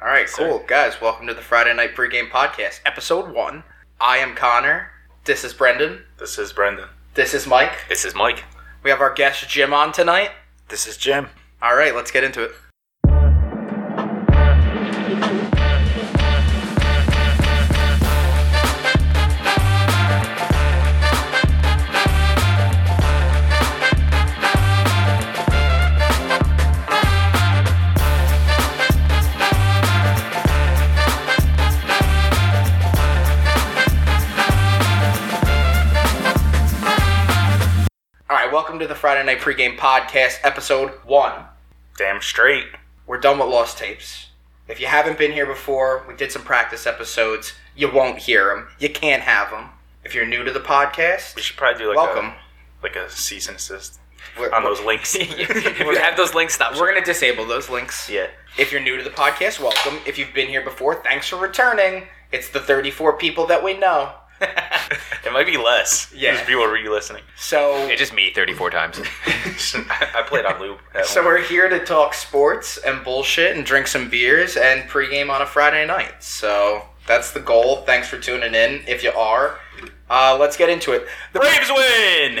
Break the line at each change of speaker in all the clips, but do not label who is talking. All right,
sir.
cool. Guys, welcome to the Friday Night Pregame Podcast, episode one. I am Connor. This is Brendan.
This is Brendan.
This is Mike.
This is Mike.
We have our guest Jim on tonight.
This is Jim.
All right, let's get into it. All right, welcome to the Friday Night Pregame Podcast, episode one.
Damn straight.
We're done with lost tapes. If you haven't been here before, we did some practice episodes. You won't hear them. You can't have them. If you're new to the podcast,
We should probably do like
welcome.
a like a cease and assist
We're-
on those links.
if you have those links, stop.
We're gonna disable those links.
yeah.
If you're new to the podcast, welcome. If you've been here before, thanks for returning. It's the 34 people that we know.
it might be less.
Yeah.
Just people re-listening.
So,
It just me 34 times.
I, I played on loop. at
so
one.
we're here to talk sports and bullshit and drink some beers and pregame on a Friday night. So that's the goal. Thanks for tuning in. If you are, uh, let's get into it. The
Braves win.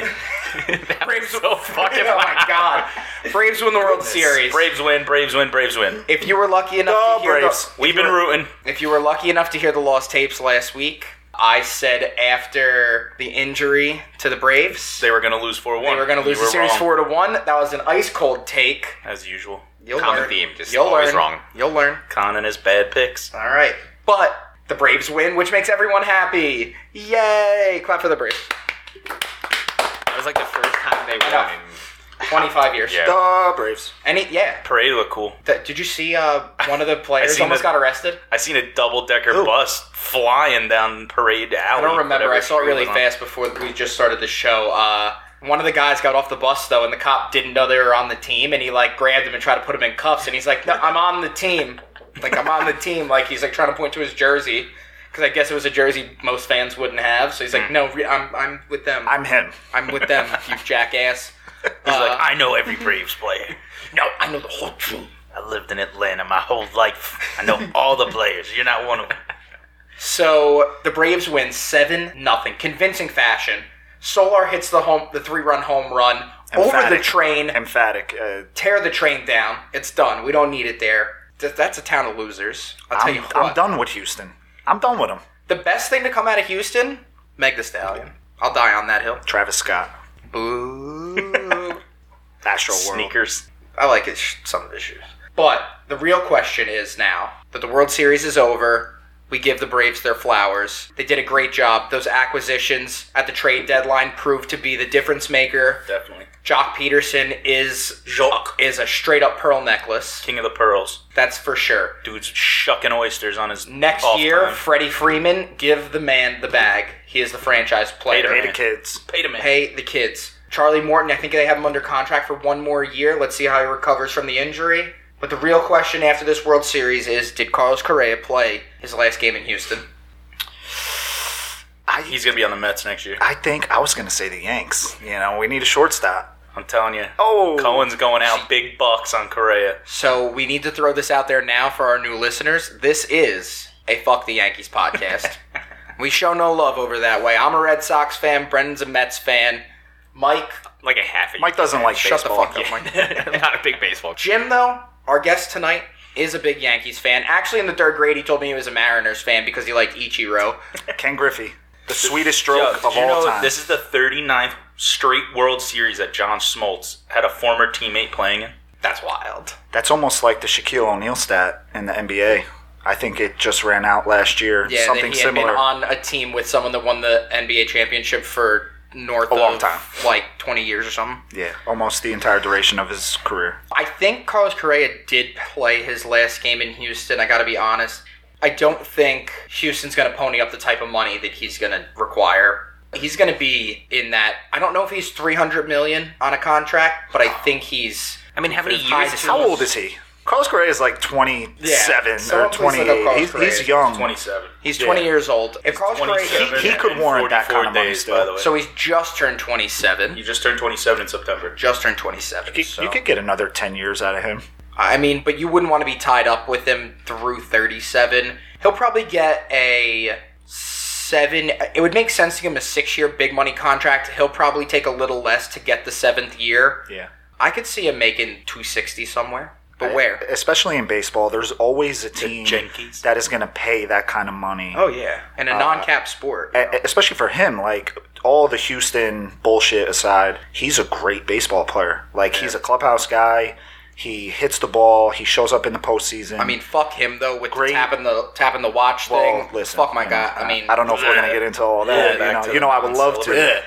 that was so fucking
oh my
loud.
god, Braves win the World Series.
Braves win. Braves win. Braves win.
If you were lucky enough
Go
to hear
Oh, Braves.
the,
We've been rooting.
If you were lucky enough to hear the lost tapes last week, I said after the injury to the Braves,
They were gonna lose four one.
they were going to lose the series four to one. That was an ice cold take.
as usual.
You'll
Common
learn.
theme, just
You'll
always
learn.
wrong.
You'll learn.
Con and his bad picks.
All right, but the Braves win, which makes everyone happy. Yay! Clap for the Braves.
That was like the first time they
know.
won.
Twenty-five years.
Yeah.
The Braves.
Any yeah.
Parade look cool.
Th- did you see uh, one of the players
seen
almost
the-
got arrested?
I seen a double decker bus flying down Parade
I
Alley.
don't remember.
whatever
I saw it
street
really
was on.
fast before we just started the show. Uh, one of the guys got off the bus though, and the cop didn't know they were on the team, and he like grabbed him and tried to put him in cuffs, and he's like, "No, I'm on the team. Like I'm on the team." Like he's like trying to point to his jersey, because I guess it was a jersey most fans wouldn't have. So he's like, "No, re- I'm I'm with them. Hmm. I'm,
him.
with them. You jackass."
He's
Uh,
like, I know every Braves player.
"No, I know the whole team."
I lived in Atlanta my whole life. I know all the players. You're not one of them.
So the Braves win seven nothing, convincing fashion. Solar hits the home the three run home run over the
Emphatic.
train.
emphatic. Uh,
tear the train down. It's done. We don't need it there. Th- That's a town of losers. I'll tell
I'm,
you what.
I'm done with Houston. I'm done with him.
The best thing to come out of Houston, Meg the Stallion. I'll die on that hill.
Travis Scott,
Boo.
Astro World.
Sneakers.
I like his, sh- some of his shoes. But the real question is now that the World Series is over, we give the Braves their flowers. They did a great job. Those acquisitions at the trade deadline proved to be the difference maker.
Definitely.
Jock Peterson is
Jock.
is a straight up pearl necklace.
King of the Pearls.
That's for sure.
Dude's shucking oysters on his
Next
off
year,
time.
Freddie Freeman, give the man the bag. He is the franchise player.
Pay
Hey, the kids.
Paid him. Hey.
Pay the kids. Charlie Morton, I think they have him under contract for one more year. Let's see how he recovers from the injury. But the real question after this World Series is did Carlos Correa play his last game in Houston?
He's gonna be on the Mets next year.
I think I was gonna say the Yanks. You know, we need a shortstop.
I'm telling you.
Oh.
Cohen's going out big bucks on Correa.
So we need to throw this out there now for our new listeners. This is a Fuck the Yankees podcast. we show no love over that way. I'm a Red Sox fan. Brendan's a Mets fan. Mike,
Like a half a
Mike doesn't like
shut the
baseball.
fuck up, Mike.
Not a big baseball.
Jim, though, our guest tonight, is a big Yankees fan. Actually, in the third grade, he told me he was a Mariners fan because he liked Ichiro.
Ken Griffey, the sweetest
Yo,
stroke
did
of
you
all
know
time.
this is the 39th straight World Series that John Smoltz had a former teammate playing in?
That's wild.
That's almost like the Shaquille O'Neal stat in the NBA. I think it just ran out last year.
Yeah,
Something
and then he had
similar.
been on a team with someone that won the NBA championship for north
A long
of,
time.
like 20 years or something.
yeah, almost the entire duration of his career.
I think Carlos Correa did play his last game in Houston. I got to be honest. I don't think Houston's going to pony up the type of money that he's going to require. He's going to be in that. I don't know if he's 300 million on a contract, but I think he's
I mean, how many
His high
years is
two-
How old is he? Carlos Correa is like 27
someone
or
please look up
28.
Carlos
He's,
Correa.
he's young.
27.
He's 20
Yeah.
years old. If Carlos Correa,
27
he could
and
warrant that
44
kind of money
days,
still.
by the way.
so he's just turned 27.
You just turned 27 in September.
Just turned 27.
You,
so.
you could get another 10 years out of him.
I mean, but you wouldn't want to be tied up with him through 37. He'll probably get a seven. It would make sense to give him a six year big money contract. He'll probably take a little less to get the seventh year.
Yeah.
I could see him making 260 somewhere. But where?
Especially in baseball, there's always a team
Yankees.
that is going to pay that kind of money.
Oh yeah.
In a non cap sport.
E- Especially for him, like all the Houston bullshit aside, he's a great baseball player. Like he's a clubhouse guy. He hits the ball. He shows up in the postseason.
I mean, fuck him though with the
Great-
tapping the tapping the watch
well,
thing.
listen.
fuck my
you know,
guy. I mean,
I don't know if we're gonna get into all that.
Yeah,
you
back
know,
to
you know,
the
I would love to.
non-syllable.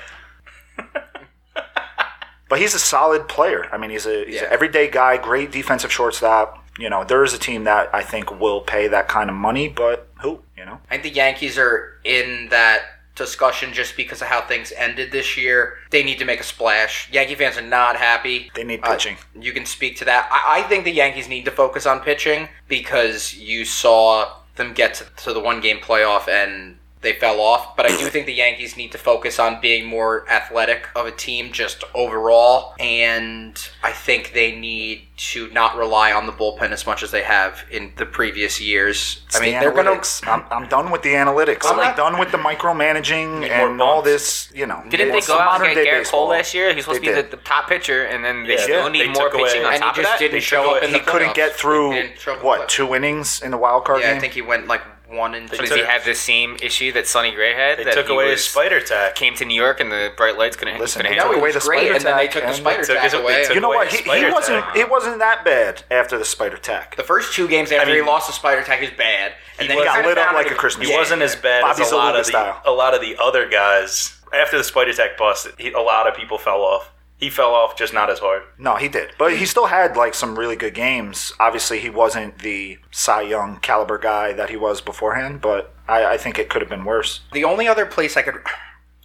But he's a solid player. I mean, he's a he's
Yeah.
an everyday guy, great defensive shortstop. You know, there is a team that I think will pay that kind of money, but who? You know,
I think the Yankees are in that discussion just because of how things ended this year. They need to make a splash. Yankee fans are not happy.
they need
Uh,
pitching.
you can speak to that. I, I think the Yankees need to focus on pitching because you saw them get to, to the one game playoff and they fell off. But I do think the Yankees need to focus on being more athletic of a team just overall. And I think they need to not rely on the bullpen as much as they have in the previous years.
It's
I mean,
the
they're going to.
analytics. I'm, I'm done with the analytics. I'm,
not-
done with the micromanaging and all this. You know,
Didn't they
it's
go out and
modern
get
day
Garrett
baseball.
Cole last year? He was supposed
They
to be the,
did.
the top pitcher, and then they
Yeah.
still
Yeah.
need
They
more
took away-
pitching on
And he
top of
just
that.
didn't
They
show
took
up in the
He couldn't
playoffs.
get
He
through
didn't show up in the
what
playoffs.
two innings in the wild card
Yeah,
game.
I think he went like one and two.
Does he have the same issue that Sonny Gray had?
They
that
took
he
away
was-
his spider tack.
Came to New York and the bright lights couldn't, he
Listen,
couldn't
they
handle
took
it.
away the
great,
spider
and then they
tack
took the
and-
spider
Took
tack
his- they
away.
took
you know
away
what?
the
He, he
spider
wasn't.
tack.
It wasn't that bad after the spider tack.
The first two games after
mean,
he lost to Spider Attack is bad, and then
He
he
got
kinda
lit up
found
like
it
a Christmas.
He
tree.
wasn't as bad
Bobby
as a lot
Zaluga
of the
style.
a lot of the other guys after the spider tech bust. He, a lot of people fell off. He fell off, just not as hard.
No, he did, but he still had like some really good games. Obviously, he wasn't the Cy Young caliber guy that he was beforehand, but I, I think it could have been worse.
The only other place I could,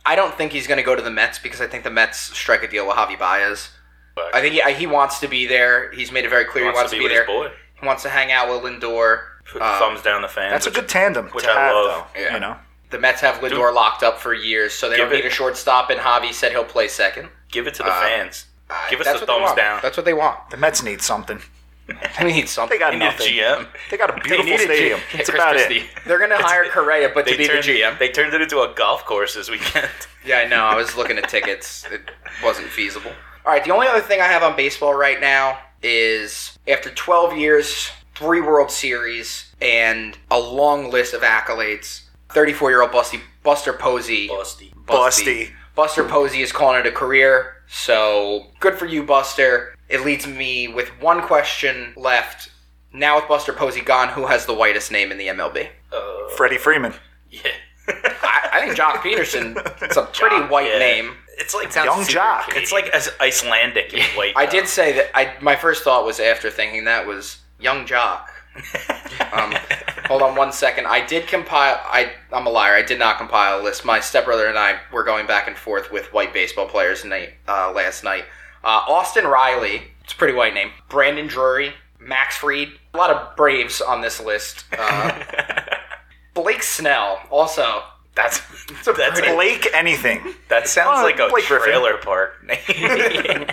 I don't think he's going to go to the Mets because I think the Mets strike a deal with Javi Baez.
Fuck.
I think he, he wants to be there. He's made it very clear he wants, to be,
with
there.
his boy.
He wants to hang out with Lindor.
Put
Um,
thumbs down the fan.
That's a good tandem
which
to
I
have,
love.
though.
Yeah.
You know,
The Mets have Lindor locked up for years, so they don't
Give
need
it-
a shortstop. And Javi said he'll play second.
Give it to the
Uh,
fans.
Uh,
Give us
that's
the
what they
thumbs
want.
down.
That's what they want.
the Mets need something.
They need
They
something.
got
They need a
nothing.
GM.
They got a beautiful
need a G-
stadium.
Yeah,
That's
Chris
about it.
Christie.
They're going to hire Correa, but
They
to be the
turned,
GM.
they turned it into a golf course this weekend.
Yeah, I know. I was looking at tickets. It wasn't feasible. All right, the only other thing I have on baseball right now is after 12 years, three World Series, and a long list of accolades, 34 year old Busty, Buster Posey.
Busty.
Busty.
Buster Posey is calling it a career. So good for you, Buster. It leaves me with one question left. Now with Buster Posey gone, who has the whitest name in the MLB?
Uh,
Freddie Freeman.
yeah.
I, I think Jock Peterson. It's a pretty
Jock,
white
yeah.
name.
It's like
sounds
Young
super
Jock.
cute.
It's like as Icelandic and white.
I did say that. I my first thought was after thinking that was young jock. Um, hold on one second. I did compile. I I'm a liar. I did not compile a list. My stepbrother and I were going back and forth with white baseball players night uh, last night. Uh, Austin Riley. It's a pretty white name. Brandon Drury. Max Fried. A lot of Braves on this list. Uh, Blake Snell also.
That's that's a-
Blake anything.
that sounds
Oh,
like a
Blake Griffin.
trailer park name.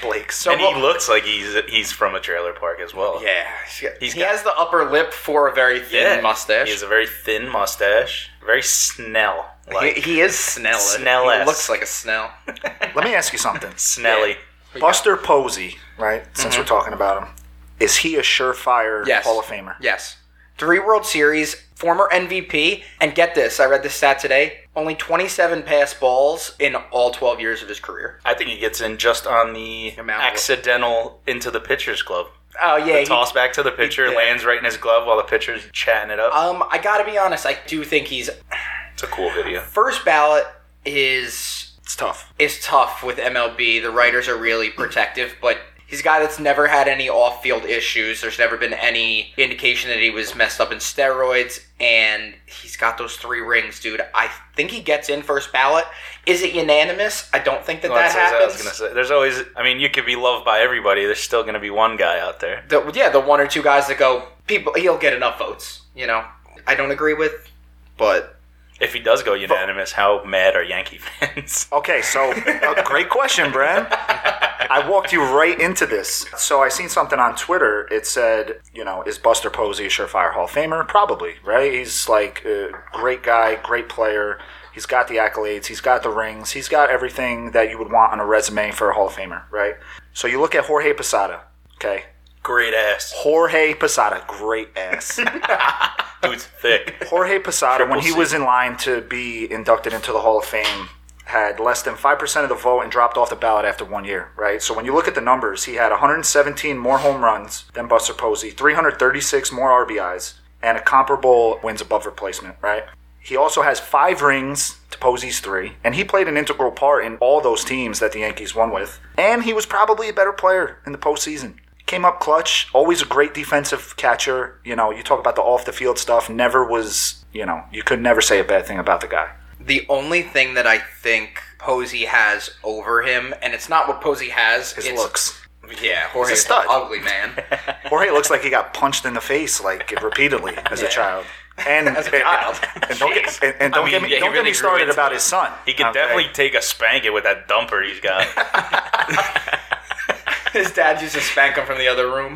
Blake. So
and he looks like he's he's from a trailer park as well.
Yeah, he's he
got-
has the upper lip for a very thin
Yeah.
mustache.
He has a very thin mustache, very Snell like
he, he is Snell.
Snell-esque.
He looks like a Snell.
let me ask you something.
Snelly.
Buster Posey, right? Since we're talking about him, is he a surefire
Yes.
Hall of Famer?
Yes. Three World Series, former MVP, and get this, I read this stat today, only 27 pass balls in all 12 years of his career.
I think he gets in just on the
Amount.
accidental into the pitcher's glove.
Oh, yeah. he-
Toss back to the pitcher,
yeah.
lands right in his glove while the pitcher's chatting it up.
um, I gotta be honest, I do think he's
it's a cool video.
first ballot is
It's tough.
is tough with MLB. The writers are really protective, but he's a guy that's never had any off field issues. There's never been any indication that he was messed up in steroids, and he's got those three rings, dude. I think he gets in first ballot. Is it unanimous? I don't think that
Well,
that
that's what I was
happens.
gonna say. There's always, I mean, you could be loved by everybody. There's still gonna be one guy out there.
the yeah, the one or two guys that go, people, he'll get enough votes. You know, I don't agree with, but
If he does go unanimous, how mad are Yankee fans?
Okay, so a great question, uh, Brad. I walked you right into this. So I seen something on Twitter. It said, you know, is Buster Posey a surefire Hall of Famer? Probably, right? He's like a great guy, great player. He's got the accolades, he's got the rings, he's got everything that you would want on a resume for a Hall of Famer, right? So you look at Jorge Posada, okay?
Great ass.
Jorge Posada, great ass.
Dude's thick.
Jorge Posada, when he
Triple C.
was in line to be inducted into the Hall of Fame, had less than 5% of the vote and dropped off the ballot after one year, right? So when you look at the numbers, he had 117 more home runs than Buster Posey, 336 more RBIs, and a comparable wins above replacement, right? He also has five rings to Posey's three, and he played an integral part in all those teams that the Yankees won with. And he was probably a better player in the postseason. Came up clutch, always a great defensive catcher. You know, you talk about the off the field stuff, never was, you know, you could never say a bad thing about the guy.
The only thing that I think Posey has over him, and it's not what Posey has.
His
it's,
looks.
Yeah, Jorge's
stud.
an ugly man.
Jorge looks like he got punched in the face, like repeatedly as a child. And,
As a child.
and don't, get, and, and
I
don't
mean,
get me,
yeah, he
don't get
really
me
grew
started
into
about
it.
his son.
He can
okay?
definitely take a spanking with that dumper he's got.
His dad used to spank him from the other room.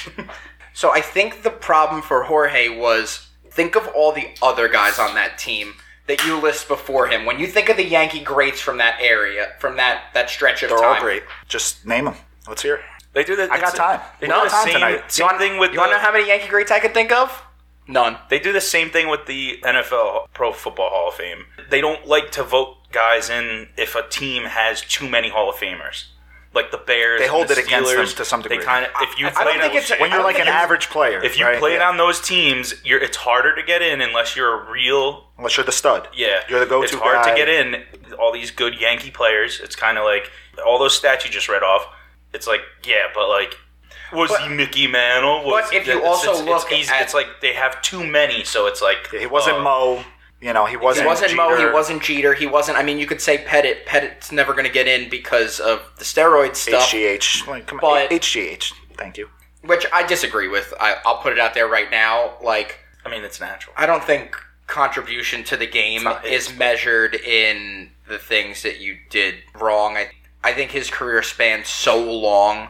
so I think the problem for Jorge was think of all the other guys on that team that you list before him. When you think of the Yankee greats from that area, from that that stretch of
They're
time,
all great. Just name them. Let's hear it.
They do that.
I got time.
They
We
do
got
the
time
same,
tonight. You
same thing with
You want to
the,
know how many Yankee greats I can think of? None.
They do the same thing with the NFL Pro Football Hall of Fame. They don't like to vote guys in if a team has too many Hall of Famers. Like the Bears,
They
and
hold
the
it against them
Steelers,
to some
They
degree.
kind of if you
I- I
played
don't think
on-
it's-
When
I
you're
don't
like
think
an
it's-
average player,
if you
right?
played
Yeah.
on those teams, you're it's harder to get in unless you're a real
unless you're the stud,
yeah.
you're the go-to
It's hard
guy.
to get in. All these good Yankee players. It's kind of like all those stats you just read off. It's like yeah, but like. Was
But-
he Mickey Mantle? Was
but if you
it's-
also
it's,
look
it's, easy-
at-
it's like they have too many, so it's like
He wasn't
uh,
Mo. You know, he wasn't.
He wasn't Mo. He
Jeter.
wasn't Jeter. He wasn't. I mean, you could say Pettit. Pettit's never going to get in because of the steroid stuff,
HGH. Like, come
But-
on, HGH. Thank you.
which I disagree with. I, I'll put it out there right now. Like,
I mean, it's natural.
I don't think contribution to the game is measured in the things that you did wrong. I I think his career spans so long,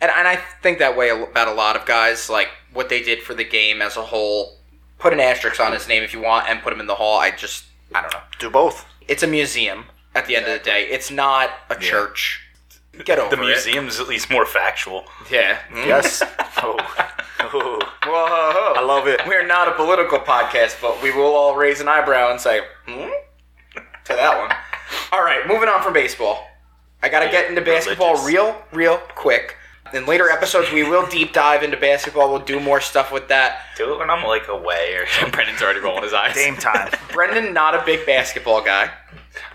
and and I think that way about a lot of guys, like what they did for the game as a whole. Put an asterisk on his name if you want, and put him in the hall. I just I don't know.
Do both.
It's a museum at the end of the day. It's not a church. Get over
The museum's at least more factual.
it. Yeah. Mm.
Yes. oh. Ooh.
Whoa, ho, ho.
I love it.
We're not a political podcast, but we will all raise an eyebrow and say, hmm? To that one. All right, moving on from baseball. I got to get into basketball
Religious.
real, real quick. In later episodes, we will deep dive into basketball. We'll do more stuff with that.
Do it when I'm like away or something.
Brendan's already rolling his eyes.
Game time.
Brendan, not a big basketball guy.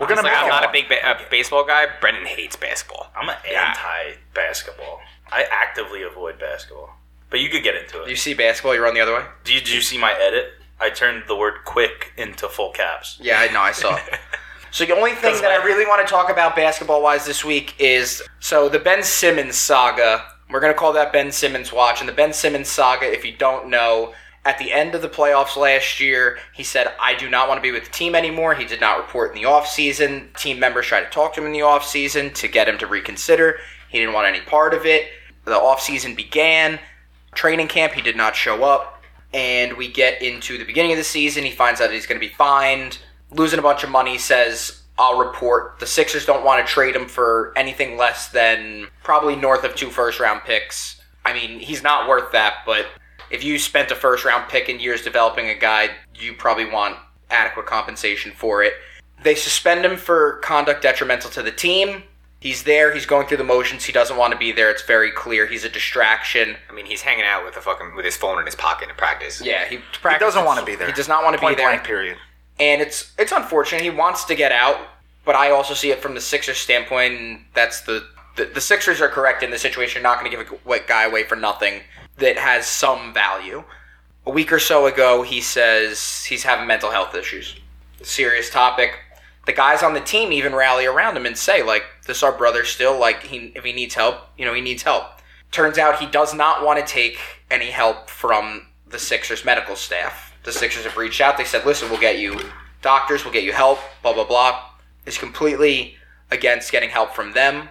We're gonna
It's like,
make
I'm
him
not a
one.
big ba- uh, baseball guy. Brendan hates basketball.
I'm an anti basketball. I actively avoid basketball. But you could get into
You
it.
see basketball, you run the other way?
Did you, did you see my edit? I turned the word quick into full caps.
Yeah, I know, I saw. it. so the only thing
Doesn't
that I
matter.
really want to talk about basketball wise this week is so the Ben Simmons saga. We're gonna call that Ben Simmons watch. And the Ben Simmons saga, if you don't know, at the end of the playoffs last year, he said, I do not want to be with the team anymore. He did not report in the offseason. Team members tried to talk to him in the offseason to get him to reconsider. He didn't want any part of it. The offseason began. Training camp, he did not show up and we get into the beginning of the season. He finds out he's going to be fined, losing a bunch of money. Says, "I'll report." The Sixers don't want to trade him for anything less than probably north of two first round picks. I mean, he's not worth that, but if you spent a first round pick and years developing a guy, you probably want adequate compensation for it. They suspend him for conduct detrimental to the team. He's there. He's going through the motions. He doesn't want to be there. It's very clear. He's a distraction.
I mean, he's hanging out with a fucking with his phone in his pocket in practice.
Yeah, he,
He doesn't want to be there.
He does not want to be
Point
there
blank. Period.
and it's it's unfortunate. He wants to get out, but I also see it from the Sixers standpoint. and That's the the, the Sixers are correct in this situation. You're not going to give a g- what guy away for nothing that has some value. A week or so ago, he says he's having mental health issues. Serious topic. The guys on the team even rally around him and say, like, this our brother still, like he if he needs help, you know, he needs help. Turns out he does not want to take any help from the Sixers medical staff. The Sixers have reached out. They said, listen, we'll get you doctors, we'll get you help, blah, blah, blah. Is completely against getting help from them.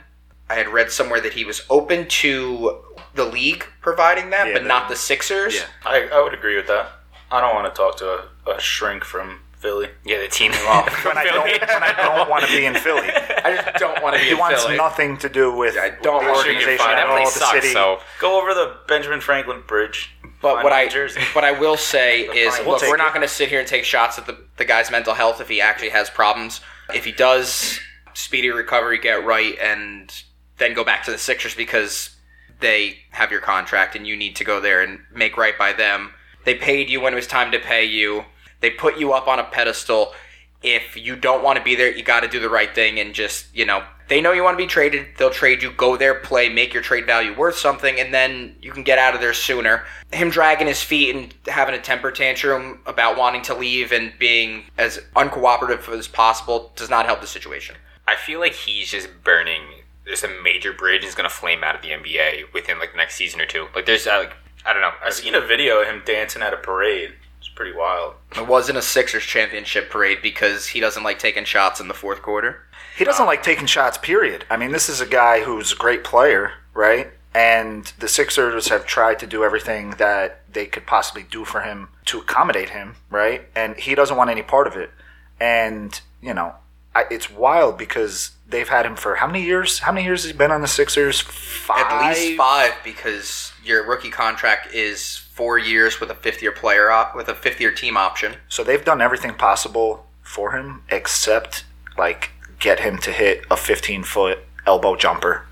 I had read somewhere that he was open to the league providing that,
Yeah,
but
they-
not the Sixers.
Yeah.
I, I would agree with that. I don't want to talk to a, a shrink from Philly.
Yeah, the team well,
when I don't when I don't want to be in Philly.
I just don't want to be
He
in
wants
Philly.
nothing to do with
I don't
the
want you to
organization
find
at
that
all, the
place sucks.
city.
So
Go over the Benjamin Franklin Bridge.
But
Find
what I
New Jersey.
what I will say is,
We'll
look,
take
we're not
it.
going to sit here and take shots at the, the guy's mental health if he actually has problems. If he does, speedy recovery, get right, and then go back to the Sixers because they have your contract and you need to go there and make right by them. They paid you when it was time to pay you. They put you up on a pedestal. If you don't want to be there, you got to do the right thing and just, you know, they know you want to be traded. They'll trade you. Go there, play, make your trade value worth something, and then you can get out of there sooner. Him dragging his feet and having a temper tantrum about wanting to leave and being as uncooperative as possible does not help the situation.
I feel like he's just burning just a major bridge and is going to flame out of the NBA within like the next season or two. Like there's uh, like I don't know.
I seen a video of him dancing at a parade. It's pretty wild.
It wasn't a Sixers championship parade because he doesn't like taking shots in the fourth quarter.
He doesn't like taking shots, period. I mean, this is a guy who's a great player, right? And the Sixers have tried to do everything that they could possibly do for him to accommodate him, right? And he doesn't want any part of it. And, you know, I, it's wild because they've had him for how many years? How many years has he been on the Sixers? Five?
At least five because your rookie contract is four years with a fifth year player op- with a fifth year team option.
So they've done everything possible for him except, like, get him to hit a 15 foot elbow jumper,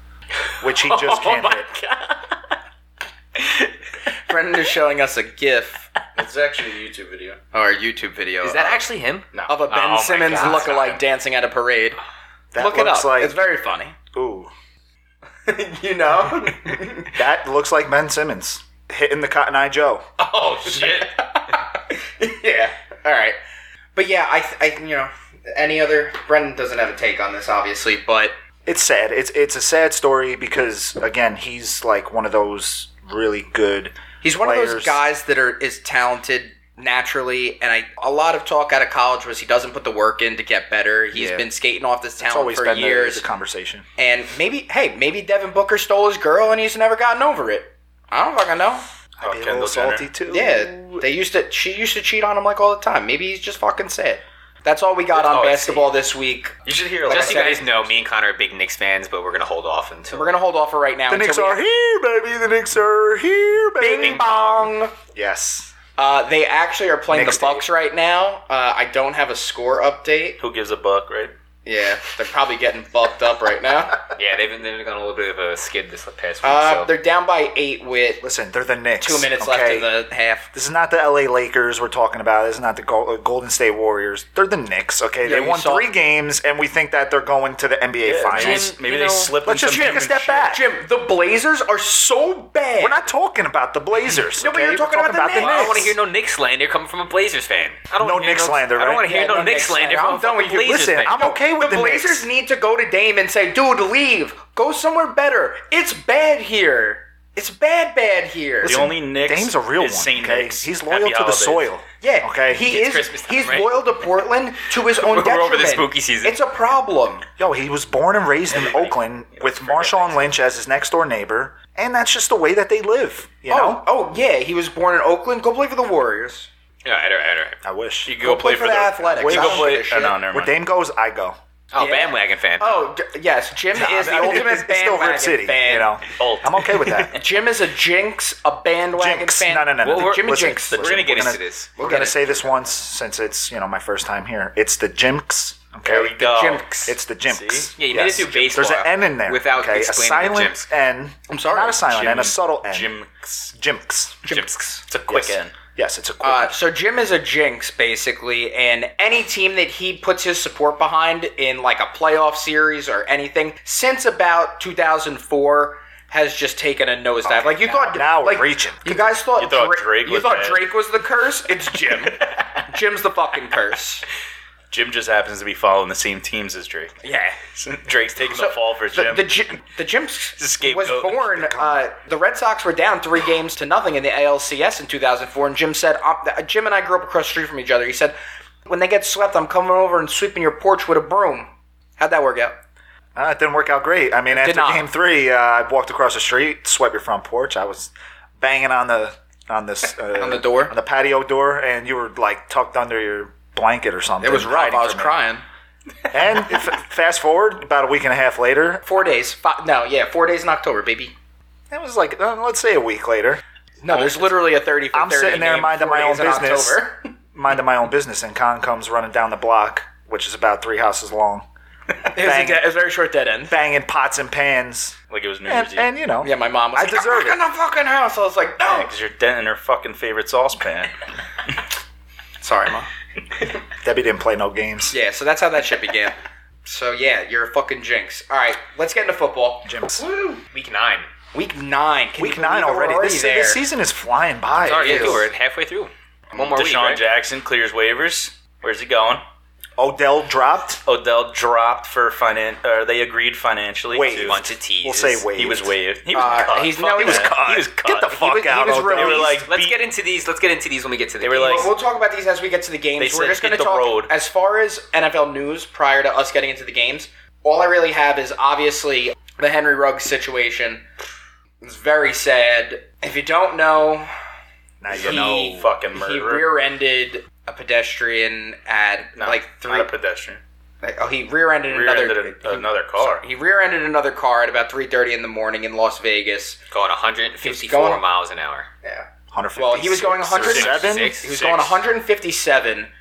which he
Oh
just can't hit.
Brendan is showing us a GIF
It's actually a YouTube video.
or a Oh, YouTube video.
Is that actually him? No.
of a
Oh
Ben
my
Simmons
God,
look
stop
lookalike dancing at a parade?
That
Look it
looks
up.
like
it's very funny.
ooh.
you know,
That looks like Ben Simmons hitting the Cotton Eye Joe.
Oh shit!
yeah. All right, but yeah, I, th- I, you know, any other Brendan doesn't have a take on this, obviously, but
It's sad. It's it's a sad story because again, he's like one of those really good.
He's one of those
players.
guys that are is talented naturally, and I a lot of talk out of college was he doesn't put the work in to get better. He's
Yeah.
been skating off this
It's
talent
always
for
been the,
years,
the conversation.
and maybe hey, maybe Devin Booker stole his girl and he's never gotten over it. I don't fucking know.
I'd be a
Kendall
little
Jenner.
salty too.
Yeah, they used to. She used to cheat on him like all the time. Maybe he's just fucking sad. That's all we got
all
on
I see.
basketball this week.
You should hear like
Just so you
I said,
guys know, me and Connor are big Knicks fans, but we're gonna hold off until
We're gonna hold off for right now.
The
until
Knicks
we-
are here, baby. The Knicks are here, baby.
Bing bong.
Yes.
Uh, they actually are playing
Knicks
the Bucks right now. Uh, I don't have a score update.
who gives a buck, right?
Yeah, they're probably getting fucked up right now.
Yeah, they've been, they've been on a little bit of a skid this past week.
Uh,
so.
They're down by eight with
Listen, they're the Knicks.
two minutes
okay?
left in the half.
This is not the LA Lakers we're talking about. This is not the Gol- uh, Golden State Warriors. They're the Knicks, okay?
Yeah,
they
you
won
saw-
three games, and we think that they're going to the NBA
maybe
Finals.
they- maybe
you
they
know,
slipped.
Let's
in
just
some
take a step
shit.
back.
Jim, the Blazers are so bad.
We're not talking about the Blazers.
No, but
okay?
you're
We're
talking about the
I
Knicks.
don't want to hear no Knicks slander coming from a Blazers fan. I don't
No
wanna hear
Knicks slander,
I
right?
don't want to hear
Yeah,
no,
no Knicks
Knicks slander.
slander.
From
I'm done
a
with you.
Blazers
Listen,
fan.
I'm okay with the,
Blazers
Knicks.
need to go to Dame and say, "Dude, leave. Go somewhere better. It's bad here. It's bad, bad here."
The only Knicks.
Dame's a real
is
one.
Saint
Okay?
Knicks.
He's
Happy
loyal to the
holidays.
soil.
yeah,
Okay.
He
It's
is.
Christmas time,
He's
right?
loyal to Portland to his own
We're
detriment.
over the spooky season.
It's a problem.
Yo, he was born and raised in Oakland with Marshawn Lynch as his next door neighbor, and that's just the way that they live. You know.
Oh, oh yeah. He was born in Oakland. Go play for the Warriors.
Yeah, all right, all right, all right.
I wish.
You go, play, for
the
the
Athletics.
You
I
go
don't
play.
give a
Oh,
shit.
no, never
Where
mind.
Dame goes, I go.
Oh,
Yeah.
bandwagon fan.
Oh d- yes, Jim is the
I mean,
ultimate
it's still
bandwagon
Rip City.
fan.
You know.
Alt.
I'm okay with that.
Jim is a jinx, a bandwagon
Jinx.
fan.
No, no, no, no.
The
Well,
Jim and
listen,
Jinx.
the
We're gonna get
We're
into
gonna-
this.
We'll
We're
get
gonna
it.
say this once since it's you know my first time here. It's the Jimks. Okay.
There we go.
Jimks.
It's the Jimks.
Yeah, you
Yes.
made it do baseball.
There's an N in there.
without
okay? a
explaining the
silent
gyms.
N.
I'm sorry.
Not a silent N, a subtle N.
Jim.
Jimks.
Jimsks.
It's a quick
Yes.
end.
Yes, it's a quick.
Uh, so Jim is a jinx basically, and any team that he puts his support behind in like a playoff series or anything since about 2004 has just taken a nosedive. like you thought,
Oh, now we're
like,
reaching.
You guys thought,
You thought Drake
you
was
thought
bad.
Drake was the curse. It's Jim. Jim's the fucking curse.
Jim just happens to be following the same teams as Drake.
Yeah.
Drake's taking the fall for
the,
Jim.
the, Gi- the Jim
a
was
scapegoat.
born. Uh, the Red Sox were down three games to nothing in the ALCS in 2004, and Jim said, um, uh, "Jim and I grew up across the street from each other." He said, "When they get swept, I'm coming over and sweeping your porch with a broom." How'd that work out?
Uh, it didn't work out great. I mean, after
not.
game three, uh, I walked across the street, swept your front porch. I was banging on the on this uh,
On the door?
on the patio door, and you were like tucked under your blanket or something.
It was rough.
hiding
I was
from me.
crying.
And if, fast forward about a week and a half later,
Four days. Five, no, yeah, four days in October, baby.
it was like uh, let's say a week later.
No, there's literally a 30 for
I'm
30
sitting there
game,
minding
four
my own
days in
business.
October.
minding my own business, and Con comes running down the block, which is about three houses long,
It was, a
Bang.
de- it was a very short dead end.
banging pots and pans,
Like it was New
and,
Year's Eve.
and you know,
Yeah, my mom was
I
like,
deserve
I'm
it.
not fucking house. I was like, no.
because you're denting her fucking favorite saucepan.
Sorry, mom.
Debbie didn't play no games.
Yeah, so that's how that shit began. so yeah, you're a fucking jinx. All right, let's get into football.
Jim's.
Woo!
Week nine.
Week nine. Can
Week
you
nine
believe we're
already. This,
there?
this season is flying by.
Sorry,
It is.
we're halfway through. One more week.
Deshaun
Right?
Jackson clears waivers. Where's he going?
Odell dropped.
Odell dropped for finan. Or they agreed financially.
Wait.
to,
Bunch of teas.
We'll say wait.
he was waived. He was
Uh,
cut.
he's-
Fuck
no, he was
that.
cut.
He was
Get the
cut.
fuck
was- Uh, he
out,
was
Odell.
released.
They were like,
Let's
beat-
get into these. Let's get into these when we get to the.
They were
We'll-
like-
We'll talk about these as we get to the games.
They
We're
said
just going to
hit the
talk
road.
as far as NFL news prior to us getting into the games. All I really have is obviously the Henry Ruggs situation. It's very sad. If you don't know,
Now you
he,
know.
no fucking
he
murderer.
rear-ended a pedestrian at
No,
like three.
Not a pedestrian.
like, oh, he rear-ended,
Rear-ended
another.
a- another car.
He rear-ended another car at about three thirty in the morning in Las Vegas.
going
He
154
was going-
miles an hour.
Yeah,
156,
well, he was going
107.
Six.
he was
Six.
going 157,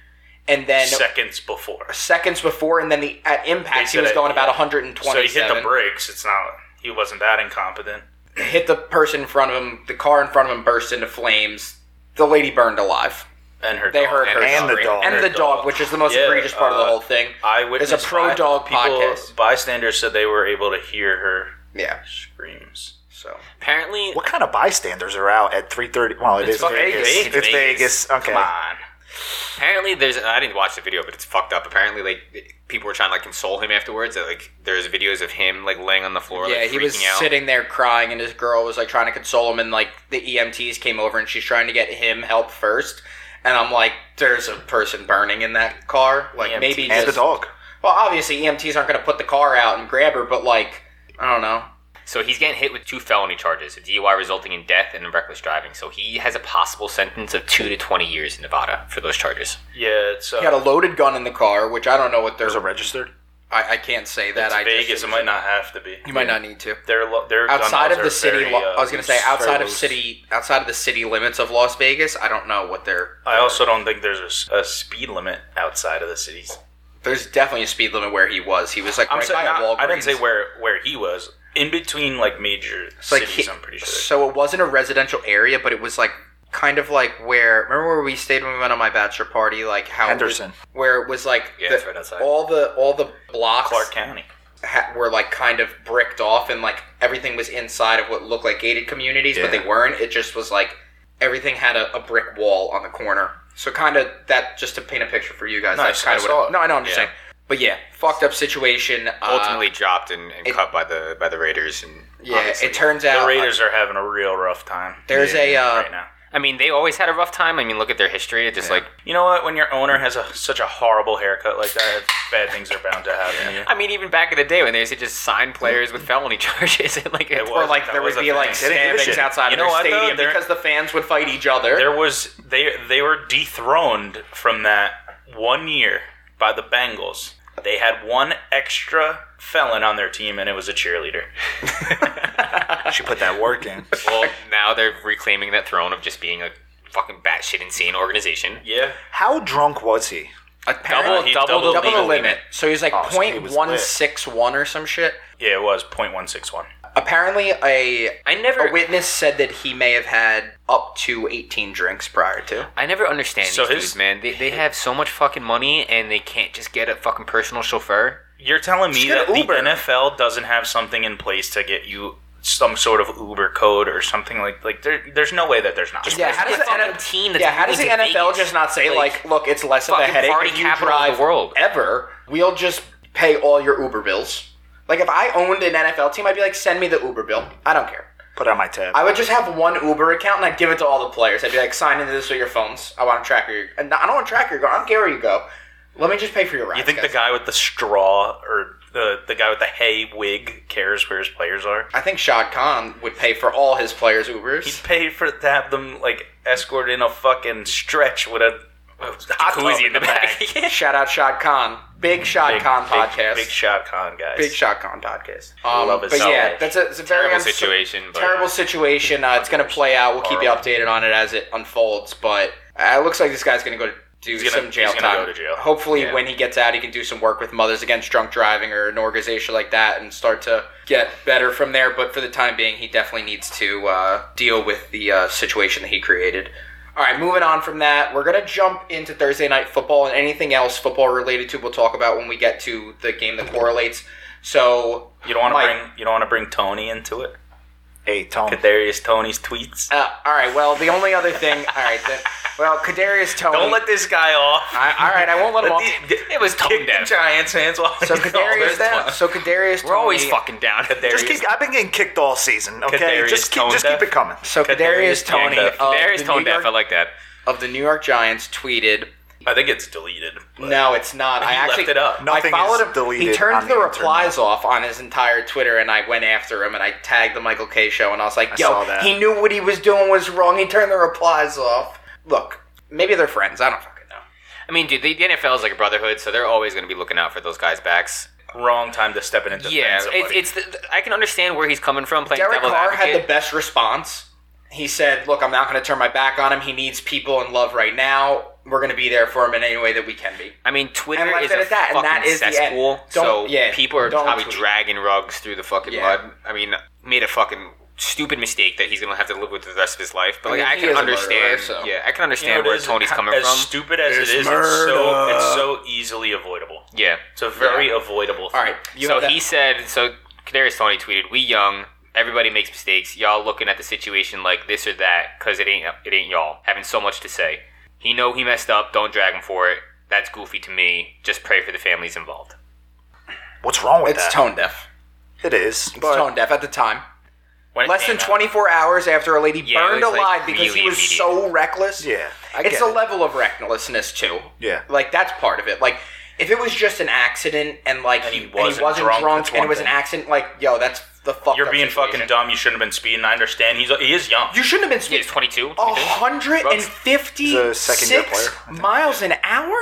and then
Seconds before,
seconds before, and then the at impact
They
he was
said it,
going about
yeah.
127.
so he hit the brakes. It's not. He wasn't that incompetent.
Hit the person in front of him. The car in front of him burst into flames. The lady burned alive,
And her.
They
dog.
heard her
And the dog.
and the
Her
dog,
dog.
which is the most
Yeah,
egregious part of the
uh,
whole thing.
I witnessed.
There's a pro
by-
dog
people,
podcast.
Bystanders said they were able to hear her
Yeah.
screams.
So
Apparently,
What kind of bystanders are out at 3:30? Well, it is
fucking
Vegas.
Vegas.
It's Vegas. Okay.
Come on.
apparently there's. I didn't watch the video, but it's fucked up. Apparently, like people were trying to like console him afterwards. That, like there's videos of him like laying on the floor.
yeah,
like,
he was
freaking out.
sitting there crying, and his girl was like trying to console him, and like the EMTs came over, and she's trying to get him help first. And I'm like, there's a person burning in that car. Like
EMTs.
maybe
And the
just-
dog.
Well, obviously EMTs aren't going to put the car out and grab her, but like I don't know.
So he's getting hit with two felony charges: a DUI resulting in death and reckless driving. So he has a possible sentence of two to twenty years in Nevada for those charges.
Yeah, it's uh,
He had a loaded gun in the car, which I don't know what
There's
there's.
a registered.
I, I can't say that.
it's
I
Vegas.
Just,
it might not have to be.
You might not need to.
Their lo- their gun
Outside
laws
of the
are
city,
very,
lo-
uh,
I was going to say
loose,
outside
very
of
loose.
city, outside of the city limits of Las Vegas. I don't know what they're.
I also don't think there's a s- a, speed limit outside of the cities.
There's definitely a speed limit where he was. He was like
I'm
right
saying
by a
not- I didn't
Walgreens.
say where where he was in between like major
It's like
cities.
he-
I'm pretty sure.
So it wasn't a residential area, but it was like kind of like where remember where we stayed when we went on my bachelor party, like how it was-
Henderson.
where it was like
Yeah,
the-
it's right outside.
all the all the blocks
Clark County.
ha- were like kind of bricked off, and like everything was inside of what looked like gated communities, but
Yeah.
they weren't. It just was like everything had a, a brick wall on the corner. So kind of that just to paint a picture for you guys.
No, I
that's
s-
kind of
I saw
what.
it.
No, I know. I'm just
Yeah.
saying. But yeah, fucked up situation. uh,
Ultimately dropped and, and
it-
cut by the by the Raiders. And
yeah,
obviously-
it turns out
The Raiders are having a real rough time.
There's a, uh,
right now.
I mean, they always had a rough time. I mean, look at their history. It's just like
You know what? When your owner has a, such a horrible haircut like that, bad things are bound to happen.
I mean, even back in the day when they used to just sign players with felony charges, and like it
or
was-
like
that
there would
was a
be like
thing. They didn't
give a
stabbings
shit.
outside
You
of
know
their
what, though?
stadium
They're-
because the fans would fight each other.
There was they they were dethroned from that one year by the Bengals. They had one extra felon on their team, and it was a cheerleader.
She put that work in.
Well, now they're reclaiming that throne of just being a fucking batshit insane organization.
Yeah,
How drunk was he?
Apparently-
Uh, he doubled
double the
legal
limit. So he was
Oh,
like
so he
point
was
one six one or some shit.
yeah, it was point one six one.
Apparently, a
I never,
a witness said that he may have had up to eighteen drinks prior to.
I never understand
So
these
his-
dudes, man. They, they have so much fucking money and they can't just get a fucking personal chauffeur.
You're telling me
get
that
an Uber.
the NFL doesn't have something in place to get you some sort of Uber code or something like like there, there's no way that there's not.
Yeah,
There's
how does
no
the
fucking
NFL
team that's
yeah, how does the
moving to
NFL
Vegas?
just not say like,
Like,
look, it's less of a
fucking
headache
party
if you
capital of the
drive
world.
ever. We'll just pay all your Uber bills. Like if I owned an NFL team, I'd be like, send me the Uber bill. I don't care.
Put it on my tab.
I would just have one Uber account and I'd give it to all the players. I'd be like, sign into this with your phones. I want to track where you. And I don't want to track where you go. I don't care where you go. Let me just pay for your ride.
You think the guy with the straw or the the guy with the hay wig cares where his players are.
I think Shad Khan would pay for all his players'
He'd
Ubers.
pay for to have them like escorted in a fucking stretch with a, a hot tub
Oh, Jacuzzi in the back.
Shout out Shad Khan. Big Shad Khan
big,
podcast.
Big shot con guys.
Big Shot Con podcast. Um,
Love it
but
so
yeah,
much.
that's a, it's a very uns-
Terrible situation. But
terrible situation. Uh, it's going to play out. We'll keep you updated on it as it unfolds. But uh, it looks like this guy's going to go do
gonna-
some jail
he's gonna
time.
go to jail.
Hopefully,
Yeah.
when he gets out, he can do some work with Mothers Against Drunk Driving or an organization like that and start to get better from there. But for the time being, he definitely needs to uh, deal with the uh, situation that he created. All right, moving on from that, we're going to jump into Thursday night football and anything else football related to we'll talk about when we get to the game that correlates. So
You don't want
Mike.
to bring you don't want to bring Tony into it.
Hey,
Oh.
Tone.
Kadarius Tony's tweets.
Uh, all right. Well, the only other thing. All right. The, well, Kadarius Tony.
Don't let this guy off.
I, all right. I won't let him off.
It was tone
Kick the
deaf.
Giants fans while
So Kadarius. down. So Kadarius.
We're always
Toney-
fucking down.
Just keep, I've been getting kicked all season. Okay,
Kadarius
just keep, just
Tone
keep it coming.
So Kadarius
Kadarius
Tony
Tony.
of,
There is
the
tone
New
deaf. I
York-
like that.
of the New York Giants tweeted.
I think it's deleted.
No, it's not. I
He left
actually
it up.
Nothing
I followed
is
him. He
deleted
turned
on
the,
the
replies off on his entire Twitter, and I went after him and I tagged the Michael K show, and I was like, "Yo,
saw that.
he knew what he was doing was wrong. He turned the replies off." Look, maybe they're friends. I don't fucking know.
I mean, dude, the, the NFL is like a brotherhood, so they're always going to be looking out for those guys' backs.
Wrong time to step in and defend
Yeah,
somebody.
it's, it's the, I can understand where he's coming from. Playing
Derek
devil's
Carr
advocate.
had the best response. He said, "Look, I'm not going to turn my back on him. He needs people and love right now. We're going to be there for him in any way that we can be."
I mean, Twitter
And left
is
it
a
at that, and
fucking
that is the end.
cesspool.
Don't-
so
yeah,
people are
don't
probably
tweet.
dragging rugs through the fucking
Yeah.
mud. I mean, made a fucking stupid mistake that he's gonna have to live with the rest of his life.
I
But like,
mean,
I,
he
can
is a murderer,
understand.
so-
Yeah, I can understand
You know,
where
it is-
Tony's coming
as
from.
stupid as
It's
it is, it's so
murder.
it's so easily avoidable.
yeah.
It's a very avoidable. Thing.
All right, you
so
have that-
he said. So Kadarius Tony tweeted, "We young." Everybody makes mistakes. Y'all looking at the situation like this or that because it ain't it ain't y'all having so much to say. He know he messed up. Don't drag him for it. That's goofy to me. Just pray for the families involved.
What's wrong with
it's
that?
tone deaf.
It is.
It's
But
tone deaf at the time.
When it
Less than
came out,
24 hours after a lady
Yeah, it
burned
was, like,
alive because he
really
was
immediate.
so reckless.
Yeah, I
it's
get
a
it.
level of recklessness too.
Yeah.
like that's part of it. Like if it was just an accident and like
And he
and
wasn't drunk, that's
and it
one
was an
thing.
accident, like yo, that's the fuck.
You're being fucking dumb. You shouldn't have been speeding. I understand. He's he is young.
You shouldn't have been
Yeah,
speaking.
he's 22.
Oh.
22.
156
He's a second-year player, I think.
miles an hour?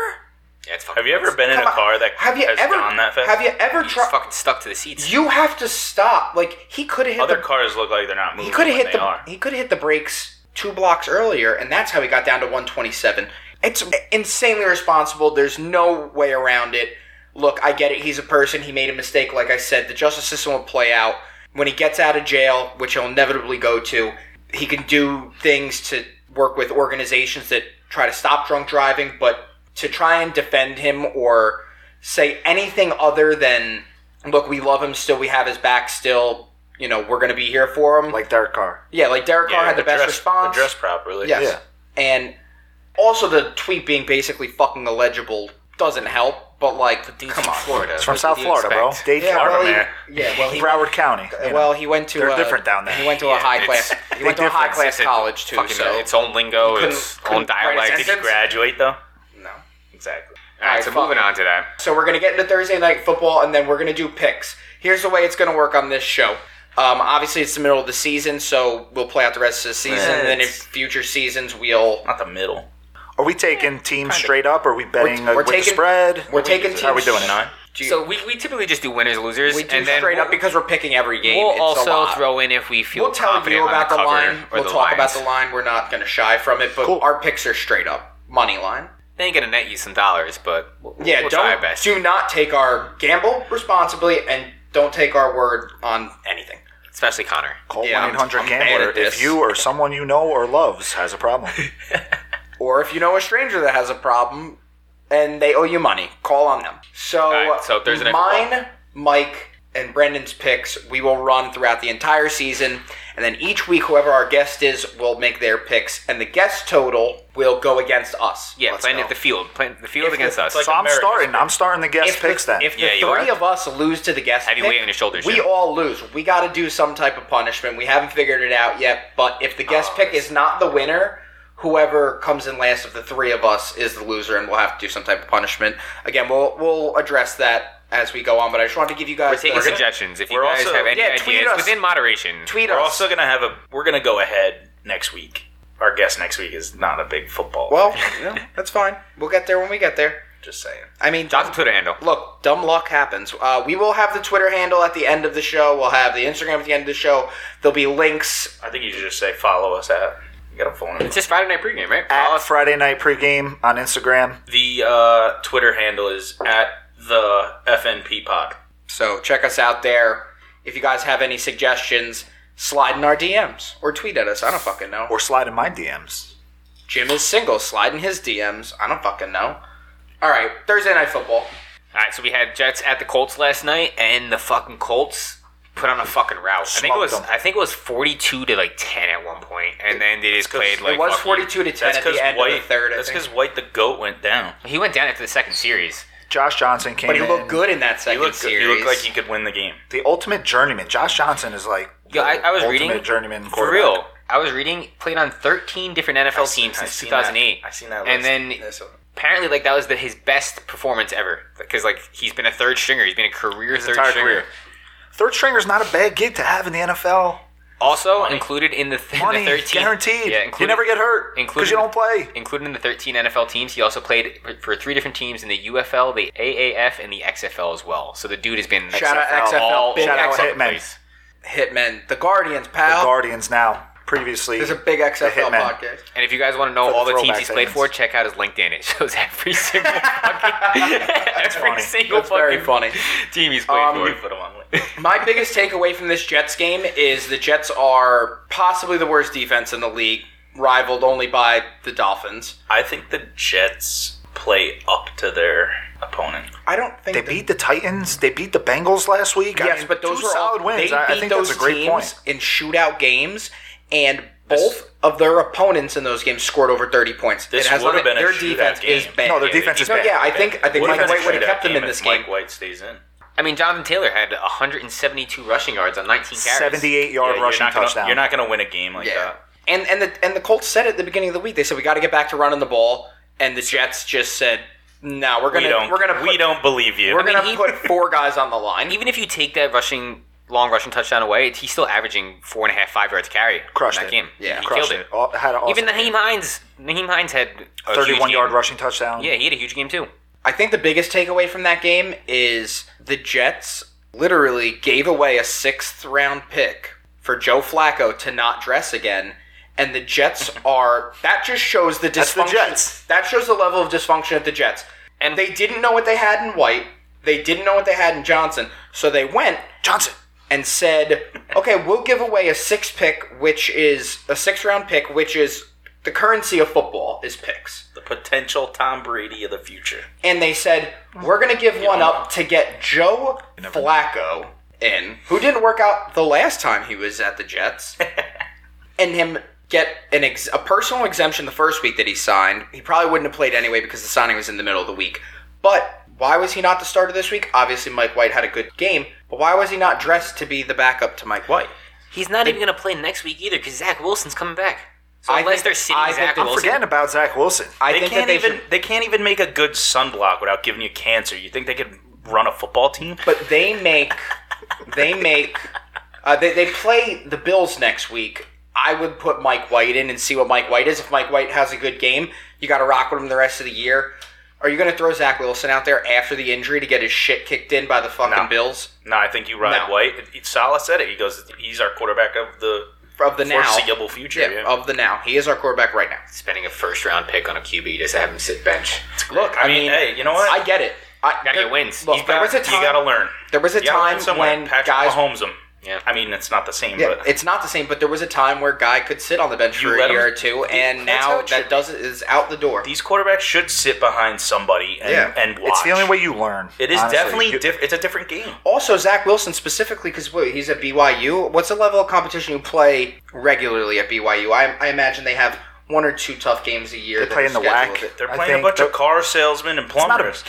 Yeah, it's fucking
have you ever been in a
Come on.
car that
have you
has
ever
gone that fast?
have you ever
He's
tried?
fucking stuck to the seats.
You have to stop. Like he could have hit
Other
the
cars look like they're not moving.
he could have
when
hit
they
the
Are.
he could have hit the brakes two blocks earlier, and that's how he got down to 127. It's insanely responsible. There's no way around it. Look, I get it. He's a person. He made a mistake. Like I said, the justice system will play out when he gets out of jail, which he'll inevitably go to. He can do things to work with organizations that try to stop drunk driving, but to try and defend him or say anything other than look we love him still we have his back still you know we're gonna be here for him
like Derek Carr.
yeah, like Derek Carr had the best
Address-
response.
Address properly.
yes.
yeah.
And also the tweet being basically fucking illegible doesn't help, but like come on.
Florida.
It's from South Florida, bro. Dade
Yeah,
County,
well, he,
man.
yeah, well he
Broward County. you know.
well he went to
They're
a,
different down there.
He went to a
Yeah,
high
it's-
class. He went to a
different.
high class
It's a
college too.
Fucking,
So
It's own
Oh,
lingo,
couldn't-
its
couldn't
own
write a
dialect.
sentence?
Did he graduate though?
no.
Exactly.
All right, so
Alright, fuck.
moving on to that.
So we're gonna get into Thursday night football, and then we're gonna do picks. Here's the way it's gonna work on this show. Um, obviously, it's the middle of the season, so we'll play out the rest of the season. and then in
Yes.
future seasons, we'll
Not the middle.
are we taking teams straight up? Or are we betting
We're-
uh,
we're
with
taking-
the spread?
we're taking
How are we
teams-
doing it?
Nine.
do,
So we, we typically just do winners, losers,
we do
and then
straight
we'll,
up because we're picking every game.
we'll
It's a
also
lot.
throw in if we feel
We'll tell
confident
you about the,
on the, cover
line.
or
We'll
the
talk about
lines.
the line. We're not going to shy from it, but
Cool.
our picks are straight up money line.
They ain't gonna net you some dollars, but we'll,
Yeah,
we'll
don't
try our best.
do not take our gamble responsibly, and don't take our word on anything.
Especially Connor.
Call
Yeah, I'm-
one eight hundred
I'm bad
gambler
at this.
if you or someone you know or loves has a problem.
Or if you know a stranger that has a problem and they owe you money, call on them. So,
Alright, so Thursday night
mine, Mike, and Brendan's picks we will run throughout the entire season, and then each week, whoever our guest is will make their picks, and the guest total will go against us.
Yeah,
Let's
playing
go.
at the field, playing the field
If
against
the-
us.
like
so I'm
America's
starting. I'm starting the guest
if
picks
the,
then.
If the
Yeah, you
three
are.
of us lose to the guest,
Have you
pick,
weight on your shoulders,
We
Jim.
all lose. We got to do some type of punishment. We haven't figured it out yet. But if the guest pick is not the winner, whoever comes in last of the three of us is the loser, and we'll have to do some type of punishment. Again, we'll we'll address that as we go on. But I just wanted to give you guys.
We're taking
the-
suggestions. If you
we're
guys
also-
have any
yeah, tweet
ideas,
us.
within moderation.
tweet
We're
us.
also gonna have a. We're gonna go ahead next week. Our guest next week is not a big football.
well, you know, that's fine. We'll get there when we get there.
just saying.
I mean,
John's Twitter handle.
look, dumb luck happens. Uh, we will have the Twitter handle at the end of the show. We'll have the Instagram at the end of the show. There'll be links.
I think you should just say follow us at. You got a phone. number.
It's just Friday night pregame, right? Follow
At
us.
Friday Night Pregame on Instagram.
The uh, Twitter handle is at the FNP pod.
So check us out there. If you guys have any suggestions, slide in our DMs or tweet at us. I don't fucking know.
Or slide in my DMs.
Jim is single. Slide in his DMs. I don't fucking know. All right, Thursday night football.
All right, so we had Jets at the Colts last night, and the fucking Colts put on a fucking rout. I think it was
Smoked 'em.
I think it was forty two to like ten at one point, and then they just
'cause
played
it
like
It was
fuck you.
42 to 10
That's
at the
because
end
White.
of the third. I
that's
think.
because White the goat went down.
He went down after the second series.
Josh Johnson came
But he
in.
looked good in that
He
second
looked. Good.
series.
He looked like he could win the game.
The ultimate journeyman. Josh Johnson is like
Yo, I, I was
ultimate
reading
journeyman
for
quarterback.
real. I was reading played on thirteen different NFL
seen-
teams
I
since two
seen that.
thousand eight.
I seen that
and
list.
then apparently like that was the, his best performance ever because like he's been a third stringer. He's been a career third
entire
stringer.
career. Third stringer's not a bad gig to have in the NFL.
Also included in the, th-
Money
in the thirteen
guaranteed.
Yeah,
you
included-
never get hurt because
including-
you don't play.
Including the 13 NFL teams, he also played for three different teams in the UFL, the AAF, and the XFL as well. So the dude has been
Shout out XFL,
all
big
over
Shout out
the
Hitman.
place.
Hitmen, the Guardians,
The
pal.
Guardians now. Previously,
There's a big XFL
Hitmen.
podcast.
And if you guys want to know
the
all the teams
throwback
he's played
segments.
for, check out his LinkedIn. It shows every single fucking, every
funny.
single
That's very
fucking
funny.
team he's played
Um,
We
for.
put him on.
My biggest takeaway from this Jets game is the Jets are possibly the worst defense in the league, rivaled only by the Dolphins.
I think the Jets play up to their opponent.
I don't think
They
that-
beat the Titans. They beat the Bengals last week. I
Yes,
mean,
but those
two
were
solid
all,
wins.
They
I, I
beat
think
those
that's a great
teams
point.
in shootout games, and both of their opponents in those games scored over thirty points.
This
it has
would've
nothing-
been a
their
shootout
defense
game.
is bad.
No, their
yeah,
defense is
no,
bad.
yeah, I think I think
What if
Mike
it's a
White would have
shootout
kept them
game
in
if
this game.
Mike White stays in.
I mean, Jonathan Taylor had 172 rushing yards on 19 carries.
78 yard
Yeah,
rushing
you're not gonna-
touchdown.
You're not going to win a game like
Yeah.
that.
And and the and the Colts said at the beginning of the week they said we got to get back to running the ball, and the Jets just said no, we're
We
gonna
don't.
we're gonna put,
we don't believe you.
we're
mean,
gonna
he-
put four guys on the line.
Even if you take that rushing long rushing touchdown away, he's still averaging four and a half five yards carry.
Crushed
in that
it.
game.
Yeah,
he
Crushed
killed it.
it. All- had an
Even
awesome-
Naheem Hines, Naheem Hines had a huge
31 yard
game.
rushing touchdown.
Yeah, he had a huge game too.
I think the biggest takeaway from that game is the Jets literally gave away a sixth round pick for Joe Flacco to not dress again. And the Jets are that just shows the dysfunction.
That's the Jets.
That shows the level of dysfunction at the Jets.
And-
they didn't know what they had in White. They didn't know what they had in Johnson. So they went
Johnson.
and said, "Okay, we'll give away a six pick, which is a six round pick, which is the currency of football is picks."
the potential Tom Brady of the future.
and they said we're going to give one up to get Joe Flacco in, who didn't work out the last time he was at the Jets, and him get an ex- a personal exemption the first week that he signed. He probably wouldn't have played anyway because the signing was in the middle of the week. But why was he not the starter this week? Obviously, Mike White had a good game, but why was he not dressed to be the backup to Mike White?
He's not even going to play next week either because Zach Wilson's coming back. So
I
unless
think-
they're sitting
I think-
Zach
I'm
Wilson,
Forgetting about Zach Wilson.
I
They
think
can't
that they
even.
should-
They can't even make a good sunblock without giving you cancer. You think they could run a football team?
but they make they make uh, they, they play the bills next week i would put mike white in and see what mike white is if mike white has a good game you got to rock with him the rest of the year are you going to throw zach wilson out there after the injury to get his shit kicked in by the fucking
No.
bills
no, I think you ride
No.
White. Salah said it. He goes, he's our quarterback of the
of the now
foreseeable future.
yeah, oh,
yeah.
of the now he is our quarterback right now
spending a first round pick on a QB just to have him sit bench.
look i,
I mean,
mean
hey, you know what?
i get it I,
Gotta
there-
get wins.
Look,
You
there
got-
was a
You got to
time.
learn.
There was a
You gotta learn
time
somewhere.
when
Patrick
guys.
Mahomes him.
Yeah.
I mean, it's not the same,
Yeah,
but
it's not the same, but there was a time where guy could sit on the bench
You
for a
let him-
year or two, and
That's how
now
it should
that
be.
does it is out the door.
these quarterbacks should sit behind somebody and,
Yeah.
and watch.
It's the only way you learn.
It is
honestly.
definitely
You-
diff- it's a different game.
Also, Zach Wilson specifically, because he's at BYU. What's the level of competition you play regularly at BYU? I, I imagine they have one or two tough games a year.
They
that
play in the
schedule
whack.
a bit.
They're
I
playing a
think
bunch
they're-
of car salesmen and
not a-
plumbers.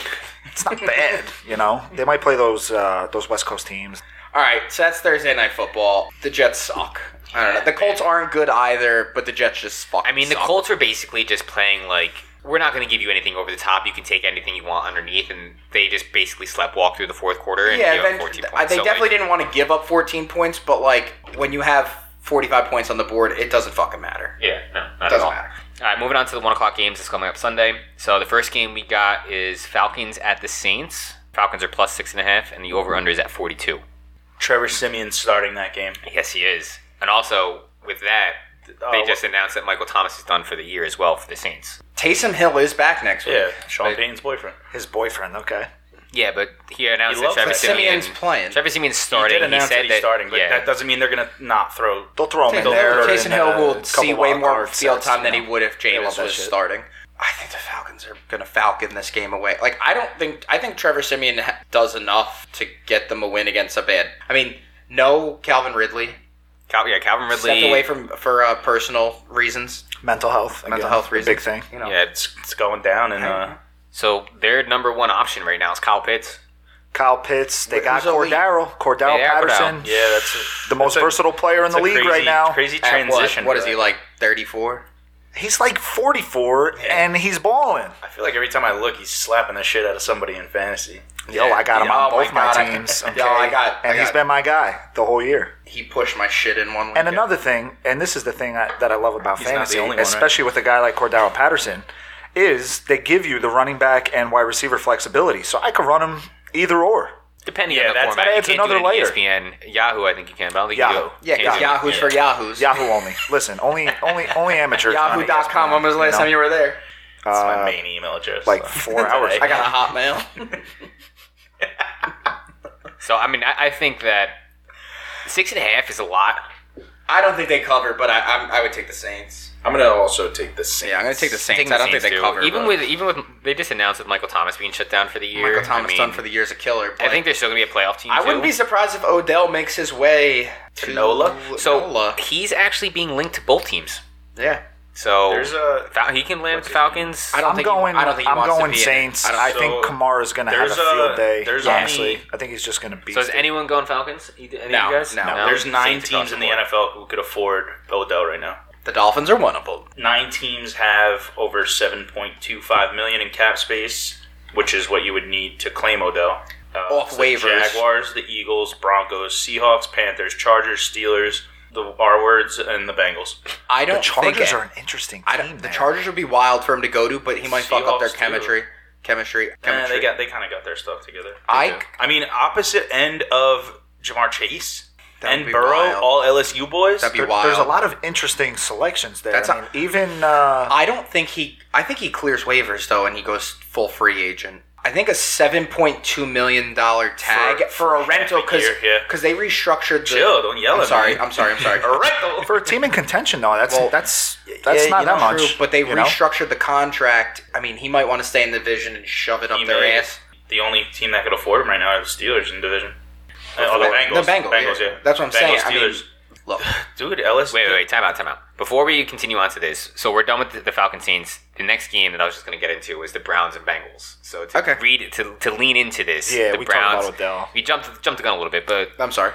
It's not bad. You know, they might play those uh, those West Coast teams.
All right, so that's Thursday night football. The Jets suck. I don't know. The Colts aren't good either, but the Jets just fuck.
I mean, the Colts were basically just playing like we're not going to give you anything over the top. You can take anything you want underneath, and they just basically slept walk through the fourth quarter and
yeah,
gave up
then-
14
I-
points.
they
So,
definitely
like,
didn't want to give up 14 points, but like when you have 45 points on the board, it doesn't fucking matter.
Yeah, no, not at
Doesn't
all.
matter.
All right, moving on to the one o'clock games that's coming up Sunday. So the first game we got is Falcons at the Saints. Falcons are plus six and a half, and the over under is at forty two.
Trevor Simeon starting that game.
Yes, he is. And also with that, they
Oh,
just announced that Michael Thomas is done for the year as well for the Saints.
Taysom Hill is back next week.
Yeah, Sean
Like-
Payton's boyfriend.
His boyfriend, okay.
Yeah, but he announced
He
that
loves
Trevor
that
Simeon
Simeon's playing.
Trevor Simeon's
He
starting.
did announce
said
that he's starting, but
yeah.
that doesn't mean they're gonna not throw.
They'll throw him in
Taysom,
there.
Hill,
and
Taysom Hill
then a
will
couple
see way
wild
more
card
field
sets,
time
you
than he
know.
would if
love
Jameis
that
was
shit.
starting. I think the Falcons are going to Falcon this game away. Like, I don't think, I think Trevor Simeon ha- does enough to get them a win against a bad. I mean, no Calvin Ridley.
Cal- yeah, Calvin Ridley.
Stepped away from for uh, personal reasons.
Mental health.
Mental
again,
health
a
reasons.
Big thing.
You know.
yeah, it's-
It's, it's going down, and uh,
so their number one option right now is Kyle Pitts.
Kyle Pitts. They got
Who's elite?
Cordaro. Cordaro
Yeah, Cordero.
Patterson.
yeah, that's a,
The most
that's a-
versatile player in
that's
the
a
league
crazy,
right now.
Crazy
At what-
transition.
what is he like? Thirty four.
He's like 44 and he's balling.
I feel like every time I look, he's slapping the shit out of somebody in fantasy.
Yo, I got him
Yeah.
on
Oh my
both my,
God, I-
teams.
Yo,
Okay?
I got- I
and he's
got-
been my guy the whole year.
He pushed my shit in one. Weekend.
And another thing, and this is the thing I, that I love
not
about
the
fantasy,
only one, right?
especially with a guy like Cordaro Patterson, is they give you the running back and wide receiver flexibility. So I could run him either or.
Depending
Yeah,
on the
that's-
format,
that
you
adds
can't
another
do it in E
layer.
ESPN, Yahoo, I think you can, but I don't think you
Yahoo.
do.
yeah,
Can't
because
do it. E
Yahoo's for Yahoos.
Yahoo only. Listen, only only only amateurs. on
Yahoo.com.
ESPN,
When was the last
you know?
time you were there?
That's
Uh,
my main email address.
like
so.
four hours
I got a hot mail.
So I mean, I, I think that six and a half is a lot.
I don't think they cover, but I I'm, I would take the Saints.
I'm gonna also take the Saints.
Yeah, I'm gonna take the Saints.
Taking the
I don't
Saints
think they
too.
cover.
Even
but-
with even with they just announced with Michael Thomas being shut down for the year.
Michael Thomas
I mean,
done for the year's a killer.
I think they're still gonna be a playoff team.
I wouldn't
too.
be surprised if Odell makes his way to
Nola?
so.
Nola.
He's actually being linked to both teams.
Yeah.
So
There's a-
Fal- he can land
What's his
Falcons.
I don't
I'm
think he-
going.
I don't think he
I'm
wants to
going
be in it.
Saints.
I
I,
don't-
think
so
Kamara's going to have a
there's a-
field day.
there's
honestly,
only-
I think he's just going to beat.
So is
it.
anyone going Falcons? Either, any
No,
of you guys?
no.
There's nine
Saints across
teams in the
board.
NFL who could afford Odell right now.
The Dolphins are one of them.
Nine teams have over 7.25 million in cap space, which is what you would need to claim Odell. Uh,
Off
it's like
waivers.
Jaguars, the Eagles, Broncos, Seahawks, Panthers, Chargers, Steelers, the R words, and the Bengals.
I don't
The Chargers
think
are an interesting
I
team.
don't, the
man.
Chargers would be wild for him to go to, but he might fuck up their
Seahawks, too.
chemistry. Chemistry.
Eh,
Chemistry.
they got they kind of got their stuff together.
I
I mean, opposite end of Jamar Chase
That would
and
be
Burrow,
wild.
all LSU boys.
That'd be
There-
wild.
There's a lot of interesting selections there.
That's
I mean, even uh,
I don't think he. I think he clears waivers though, and he goes full free agent. I think a seven point two million dollar tag for,
For-
a rental because
year, yeah.
they restructured. The,
Chill, don't yell
I'm
at
sorry,
me.
I'm sorry. I'm sorry.
All right, though.
for a team in contention, though, that's that's that's
Yeah,
not
you know,
that much.
true, but they
you know?
restructured the contract. I mean, he might want to stay in the division and shove it up
He
their
may-
ass.
The only team that could afford him right now is Steelers in division. Uh, oh, the Bengals.
The Bengals, yeah. That's what I'm saying.
Bengals,
I mean-
Steelers.
Look,
Dude, LSU.
Wait, wait, wait. Time out, time out. Before we continue on to this, so we're done with the, the Falcon scenes. The next game that I was just going to get into was the Browns and Bengals. So to
Okay.
read to, to lean into this,
Yeah,
the
we talked
Browns,
about Odell.
We jumped jumped the gun a little bit, but
I'm sorry.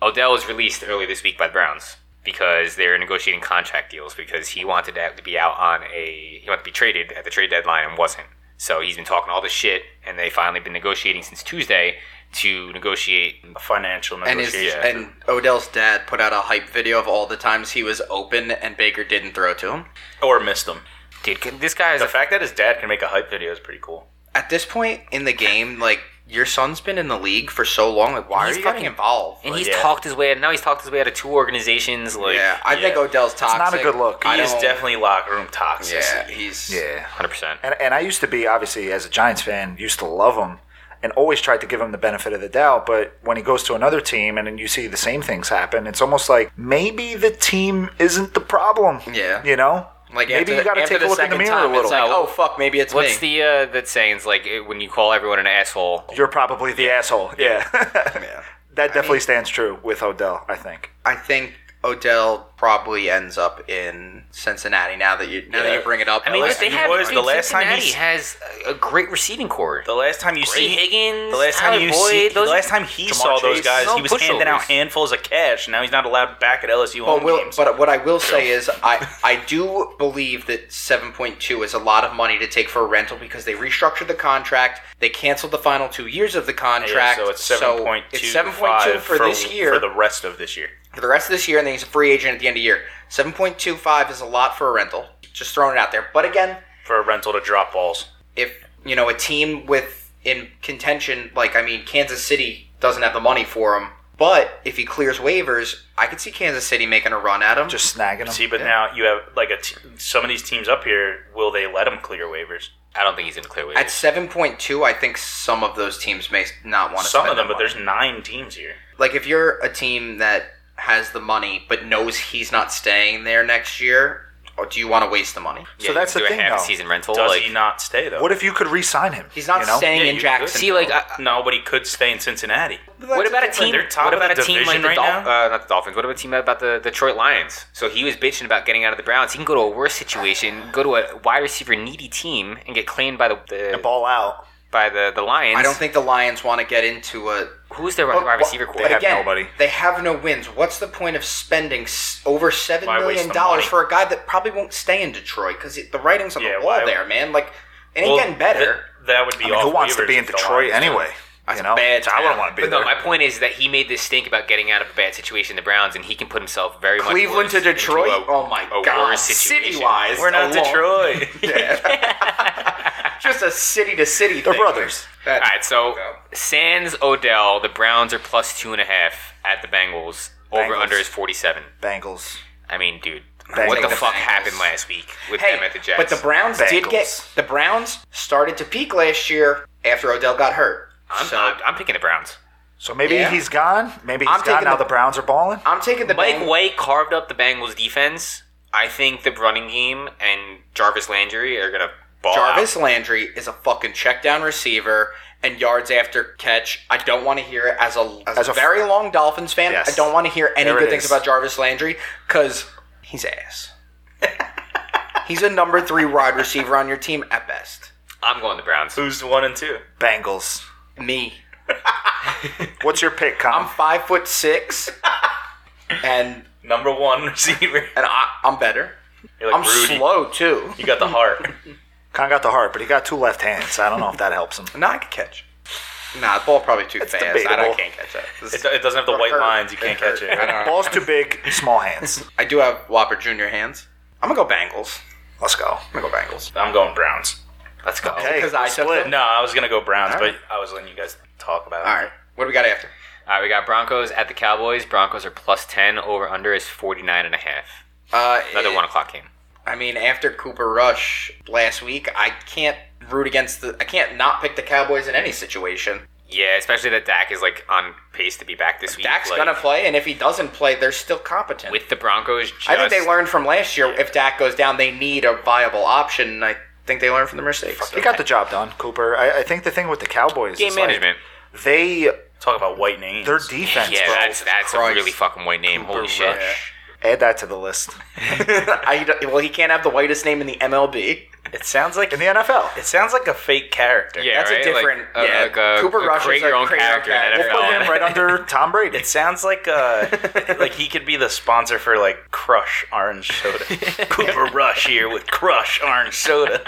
Odell was released earlier this week by the Browns because they're negotiating contract deals because he wanted to, have to be out on a he wanted to be traded at the trade deadline and wasn't. So he's been talking all this shit, and they finally been negotiating since Tuesday to negotiate.
A financial
And his
negotiation.
and Odell's dad put out a hype video of all the times he was open and Baker didn't throw to him.
or missed them.
Dude, this guy is
The
a
fact that his dad can make a hype video is pretty cool.
At this point in the game, like your son's been in the league for so long, like why
He's
are you getting
fucking-
involved?
And
Like,
he's
yeah.
talked his way out. Now he's talked his way out of two organizations. Like,
yeah, I think
yeah.
Odell's toxic.
not a good look.
He
I
is
don't-
definitely locker room toxic.
Yeah, he's
yeah,
hundred percent.
and and I used to be obviously as a Giants fan, used to love him and always tried to give him the benefit of the doubt. But when he goes to another team and then you see the same things happen, it's almost like maybe the team isn't the problem.
Yeah.
you know,
Like
maybe
after-
you got to
after
take a
the
look in the
second
mirror
time,
a little.
It's like, oh fuck, maybe it's
What's
me.
the uh, that saying's like it, when you call everyone an asshole?
You're probably the asshole. Yeah,
yeah.
that definitely stands true with Odell. I think.
I think Odell probably ends up in Cincinnati. Now that you now that
Yeah.
you bring it up,
I mean,
LSU
look, they
he
have
was
I
the
mean,
last time
Cincinnati
he's-
has a a great receiving core.
The last time you
Ray
see
Higgins,
the last time
Tyler
you
Boyd,
see the
those-
last time he
Jamar
saw those
Chase.
guys,
No
he was handing out
pushovers.
handfuls of cash. Now he's not allowed back at LSU home
But, will,
games.
Oh, but what I will say is, I, I do believe that 7.2 is a lot of money to take for a rental because they restructured the contract. They canceled the final two years of the
Yeah,
contract.
so it's
so
seven point
it's
two
7.2 for, this year,
for
for
the
the,
rest of this year.
rest of this year, and then he's a free agent at the end of the year. 7.25 is a lot for a rental. Just throwing it out there. But again,
for a rental to drop balls.
if you know a team with in contention, like I mean, Kansas City doesn't have the money for him. But if he clears waivers, I could see Kansas City making a run at him.
Just snagging them.
See, but now you have like a t- some of these teams up here. Will they let them clear waivers?
I don't think he's going to clear waivers.
At seven point two, I think some of those teams may not want to.
Some
spend
of them,
that
but
money.
there's nine teams here.
like if you're a team that has the money but knows he's not staying there next year, or do you want to waste the money?
so
Yeah, you
that's
can
the
do
thing,
a half
though.
season rental.
Does
like,
he not stay though?
What if you could re-sign him?
He's not
you know?
staying
Yeah,
in
you
Jackson.
see, like, I,
no, but he could stay in Cincinnati.
what about a
different-
team?
they're top
What
of the
about a team like
division
the
right
Dolphins?
now.
Uh, not the Dolphins. What about a team about the Detroit Lions? So he was bitching about getting out of the Browns. He can go to a worse situation, go to a wide receiver needy team, and get claimed by the, the
ball out.
by the, the Lions.
I don't think the Lions want to get into a
who's their
But-
Oh,
wide receiver
but
core.
have
again,
nobody.
They have no wins. What's the point of spending s- over seven
Why
million
waste the
dollars
money?
for a guy that probably won't stay in Detroit? Because the writing's on
Yeah,
the wall
why-
there, man. Like it ain't
Well,
getting better.
th- that would be.
I mean,
off
who wants
waivers
to be in
if the Lions
Detroit
do.
anyway?
That's
you know,
bad
So I wouldn't
town.
want to be
But no,
there.
my point is that he made this stink about getting out of a bad situation in the Browns, and he can put himself very much
Cleveland
worse
to
into
Detroit.
a-
oh my
a
god!
worse
City
situation.
wise,
We're not Detroit.
Just a city to city.
They're brothers.
All
All right, so Sans Odell, the Browns are plus two and a half at the Bengals. Over
Bengals.
under is forty seven.
Bengals.
I mean, dude,
Bengals.
what the
The
fuck
Bengals.
happened last week with
Hey,
them at the Jets?
but the Browns did
Bengals.
get the Browns started to peak last year after Odell got hurt.
I'm,
so
I'm,
I'm,
I'm picking the Browns.
So maybe
Yeah.
he's gone. Maybe he's
I'm
gone.
taking
Now
the-
the Browns are balling.
taking the
Mike
Bengals.
White carved up the Bengals defense. I think the running game and Jarvis Landry are gonna ball
Jarvis
out.
Landry is a fucking check down receiver and yards after catch. I don't want to hear it as a, as
As
a
a-
very long Dolphins fan.
Yes.
I don't want to hear any
There it
good things
is.
about Jarvis Landry because he's ass. he's a number three wide receiver on your team at best.
I'm going the Browns.
Who's the one and two?
Bengals.
Me.
What's your pick, Con?
I'm five foot six and
Number one receiver.
and I, I'm better.
You're like
I'm
Rudy.
slow too.
You got the heart.
Con got the heart, but he got two left hands. I don't know if that helps him.
No, I can catch. Nah, the ball probably too fast. I
debatable.
don't, can't catch it. This-
It, do- it doesn't have the white
hurt.
lines. You can't catch
I,
it.
don't know.
Ball's too big, small hands.
I do have Whopper Junior hands. I'm gonna go Bengals.
Let's go.
I'm gonna go Bengals.
I'm going Browns.
Let's go.
Okay.
Because I took
split.
them.
No, I was gonna go Browns,
All right.
but I was letting you guys talk about it.
All right. What do we got after?
All right, we got Broncos at the Cowboys. Broncos are plus ten. Over under is forty nine and a half.
Uh,
Another
it-
one o'clock game.
I mean, after Cooper Rush last week, I can't root against the. I can't not pick the Cowboys in any situation.
Yeah, especially that Dak is like on pace to be back this week.
Dak's
like,
gonna play, and if he doesn't play, they're still competent.
with the Broncos. Just,
I think they learned from last year. If Dak goes down, they need a viable option. and I think they learned from their mistakes.
He got the job done, Cooper. I, I think the thing with the Cowboys
game
is like,
management.
they
Talk about white names.
their defense,
yeah,
bro.
that's that's
Christ.
a really fucking white name. Holy shit.
Rush.
Add that to the list.
I, well, he can't have the whitest name in the MLB.
It sounds like
In the NFL.
It sounds like a fake character.
Yeah,
That's a
right?
different-
Like,
yeah,
like a,
Cooper
a
Rush is
create
a
your own
create your own
character in
character.
NFL.
Put him right under Tom Brady.
It sounds like uh like he could be the sponsor for like Crush Orange Soda. Cooper Rush here with Crush Orange Soda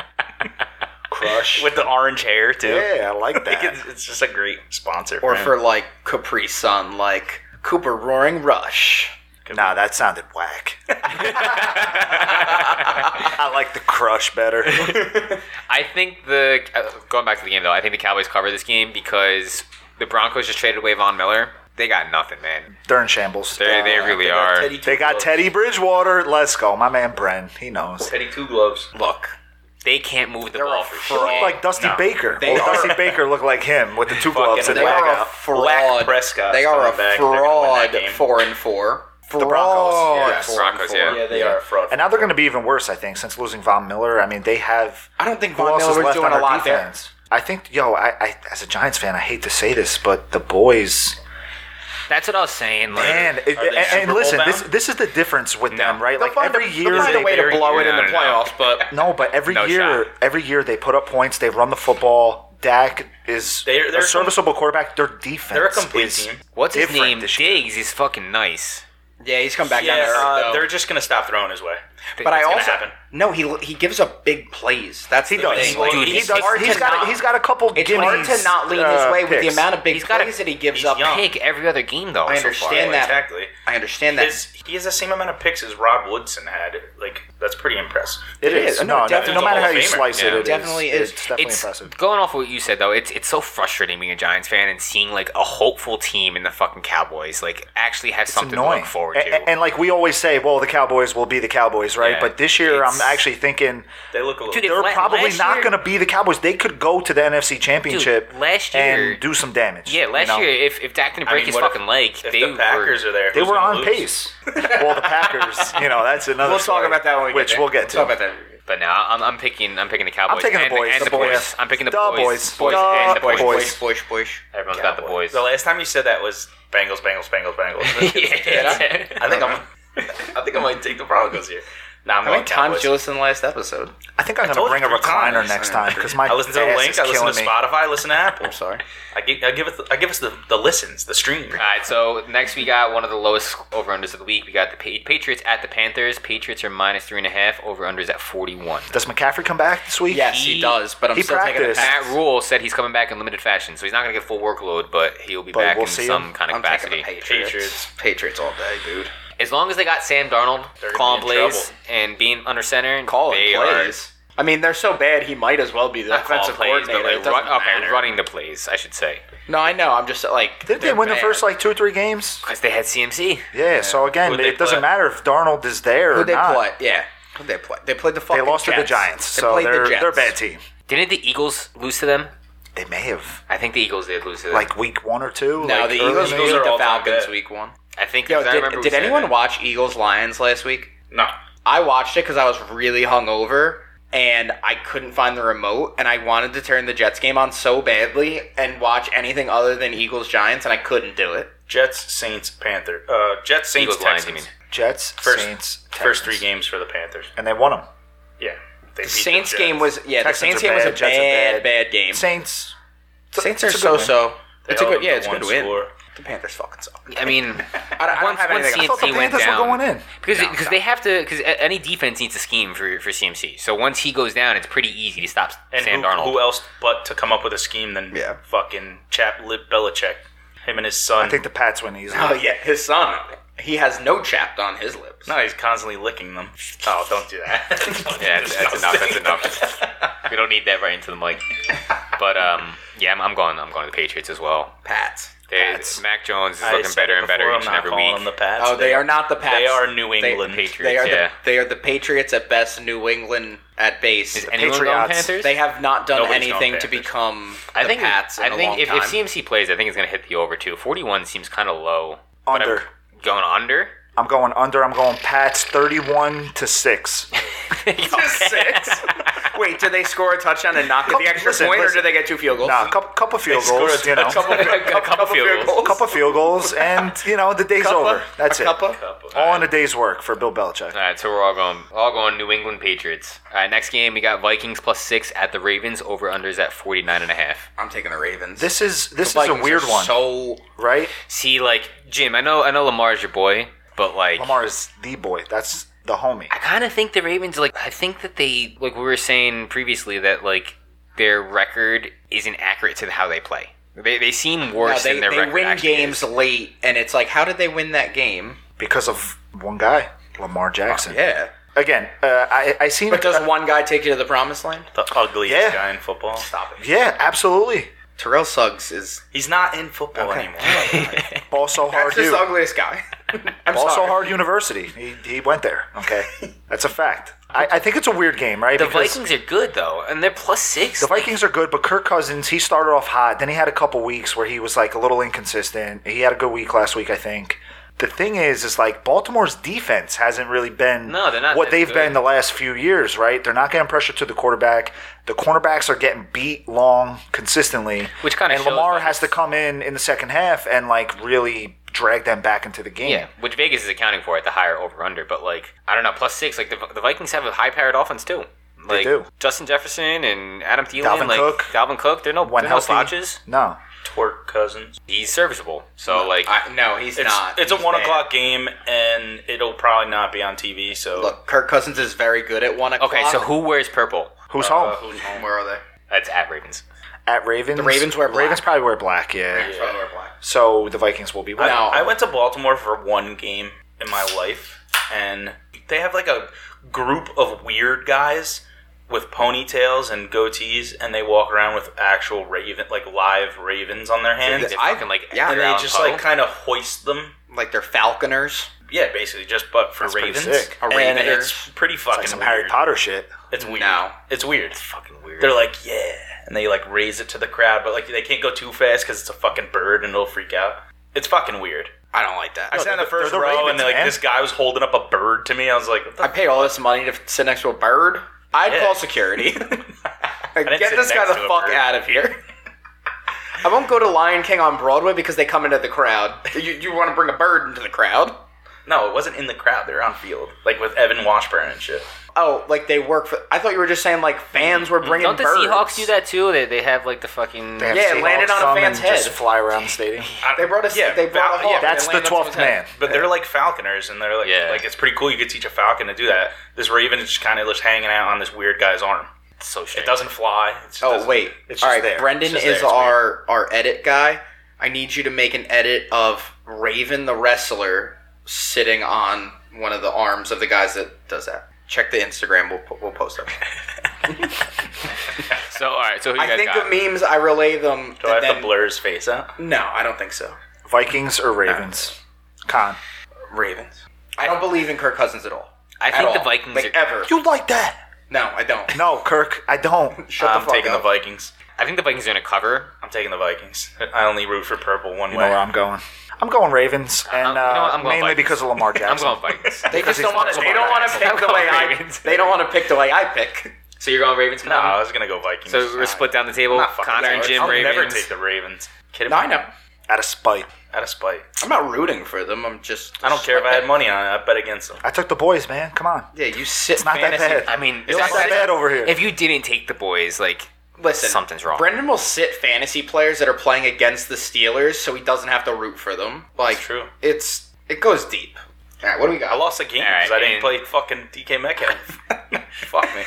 Crush.
with the orange hair too.
Yeah, I like
Like, it's,
that.
it's just a great sponsor.
Or
him.
for like Capri Sun, like Cooper Roaring Rush.
nah, that sounded whack. I like the crush better.
I think the uh, going back to the game though. I think the Cowboys cover this game because the Broncos just traded away Von Miller. They got nothing, man.
They're in shambles.
They they really are.
They got Teddy Bridgewater. Let's go. My man Bren. He knows.
Teddy Two Gloves.
Look,
They can't move the
They're
ball
a
for
He
shit.
fraud.
looked like Dusty
No.
Baker.
They
Old
are-
Dusty Baker looked like him with the two gloves and
they
whack
are a
out.
Black
fraud.
Prescott's
They are a
coming back. They're gonna win that
fraud.
game.
Four and four. Fraud.
Broncos, yes.
four and
Broncos,
four.
yeah.
Yeah, they are a fraud.
And now they're going to be even worse, I think, since losing Von Miller. I mean, they have.
I don't think
Who
Von
else is
Miller was
left
doing
on
a
our
lot there.
defense? I think, yo, I, I as a Giants fan, I hate to say this, but the boys
That's what I was saying. Like,
Man, it-
Are they
and, and
Super Bowl
listen, this
bound?
this is the difference with them, right?
They'll
Like
find
every
a,
year,
they'll find
they,
a way to
they're-
blow it in
no,
the
no, no.
playoffs, but
no, but every
No
year,
shot.
every year they put up points. They run the football. Dak is
They're- they're
a
com-
serviceable quarterback. Their defense,
They're a complete
is-
team.
what's his
different
name?
this year.
Diggs is fucking nice.
yeah, he's come back down
Yeah,
to earth.
uh,
though.
they're just gonna stop throwing his way.
but I
it's gonna
also
happen.
no, he he gives up big plays. That's
He
the
does.
thing. Like,
Dude,
he
it's
he's-
does.
hard
He's
to
got.
not-
A, he's got a couple.
It's
guinea
hard to not lean
uh,
his way with the
picks.
amount of big
He's got a-
plays that he gives
he's
up.
young.
Pick every other game though.
I
so far.
understand that.
Exactly.
I understand that.
His, he has the same amount of picks as Rob Woodson had. Like that's pretty impressive.
It is. No, no,
definitely.
no matter how you
It's a Hall of
slice
Famer.
it,
Yeah.
it is-
Definitely is.
It's definitely
it's
impressive.
going off what you said though. It's it's so frustrating being a Giants fan and seeing like a hopeful team in the fucking Cowboys like actually have
It's
something to
annoying.
look forward
A-
to.
a- And, like we always say, well, the Cowboys will be the Cowboys, right?
Yeah.
But this year, I'm
It's-
actually thinking
They look a little.
Dude,
they're
la-
probably
last
not
year-
going to be the Cowboys. They could go to the NFC Championship
Dude, last year-
and do some damage.
yeah,
you
last
know?
year if, if Dak didn't
I
break
mean,
his
what if-
fucking leg,
if
they
the Packers
were,
are there,
they
who's
were
gonna
on
lose?
pace. well, the Packers, you know, that's another.
We'll talk
story,
about that when we
which
get there.
we'll get to.
We'll talk about that.
But now I'm, I'm picking I'm picking the Cowboys.
taking the
and,
boys,
and
the
the
boys.
boys. I'm picking the,
The boys.
boys. Boys
The
and the
boys.
boys.
Boys, boys, boys.
Everyone's got the boys.
The last time you said that was Bengals, Bengals, Bengals, Bengals.
Yeah.
I think I'm. I think I might take the Broncos here. Nah, I'm
How
going
many times
Cowboys.
did you listen to the last episode?
I think I'm going
told
to bring a
you three
recliner
times.
next time because my
I listen to the
ass
link.
is
I listen
killing
to
me.
Spotify. I listen to Apple.
I'm sorry.
I give, I give it. The, I give us the, the listens, the stream.
All right, so next we got one of the lowest over unders of the week. We got the Pa- Patriots at the Panthers. Patriots are minus three and a half. Over unders at forty one.
Does McCaffrey come back this week?
Yes, he,
He-
does, but I'm
he
still taking a
practiced.
pass.
Matt Rule said he's coming back in limited fashion, so he's not going to get full workload, but he'll be
But
back
we'll
in
see
some
him.
kind of
I'm taking
capacity.
the Patriots.
Patriots.
Patriots. all day, dude.
As long as they got Sam Darnold
They're gonna be
calling
in
plays
trouble.
and being under center,
Call
they
it plays. I mean, they're so bad. He might as well be the
Are, not calling
offensive
plays,
coordinator.
but
It
like,
doesn't
run, okay,
matter.
running the plays, I should say,
No, I know. I'm just like.
Didn't they
they're
win the
bad.
first like two or three games?
because they had CMC.
Yeah. So again,
Who'd they
it doesn't
play?
matter if Darnold is there or
Who'd they
not.
play? Yeah. Who'd they play? They played the
They
fucking
lost to the
Jets.
Giants,
They
so
played the
they're
Jets.
they're a bad team.
Didn't the Eagles lose to them?
They may have
I think the Eagles did lose to them.
like week one or two.
No,
like,
the
early
Eagles
in
beat
the year.
are
the
all time
Falcons
bad.
week one.
I think.
Yo,
'cause I remember
did,
we
did
said
anyone
that.
watch Eagles Lions last week?
No,
I watched it because I was really hungover and I couldn't find the remote, and I wanted to turn the Jets game on so badly and watch anything other than Eagles Giants, and I couldn't do it.
Jets, Saints, Panther. Uh, Jets, Saints,
Eagles, Lions,
Texans.
you mean?
Jets,
First-
Saints,
First
Texans.
three games for the Panthers.
and they won them.
Yeah, they
The Saints game was yeah.
Texans
the Saints
are
game was a
bad, Jets are
bad,
bad.
bad, game.
Saints.
Saints
it's
are
a good win.
so so.
They
It's a
held
good
them
yeah.
to
It's a
one
good win.
score.
The Panthers fucking suck.
I mean,
I don't
once,
have
once
anything. I
thought the
CMC went
Panthers were
down,
going in.
because
No,
because
no.
they have to because any defense needs a scheme for, for CMC. So once he goes down, it's pretty easy to stop
And
Sam
who,
Darnold.
who else but to come up with a scheme than
Yeah.
fucking chap Lip Belichick, him and his son.
I think the Pats win easily.
Oh yeah, his son. He has no chapped on his lips.
no, he's constantly licking them. Oh, don't do that.
Yeah, that's, that's enough. That's enough. we don't need that right into the mic. But um, yeah, I'm, I'm going. I'm going to the Patriots as well.
Pats.
They,
Pats.
Mac Jones is
I
looking
said
better
it
and better
before,
each
I'm not
and every
calling
week.
them the Pats.
Oh, they are not the Pats.
They are New
They-
England
Patriots.
They are
yeah.
the they are the Patriots at best, New England at base.
Is anyone going
Patriots.
Panthers?
They have not done
Nobody's going
anything to
Panthers.
become the
I think.
Pats. In
I
a
think
long
if,
time.
if CMC plays, I think it's going to hit the over too. 41 seems kind of low. But I'm
Under.
going under.
I'm going under. I'm going Pats 31 to six.
six. Wait, do they score a touchdown and not get the extra
Listen,
point,
listen.
or do they get two field goals?
Nah, a couple, couple field goals. You know,
couple,
couple field goals.
couple field goals, and you know the day's over. That's
a
it.
Couple.
All in a day's work for Bill Belichick.
All right, so we're all going, all going New England Patriots. All right, next game we got Vikings plus six at the Ravens. Over unders at 49 and a half.
I'm taking the Ravens.
This is this
The
is a
Vikings
weird
are
one,
So
right?
See, like Jim, I know, I know Lamar's your boy, but like
Lamar is the boy. That's the homie.
I kind of think the Ravens, like, I think that they, like we were saying previously, that, like, their record isn't accurate to how they play. They, they seem
no,
worse
they,
than their
they
record
win
actually
games
is.
late, and it's like, how did they win that game?
because of one guy, Lamar Jackson.
Uh, Yeah,
Again, uh, I I seen.
but does one guy take you to the promised land?
the ugliest
Yeah.
guy in football. Stop it.
yeah, absolutely.
Terrell Suggs is
He's not in football anymore.
Ball so hard,
That's just
you.
the ugliest guy. I'm
Ball so
sorry.
hard, university. He, he went there. Okay, that's a fact. I, I think it's a weird game, right?
The
Because
Vikings are good, though, and they're plus six.
The Vikings are good, but Kirk Cousins, he started off hot. Then he had a couple weeks where he was like a little inconsistent. He had a good week last week, I think. The thing is, is like Baltimore's defense hasn't really been
No, they're not
what
that
they've
good.
been the last few years, right? They're not getting pressure to the quarterback. The cornerbacks are getting beat long consistently,
Which kinda
and
shows
Lamar
that
has to
it's-
come in in the second half and like really drag them back into the game.
Yeah, which Vegas is accounting for at the higher over under, but like I don't know, plus six. Like the, the Vikings have a high powered offense too. Like
do.
Justin Jefferson and Adam Thielen,
Dalvin
like
Cook.
Dalvin Cook, they're no,
When
they're no
healthy.
slouches.
No.
Twerk Cousins.
He's serviceable. So like
I, no, he's
It's
not.
it's a
He's
one
bad.
o'clock game, and it'll probably not be on TV. So
Look, Kirk Cousins is very good at one o'clock.
okay, so who wears purple?
Who's
uh,
home?
who's home?
Where are they?
That's at Ravens.
At Ravens. The
Ravens wear black.
Ravens probably wear black. Yeah.
Yeah.
Probably where black.
So the Vikings will be white.
No.
I went to Baltimore for one game in my life, and they have like a group of weird guys with ponytails and goatees, and they walk around with actual raven, like live ravens on their hands,
They're
I-
fucking like
yeah,
and
they're
they
out in
just
huddle.
like kind of hoist them.
Like they're Falconers.
Yeah, basically, just but for
That's pretty
ravens.
sick.
A
and
ravener.
it's pretty fucking
Like some
weird.
Harry Potter shit.
It's weird.
No.
It's weird.
fucking weird.
They're like, yeah, and they like raise it to the crowd, but like they can't go too fast because it's a fucking bird and it'll freak out. It's fucking weird.
I don't like that.
I sat in the
they're-
first
they're the
row,
Ravens,
and like
man.
this guy was holding up a bird to me. I was like, what the
I pay all this money to sit next to a bird. I'd
Yeah.
call security. like,
didn't
get
sit
this guy
next
the
to a
fuck
bird.
out of here. I won't go to Lion King on Broadway because they come into the crowd. You, you want to bring a bird into the crowd?
No, it wasn't in the crowd. They're on field, like with Evan Washburn and shit.
Oh, like they work for. I thought you were just saying like fans were bringing.
don't the
birds.
Seahawks do that too? They, they have like the fucking
They have
Yeah, it
Seahawks
landed on a
thumb
fan's
and just
head.
fly around the stadium.
They brought us.
Yeah,
they brought a
Val-
hawk.
yeah,
and it
That's the
landed on someone's
twelfth
head.
man.
But they're like falconers, and they're like,
Yeah.
like it's pretty cool. You could teach a falcon to do that. This raven is just kind of just hanging out on this weird guy's arm.
It's so
It
strange.
doesn't fly. It just
Oh
doesn't-
wait!
it's
All
just
right,
there. It's
Brendan
just
is
there. It's weird.
our our edit guy. I need you to make an edit of Raven the wrestler sitting on one of the arms of the guys that does that. Check the Instagram. We'll po- we'll post them.
So all right, so who you
I
guys
think
got?
of memes. I relay them.
Do I have to blur his face out?
No, I don't think so.
Vikings or Ravens? Con.
Ravens. I don't believe in Kirk Cousins at all.
I
At
think the
all.
Vikings
like,
are-
ever.
You like that?
No, I don't.
No, Kirk, I don't.
Shut
I'm
the fuck
taking
up.
the Vikings.
I think the Vikings are gonna cover.
I'm taking the Vikings. I only root for purple one
You know
way.
where I'm going. I'm going Ravens, and
you know what?
uh,
I'm going
mainly
Vikings.
because of Lamar
I'm
Jackson.
going Vikings.
they just don't want to. They don't want to
I'm
pick the
going
way I.
Ravens.
They don't want to pick the way I pick.
so you're going Ravens?
No, I was gonna go Vikings. Ah,
So we're split down the table.
Not fucking
Connor and
Ravens.
Jim
I'll
Ravens.
never take the Ravens. Kidding
No,
me?
I know.
Out of spite,
Out of spite.
I'm not rooting for them. I'm just.
I don't care if I had money on it. I bet against them.
I took the boys, man. Come on,
Yeah, you sit.
it's not that
fantasy-
bad.
I mean,
it's not that bad over here.
If you didn't take the boys, like
Listen,
something's wrong.
Brendan will sit fantasy players that are playing against the Steelers, so he doesn't have to root for them. Like,
That's true.
It's it goes deep. All right, what do we got?
I lost the game
All right,
because I didn't
and-
play fucking DK Metcalf. Fuck me.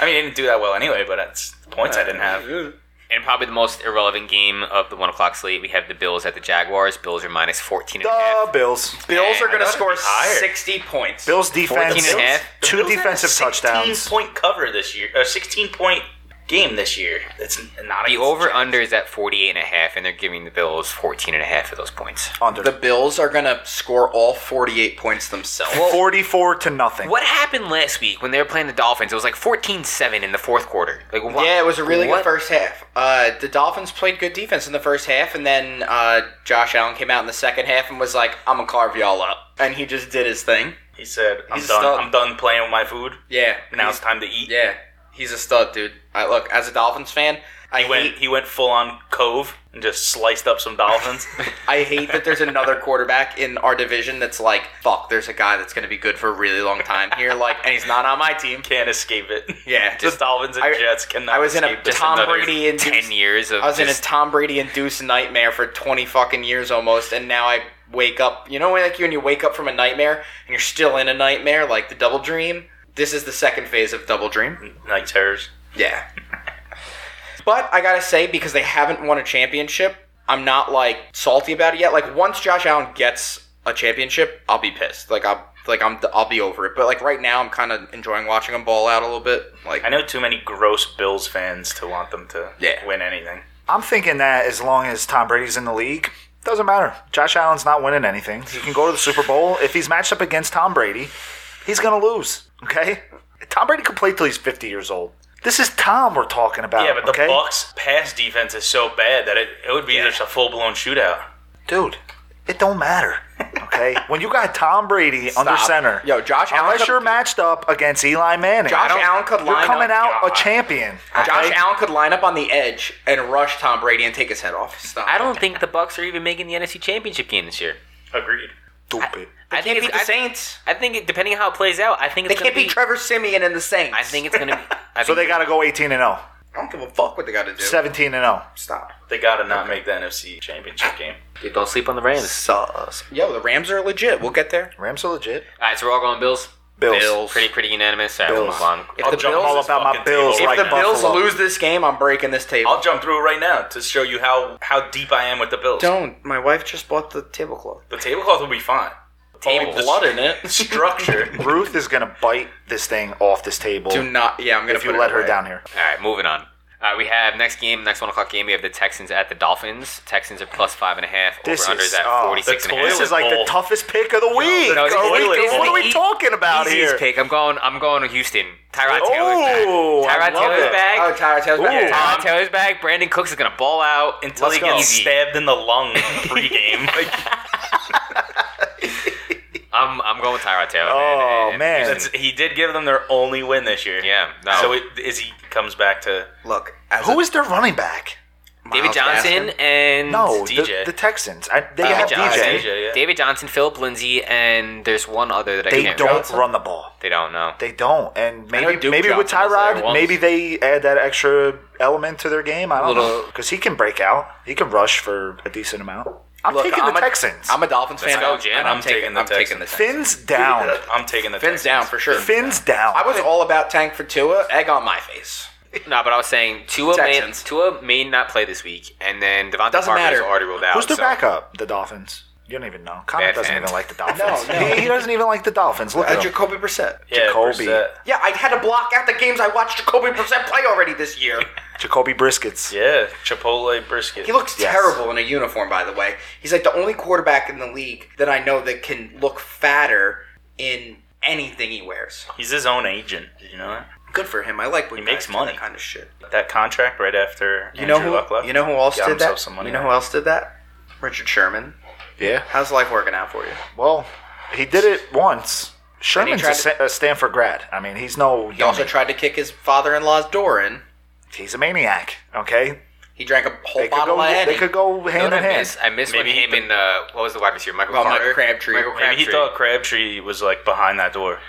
I mean, I didn't do that well anyway, but that's the points I didn't have.
and probably the most irrelevant game of the one o'clock slate, we have the Bills at the Jaguars. Bills are minus 14 and a half.
The Bills.
Bills are going to
Man,
that'd
score
be higher.
sixty points.
Bills defense.
14 and a half.
Two defensive touchdowns.
Sixteen-point cover this year. A sixteen-point game this year. It's not
The
against
over
Giants.
under is at 48 and a half, and they're giving the Bills 14 and a half of those points.
Under.
the Bills are going to score all forty-eight points themselves.
Forty-four to nothing.
What happened last week when they were playing the Dolphins? It was like 14 7 in the fourth quarter. Like, what?
yeah, it was a really
what?
good first half. Uh, the Dolphins played good defense in the first half, and then uh, Josh Allen came out in the second half and was like, "I'm gonna carve y'all up," and he just did his thing.
He said, "I'm
He's a
done.
stud.
I'm done playing with my food.
Yeah,
Now
he's-
it's time to eat."
Yeah, he's a stud, dude. I look as a Dolphins fan. I
He went.
hate.
He went full on cove and just sliced up some dolphins.
I hate that there's another quarterback in our division that's like, fuck. There's a guy that's going to be good for a really long time here, like, and he's not on my team.
Can't escape it.
Yeah,
Just
just
dolphins and
I-
jets cannot.
I was in a
escape this.
Tom
Another-
Brady and
10 years of.
I was in a
just-
Tom Brady induced nightmare for 20 fucking years almost, and now I wake up. You know, when, like you when you wake up from a nightmare and you're still in a nightmare, like the double dream. This is the second phase of double dream.
night terrors.
Yeah. but I gotta say, because they haven't won a championship, I'm not like salty about it yet. Like once Josh Allen gets a championship, I'll be pissed. Like I'm like I'm I'll be over it. But like right now, I'm kind of enjoying watching him ball out a little bit. Like
I know too many gross Bills fans to want them to
Yeah.
win anything.
I'm thinking that as long as Tom Brady's in the league, doesn't matter. Josh Allen's not winning anything. He can go to the Super Bowl. If he's matched up against Tom Brady, he's going to lose. Okay? Tom Brady could play till he's 50 years old. This is Tom we're talking about.
Yeah, but the
okay?
Bucks pass defense is so bad that it, it would be just a full blown shootout.
Dude, It don't matter. Okay, when you got Tom Brady under center,
Yo, Josh Allen
unless
could-
you're matched up against Eli Manning,
Josh
I don't-
Allen could
you're
line up-
coming out a
God.
champion.
Josh
okay?
Allen could line up on the edge and rush Tom Brady and take his head off. Stop.
I don't think the Bucks are even making the NFC Championship game this year.
Agreed.
Stupid.
They
I
can't
think
beat
it's,
the
I,
Saints.
I think it, depending on how it plays out, I think
They
it's gonna
can't beat
be.
Trevor Simeon and the Saints.
I think it's gonna be. I
So
think-
they got to go 18 and 0,
I don't give a fuck what they got to do.
17 and oh. 0.
Stop.
They gotta not make the NFC Championship game.
Dude, don't sleep on the Rams.
Sus. Yo, the Rams are legit. We'll get there.
Rams are legit.
All right, so we're all going Bills.
Bills.
Pretty pretty unanimous. All right, we'll
Bills.
move on.
If
I'll
the
jump
Bills,
on
All
this
about my
fucking
Bills
table
right
if the
now.
Bills
Buffalo.
lose this game, I'm breaking this table.
I'll jump through it right now to show you how, how deep I am with the Bills.
don't. My wife just bought the tablecloth.
The tablecloth will be fine.
Table.
The
Blood in it.
structure.
Ruth is gonna bite this thing off this table
Do not. Yeah, I'm gonna.
if you
put it
let her
away.
down here.
All right, moving on. All right, we have next game, next one o'clock game. We have the Texans at the Dolphins. Texans are plus five and a half.
This
Over under
is-
is at
oh,
forty six
the
and a half.
This is like the
Bowl.
toughest pick of the week.
no, it's
Are we-
toilet bowl.
what are we
e-
It's the
talking about
Easiest
here?
pick. I'm going. I'm going to Houston. Tyrod
Oh,
Taylor's
I
back. Tyrod
love
Taylor's
it.
Oh,
back.
Tyra Taylor's back.
Ooh.
Yeah.
Tyrod Taylor's back. Brandon Cooks is gonna ball out
Until
Let's
he gets
go.
stabbed in the lung pregame. Like,
I'm I'm going with Tyrod Taylor.
Oh,
E-
And-
man.
that's, he did give them their only win this year.
Yeah, no.
So it, is he comes back to
Look, as
Who
a-
is their running back?
David
Miles
Johnson
Gaskin.
and
No, the,
DJ.
the Texans. I, they
Oh,
David
have
Johnson,
DJ.
DJ. yeah.
David Johnson, Philip Lindsay, and there's one other that I
They
can't.
don't
remember.
run the ball.
They don't know.
They don't. And maybe
Duke
maybe with
Johnson was there
Tyrod,
once.
maybe they add that extra element to their game. I don't
Little-
know because he can break out. He can rush for a decent amount. I'm
Look,
taking
I'm
the
a-
Texans.
I'm a Dolphins fan.
go,
and
Jim.
I'm,
I'm
taking.
taking the
I'm taking the
Texans.
Texans.
Fins down.
I'm taking the
Fins down for sure.
Fins down.
I was all about tank for Tua. Egg on my face.
No, but I was saying Tua may,
Texans.
Tua may not play this week, and then Devontae
Doesn't
Parker is
matter.
already ruled out.
Who's their
so-
backup? The Dolphins. You don't even know. Connor
Bad
doesn't
fans.
even like the Dolphins.
No, no.
He, he doesn't even like the Dolphins. Look
Uh,
at him.
Jacoby Brissett.
Yeah,
Jacoby.
Brissett.
Yeah, I had to block out the games I watched Jacoby Brissett play already this year.
Jacoby Briskets.
Yeah, Chipotle brisket.
He looks
Yes.
terrible in a uniform, by the way. He's like the only quarterback in the league that I know that can look fatter in anything he wears.
He's his own agent. Did you know that?
Good for him. I like when
He makes
guys do
money.
that kind of shit.
That contract right after
You know
Andrew Luck
who?
left.
You know who else
Got
did that?
himself some money
you know
out.
who else did that? Richard Sherman.
Yeah.
How's life working out for you?
Well, he did it once. Sherman's a,
tried
Sa- a Stanford grad. I mean, he's no.
He also
yummy.
tried to kick his father-in-law's door in.
he's a maniac. Okay.
He drank a whole
They could
bottle
go.
of Henny.
They could go
You know
hand
what
in
I
hand.
miss? I miss
Maybe
when him
he-
and uh, what was the wide receiver? Michael
Well, Michael
Carter,
Crabtree.
Michael
Maybe
Maybe he
Crabtree.
thought Crabtree was like behind that door.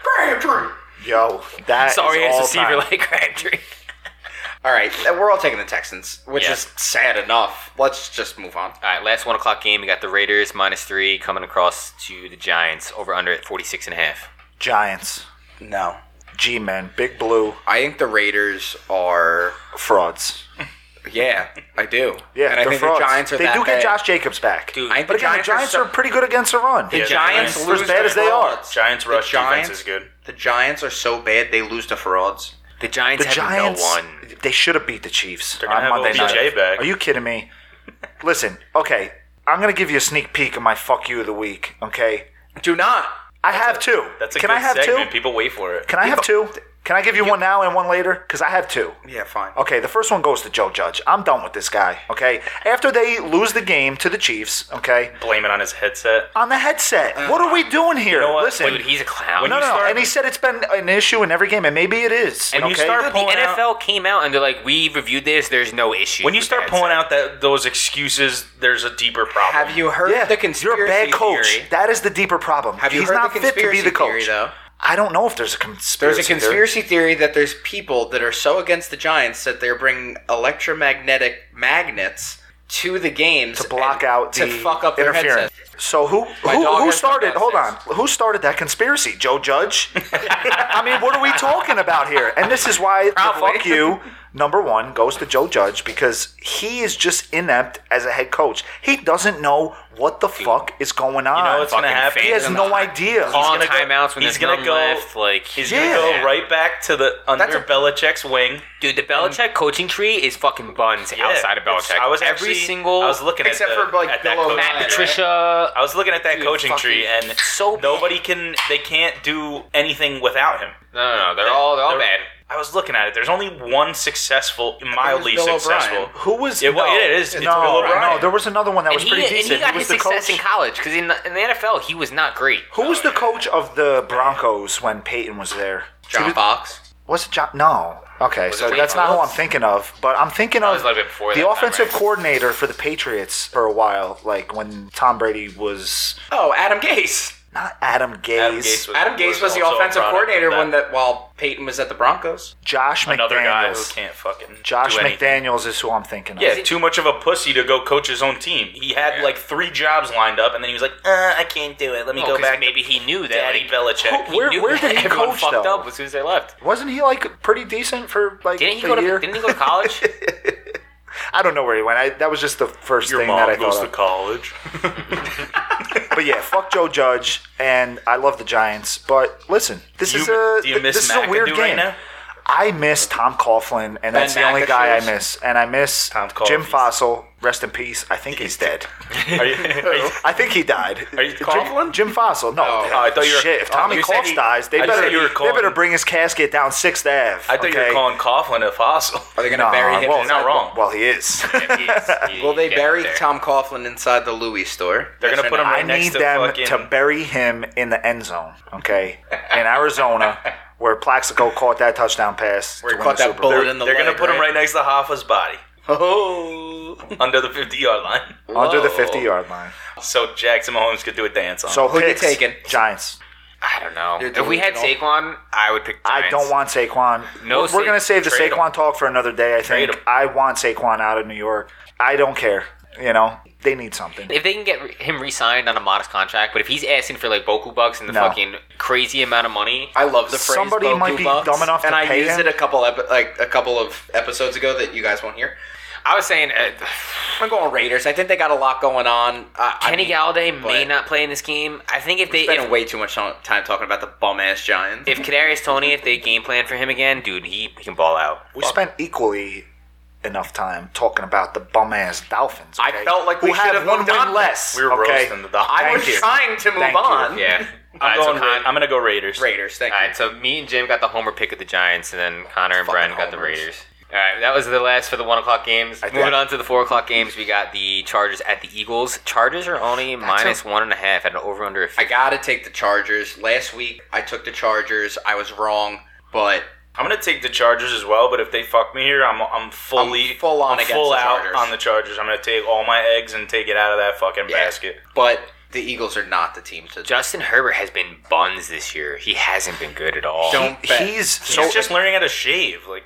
Yo, that is
Sorry,
all
as receiver
time.
like Crabtree.
All right, we're all taking the Texans, which
Yeah.
is sad enough. Let's just move on.
All right, last one o'clock game. We got the Raiders minus three coming across to the Giants over under at 46 and a half.
Giants,
No,
G-men, Big Blue,
I think the Raiders are.
frauds.
Yeah, I do.
Yeah,
and I
they're
think
frauds.
the Giants are.
They
that
do get
bad.
Josh Jacobs back.
Dude,
I think
but
the
again,
Giants,
the Giants
so-
are pretty good against the run.
The
Yeah,
Giants
Giants-
lose
as bad
to
as they are.
frauds.
Giants'
The
rush
Giants-
defense is good.
The Giants are so bad they lose to frauds.
the Giants
The
have
Giants,
no one.
they should have beat the Chiefs
gonna
on
have
Monday
OBJ
night.
back.
Are you kidding me? Listen, okay, I'm gonna give you a sneak peek of my fuck you of the week. Okay,
Do not.
I have two.
That's a
Can
good
I have
segment.
two?
People wait for it.
Can I have two? Can I give you one now and one later? Because I have two.
Yeah, fine.
Okay, the first one goes to Joe Judge. I'm done with this guy. Okay, after they lose the game to the Chiefs. Okay,
Blame it on his headset.
on the headset. what are we doing here?
know what?
Listen,
Dude, he's a clown.
When
no,
you
no, no.
start-
And he said it's been an issue in every game, and maybe it is.
When you
okay?
start
the
pulling out-
NFL came out and they're like, "We reviewed this. There's no issue."
When you
with
start
that."
pulling out that those excuses, there's a deeper problem.
Have you heard
yeah,
the conspiracy
you're a bad coach.
theory?
That is the deeper problem.
Have you
He's
heard
not
the
fit to
conspiracy
be the coach.
theory though?
I don't know if there's a conspiracy.
There's a
theory.
conspiracy theory that there's people that are so against the Giants that they're bringing electromagnetic magnets to the games
to block
and-
out the
to fuck up their
interference.
headsets.
So who who,
dog
who
has come
started? Hold on,
downstairs.
who started that conspiracy? Joe Judge. I mean, what are we talking about here? And this is why the
Probably.
fuck you number one goes to Joe Judge because he is just inept as a head coach. He doesn't know what the fuck is going on.
You know what's gonna
fucking
happen?
he has
fans
no idea.
calling the
He's gonna go-
timeouts when
he's
there's
gonna
none
go-
left. Like,
He's
Yeah.
gonna go right back to the under
That's a-
Belichick's wing.
dude, the Belichick coaching tree is fucking buns
Yeah.
outside of
It's-
Belichick.
I was
every
actually-
single.
I was looking
Except
at the,
for, like,
at
Bill
that coaching
O'Brien,
tree.
right?
Patricia.
I was looking at that
Dude,
coaching tree,
fucking-
and
so bad.
nobody can. They can't do anything without him.
No, no, no. They're all they're all
They're-
bad.
I was looking at it. There's only one successful, mildly
Bill O'Brien.
successful.
Who was
It, wa- it is. It's
no,
Bill O'Brien.
no, there was another one that
And
was
he,
pretty
and
decent.
he got
was
his
the
success
coach.
in college because in, the- in the NFL he was not great.
Who was the coach of the Broncos when Peyton was there?
John Fox.
Was it John? No. Okay, so
it Wade
that's not who I'm
Phillips?
thinking of, but I'm thinking of
was a little bit before that
the
time,
offensive
right?
coordinator for the Patriots for a while, like when Tom Brady was
Oh, Adam Gase.
not Adam Gase,
Adam Gase was,
Adam Gase was the
also a
offensive
product
coordinator
of that.
when that while Peyton was at the Broncos.
Josh
another guy who
McDaniels.
can't fucking
Josh
do anything.
McDaniels is who I'm thinking of.
Yeah, too much of a pussy to go coach his own team. He had like three jobs lined up, and then he was like, uh, "I can't do it. Let me
Oh,
Well,
go
Oh, 'cause
back." to
Maybe he knew that.
Daddy
like,
Belichick.
Where-
knew
where did
that
he
everyone
coach,
fucked
though?
up as soon as they left.
Wasn't he like pretty decent for like
Didn't he
a
go to
year?
Didn't he go to college?
I don't know where he went. I, that was just the first
Your
thing
mom
that I
goes
thought
to
of.
college.
But yeah, fuck Joe Judge, and I love the Giants. But listen, this
You-
is a
do you miss
this is a weird
McAdoo
game.
right now?
I miss Tom Coughlin, and that's the only guy I
McAdoo.
miss. And I miss
Tom
Jim
Coughlin.
Fossil. Rest in peace. I think he's dead.
Are you, are you-
I think he died.
Are you
Jim-
Coughlin?
Jim Fossil. No.
Oh,
I thought you were-
Shit, if
oh,
Tommy
you said
Coughlin
he-
dies, they
I
better,
thought you were
they better
calling-
bring his casket down 6th Ave.
I thought you were calling Coughlin a fossil.
Are they going to bury him?
well,
inside-
not wrong.
Well, he is.
Will they bury Tom
Tom?
Coughlin inside the Louis store?
They're gonna
Yes or
put
no?
him
I
right next
need
to
them
fucking-
to bury him in the end zone, okay? In Arizona, where Plaxico caught that touchdown pass.
Where
to
he
win
caught
the
that
Super Bowl.
bullet in the
They're gonna
leg,
put him right next to Hoffa's body
Oh.
under the 50 yard line.
Under the
Whoa.
50 yard line.
Oh, So Jackson Mahomes could do a dance on.
So
Who you
picks,
taking?
Giants.
I don't know.
You're
If we had
delusional.
Saquon, I would pick. Giants.
I don't want Saquon.
No
we're we're
Sa-
going to save the
trade him.
Saquon talk for another day, I
Trade
think.
him.
I want Saquon out of New York. I don't care. You know, they need something.
If they can get re- him re-signed on a modest contract, but if he's asking for like Boku bucks and the
No.
fucking crazy amount of money,
I love the phrase.
Somebody
Boku
might be
Bucks,
dumb enough
and
to
I
pay
used
him.
it a couple epi- like a couple of episodes ago that you guys won't hear.
I was saying uh,
I'm going Raiders. I think they got a lot going on. Uh, I
Kenny
mean,
Galladay may
but-
not play in this game. I think if they
We're spending
if,
way too much time talking about the bum ass Giants.
if Kadarius Tony if they game plan for him again, dude, he, he can ball out.
We spent equally enough time talking about the bum ass Dolphins.
I
okay?
felt like
Who
we should
have
have
one
moved on.
win less.
we were
okay?
roasting the Dolphins.
I was
Thank you.
trying to move
Thank you.
on.
Yeah,
I'm,
All right,
going
so Con-
Ra- I'm gonna go Raiders.
Raiders. Thank
All
you.
right, so me and Jim got the homer pick of the Giants, and then Connor and
Fucking
Brian got the
homers.
Raiders. All right, that was the last for the one o'clock games.
I think-
Moving on to the four o'clock games, we got the Chargers at the Eagles. Chargers are only minus one and a half at an over under.
I gotta take the Chargers. Last week I took the Chargers. I was wrong, but
I'm gonna take the Chargers as well, but if they fuck me here, I'm I'm fully
I'm full on
I'm
against
full
the
out
Chargers.
on the Chargers. I'm gonna take all my eggs and take it out of that fucking
Yeah.
basket.
but the Eagles are not the team to.
Justin Herbert has been buns this year. He hasn't been good at all.
Don't bet.
He's
He's
so.
just learning how to shave. Like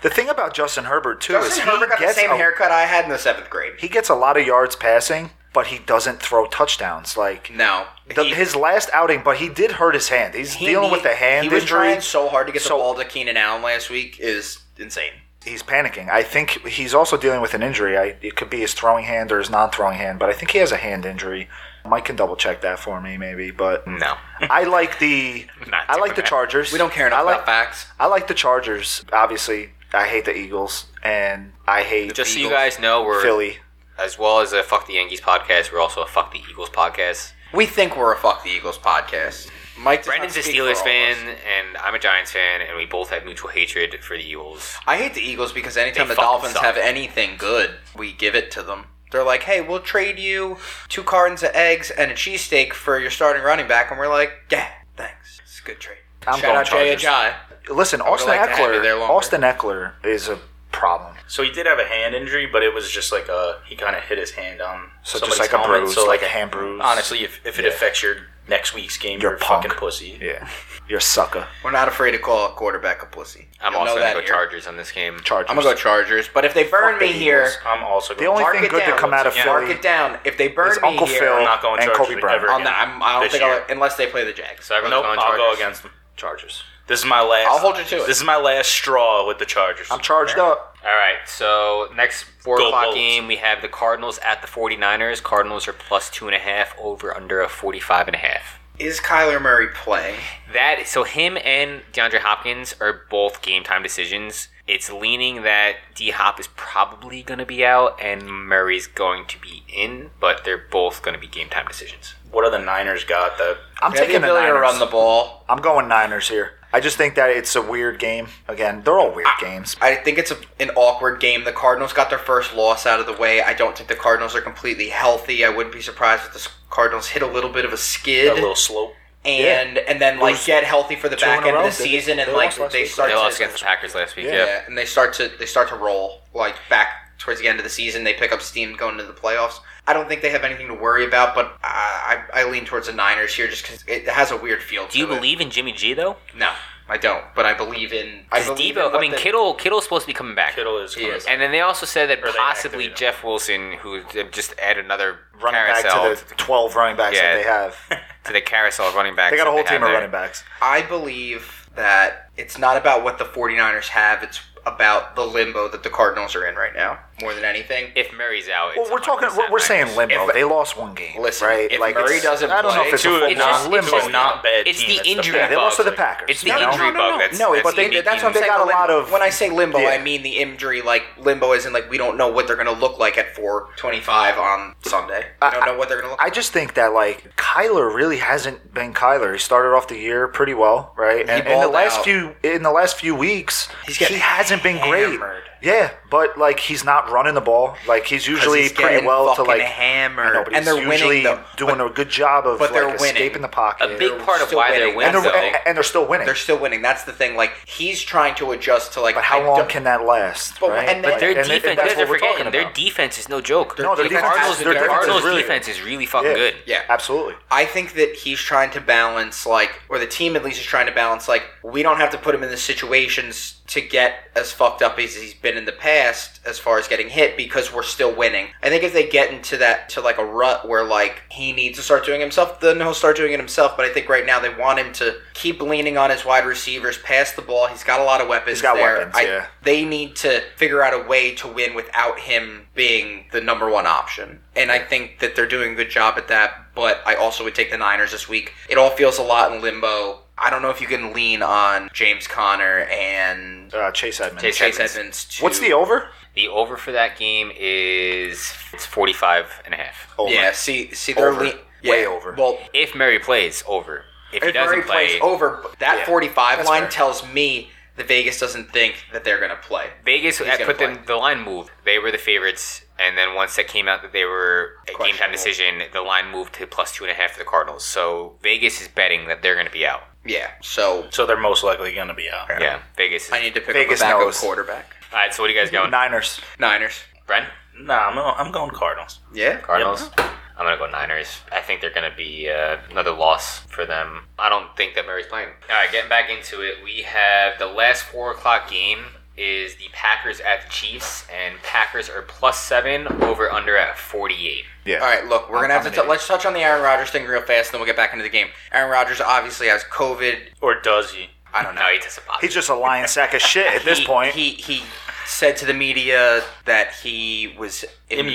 the thing about Justin Herbert too is
Justin
he
Herbert got the
gets
same
a,
haircut I had in the seventh grade.
he gets a lot of yards passing, but he doesn't throw touchdowns. Like
No,
the,
He-
his last outing, but he did hurt his hand. He's
he
dealing with
need-
a hand
He was
injury.
trying so hard to get
So-
the ball to Keenan Allen last week is insane.
He's panicking. I think he's also dealing with an injury. I, it could be his throwing hand or his non-throwing hand, but I think he has a hand injury. Mike can double check that for me, maybe. But
No.
I like the
Not
I like
doing
the
that.
Chargers.
We don't care
I
enough
like,
about facts.
I like the Chargers. Obviously, I hate the Eagles, and I hate
Just so you
Eagles,
guys know, we're
Philly.
as well as a fuck the Yankees podcast. We're also a fuck the Eagles podcast.
We think we're a fuck the Eagles podcast. Mike does not
Brendan's a
speak for
Steelers
all
fan,
of us.
and I'm a Giants fan, and we both have mutual hatred for the Eagles.
I hate the Eagles because anytime
They
the
fucking
Dolphins
suck.
have anything good, we give it to them. They're like, "Hey, we'll trade you two cartons of eggs and a cheesesteak for your starting running back," and we're like, "Yeah, thanks. It's a good trade."
I'm
Shout
going
out Jay Ajay.
Chargers. Listen, Austin
liked to have you there
Eckler.
longer.
Austin Eckler is a problem.
so he did have a hand injury, but it was just like a he kind of hit his hand on
So
somebody's
just like a
helmet,
bruise,
So
like
like
a hand bruise.
honestly, if, if it affects your next week's game,
You're
you're,
a
a fucking
punk.
pussy.
yeah, you're a sucker.
We're not afraid to call a quarterback a pussy.
I'm
You'll
also
know that
gonna go
here.
Chargers on this game.
Chargers.
I'm gonna go Chargers, but if they burn
Fuck the
me here,
Eagles.
I'm also
The only
Mark
thing
it
good to
down.
come out of
Yeah.
mark
Philly
it down. If they burn
is Uncle
me here,
Phil
I'm not going
and
Chargers
Kobe Bryant.
ever.
I'm not, I'm, I don't
This
think I'll,
year.
unless they play the Jags.
So everyone's
Nope,
going
I'll
Chargers.
go against them.
Chargers.
This is my last.
I'll hold you to it.
This is my last straw with the Chargers.
I'm charged up.
All right. So next four
Go
o'clock
Bolts.
game, we have the Cardinals at the 49ers. Cardinals are plus two and a half over under a 45 and a half.
Is Kyler Murray playing?
That so him and DeAndre Hopkins are both game time decisions. It's leaning that D Hop is probably going to be out and Murray's going to be in, but they're both going to be game time decisions.
what are the Niners got that?
I'm
They have the
taking the
ability
Niners.
to run the ball.
I'm going Niners here. I just think that it's a weird game. Again, they're all weird games.
I think it's a, an awkward game. The Cardinals got their first loss out of the way. I don't think the Cardinals are completely healthy. I wouldn't be surprised if the Cardinals hit a little bit of a skid
a little slope.
and and then like
Lose
get healthy for the
two in
back
a
end of
row.
the season
They-
and
they
like
lost last
they
week.
start
They
to,
lost against the Packers last week. Yeah.
yeah. and they start to they start to roll like back towards the end of the season. They pick up steam going into the playoffs. I don't think they have anything to worry about, but I I, I lean towards the Niners here just because it has a weird feel.
Do you
to it.
believe in Jimmy G though?
No, I don't. But I believe in. I
Because
believe
Debo,
in what
I mean,
they-
Kittle, Kittle's supposed to be coming back.
Kittle is.
Yes.
And then they also said that
Or they
possibly
activated
Jeff Wilson, who uh, just add another
Running
carousel
back to the 12 running backs
Yeah.
that they have.
to the carousel of running backs.
They got a
that
whole
have
team of
there.
running backs.
I believe that it's not about what the 49ers have. It's about the limbo that the Cardinals are in right now more than anything.
If Murray's out,
Well,
it's
we're talking.
100%
We're, we're saying
Niners.
limbo.
If-
they lost one game,
Listen,
right?
if Murray
it's-
doesn't
I don't know
play-
if it's a
Two
full
of
It's
not-
just,
blown
it's
limbo.
just
It's not bad
It's
team,
the
that's the
injury
problem.
bug.
They lost to the
like,
Packers.
It's the
No, no,
injury
no,
bug.
no.
That's,
No,
that's
but they-
making
that's what I'm saying.
teams-
got a
the lim-
lot of-
when I say limbo,
Yeah.
I mean the injury. Like limbo isn't like we don't know what they're going to look like at 4:25 on Sunday. We don't
I-
know what they're going to look.
I just think that like Kyler really hasn't been Kyler. He started off the year pretty well, right? And in the
balled
last
out.
few in the last few weeks,
He's
he
getting
hasn't been great.
hammered.
Yeah, but like he's not running the ball. Like he's usually
he's
pretty
getting
well to
fucking
like
hammered.
I know, but
And
he's
they're winning,
usually
though.
doing a good job of
but they're
like
winning.
escaping the pocket.
a big part of
still
why
winning.
they're
and
winning.
they're,
window.
though.
and they're still winning.
They're still winning. That's the thing. Like he's trying to adjust to like.
but how
I
long
don't-
can that last?
But-
right?
and their
Like,
Their
and
defense,
that's
you guys
what
are
we're talking
forgetting. Their
about.
defense is no joke.
No, their
the
defense is-
Cardinals,
their
the
defense is
Cardinals'
really
defense is really fucking
Yeah.
good.
Yeah.
Absolutely.
I think that he's trying to balance, like, or the team at least is trying to balance, like, we don't have to put him in the situations to get as fucked up as he's been in the past as far as getting hit because we're still winning. I think if they get into that, to like a rut where, like, he needs to start doing it himself, then he'll start doing it himself. But I think right now they want him to keep leaning on his wide receivers, pass the ball. He's got a lot of weapons.
He's got
there.
weapons,
I-
yeah.
They need to figure out a way to win without him being the number one option. And I think that they're doing a good job at that, but I also would take the Niners this week. It all feels a lot in limbo. I don't know if you can lean on James Conner and
Uh, Chase Edmonds.
Chase
Chase
Edmonds.
Edmonds. To,
What's the over?
The over for that game is it's 45 and a half.
Over.
Yeah, see, see, they're
Over.
lean-
Way
yeah,
over.
Well,
If Murray plays, over. If, he
if
doesn't
Murray
play,
plays over, but that
Yeah.
45
That's
line
fair.
tells me that Vegas doesn't think that they're going to play.
Vegas
He's
had
gonna
put them the line moved. They were the favorites, and then once that came out that they were a game time
Questionable.
decision, the line moved to plus two and a half for the Cardinals. So Vegas is betting that they're going to be out.
Yeah, so
So they're most likely going to be out.
Yeah, Vegas. Is,
I need to pick
Vegas
up a backup
knows.
quarterback.
All right, so what are you guys going?
Niners.
Niners.
Brent,
Nah, I'm, I'm going Cardinals.
Yeah.
Cardinals. I'm gonna go Niners. I think they're gonna be uh, another loss for them. I don't think that Murray's playing. All right, getting back into it, we have the last four o'clock game is the Packers at the Chiefs, and Packers are plus seven over under at 48.
Yeah.
All right, look, we're gonna have to
I'm
t-
an
let's touch on the Aaron Rodgers thing real fast, then we'll get back into the game. Aaron Rodgers obviously has COVID.
Or does he?
I don't know.
No, he tested positive.
He's just a lion sack of shit at this
He-
point.
he he said to the media that he was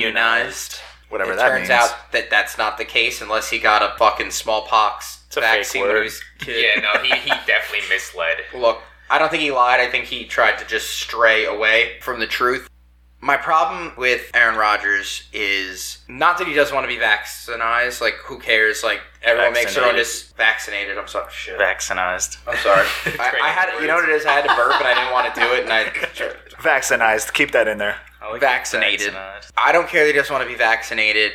immunized.
Whatever
it
that
turns
means.
out that that's not the case unless he got a fucking smallpox
a fake
vaccine when he
word.
was a kid.
yeah, no, he, he definitely misled.
Look, I don't think he lied. I think he tried to just stray away from the truth. My problem with Aaron Rodgers is not that he doesn't want to be vaccinated. Like, who cares? Like, everyone makes their own.
Vaccinated.
Just vaccinated. I'm sorry. Shit.
Vaccinized.
I'm sorry. I, I had. You know what it is? I had to burp, and I didn't want to do it, and I
Vaccinized. Keep that in there.
vaccinated. I don't care. They just want to be vaccinated.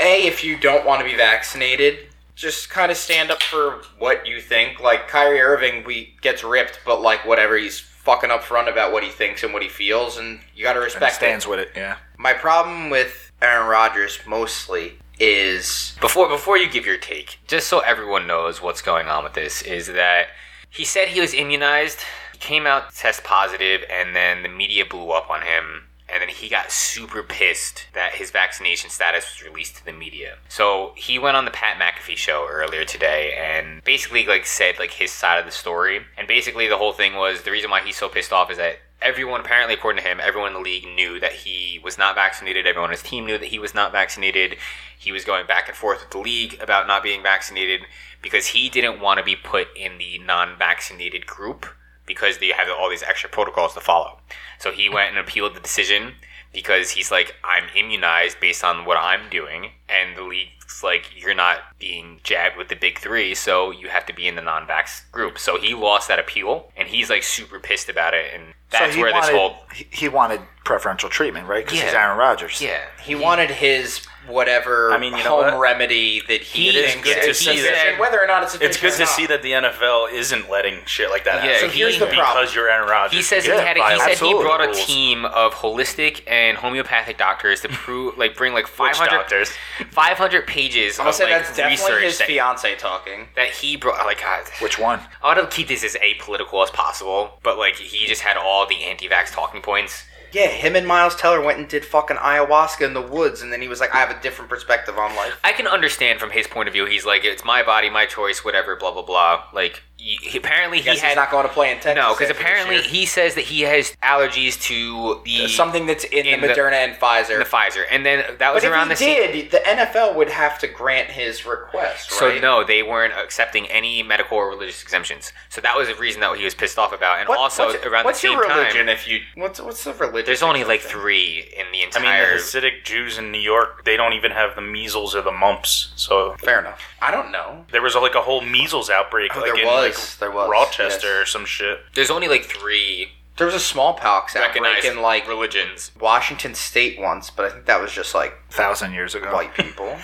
A, if you don't want to be vaccinated, just kind of stand up for what you think. Like Kyrie Irving, we gets ripped, but like whatever, he's fucking upfront about what he thinks and what he feels, and you got to
And
respect
stands
it.
with it. Yeah.
My problem with Aaron Rodgers mostly is
Before before you give your take, just so everyone knows what's going on with this, is that he said he was immunized, he came out test positive, and then the media blew up on him, and then he got super pissed that his vaccination status was released to the media. So he went on the Pat McAfee show earlier today and basically like said like his side of the story. And basically the whole thing was the reason why he's so pissed off is that everyone apparently according to him everyone in the league knew that he was not vaccinated everyone on his team knew that he was not vaccinated he was going back and forth with the league about not being vaccinated because he didn't want to be put in the non-vaccinated group because they have all these extra protocols to follow so he went and appealed the decision because he's like, I'm immunized based on what I'm doing, and the league's like, you're not being jabbed with the big three, so you have to be in the non-vax group. So he lost that appeal, and he's like super pissed about it, and that's
he
where
wanted,
this whole
he, he wanted preferential treatment, right? Because he's
Yeah.
Aaron Rodgers.
yeah.
He wanted his whatever
I mean, you know
home
what?
remedy that he
It is
thinks
good to
is
see that-
sufficient, whether or not it's
It's
efficient
good
or
to
not.
see that the NFL isn't letting shit like that
Yeah,
happen.
So here's the problem.
Because you're Aaron Rodgers.
He says
Yeah,
he had. A, he said
absolutely.
he brought a
Rules.
team of holistic and homeopathic doctors to prove, like, bring like
Witch
500,
doctors.
500 pages
I'm gonna
of
say
like
that's definitely
research
his
that,
fiance talking.
that he brought. Like, God,
Which one?
I want to keep this as apolitical as possible, but like, he just had all the anti-vax talking points.
Yeah, him and Miles Teller went and did fucking ayahuasca in the woods, and then he was like, "I have a different perspective on life."
I can understand from his point of view. He's like, it's my body, my choice, whatever, blah blah blah. Like, he, he- apparently
Guess
he had
he's not going to play in Texas.
no, because
after this
apparently
year.
he says that he has allergies to the
something that's in,
in
the
the-
Moderna and Pfizer.
the Pfizer, and then that was
but if
around
he
the same.
did, the NFL would have to grant his request. Right?
So no, they weren't accepting any medical or religious exemptions. So that was a reason that he was pissed off about. And
What-
also
what's,
around
what's
the same
your religion
time,
If you what's what's the religion?
there's only like three in the
I mean,
entire.
the Hasidic Jews in New York, they don't even have the measles or the mumps. So
Fair enough. I don't know.
there was like a whole measles outbreak,
Oh,
like
there
in
was,
like
there was,
Rochester
yes.
or some shit.
there's only like three
There was a smallpox outbreak
recognized
in like
religions.
Washington State once, but I think that was just like
Thousand years
Oh.
ago.
white people.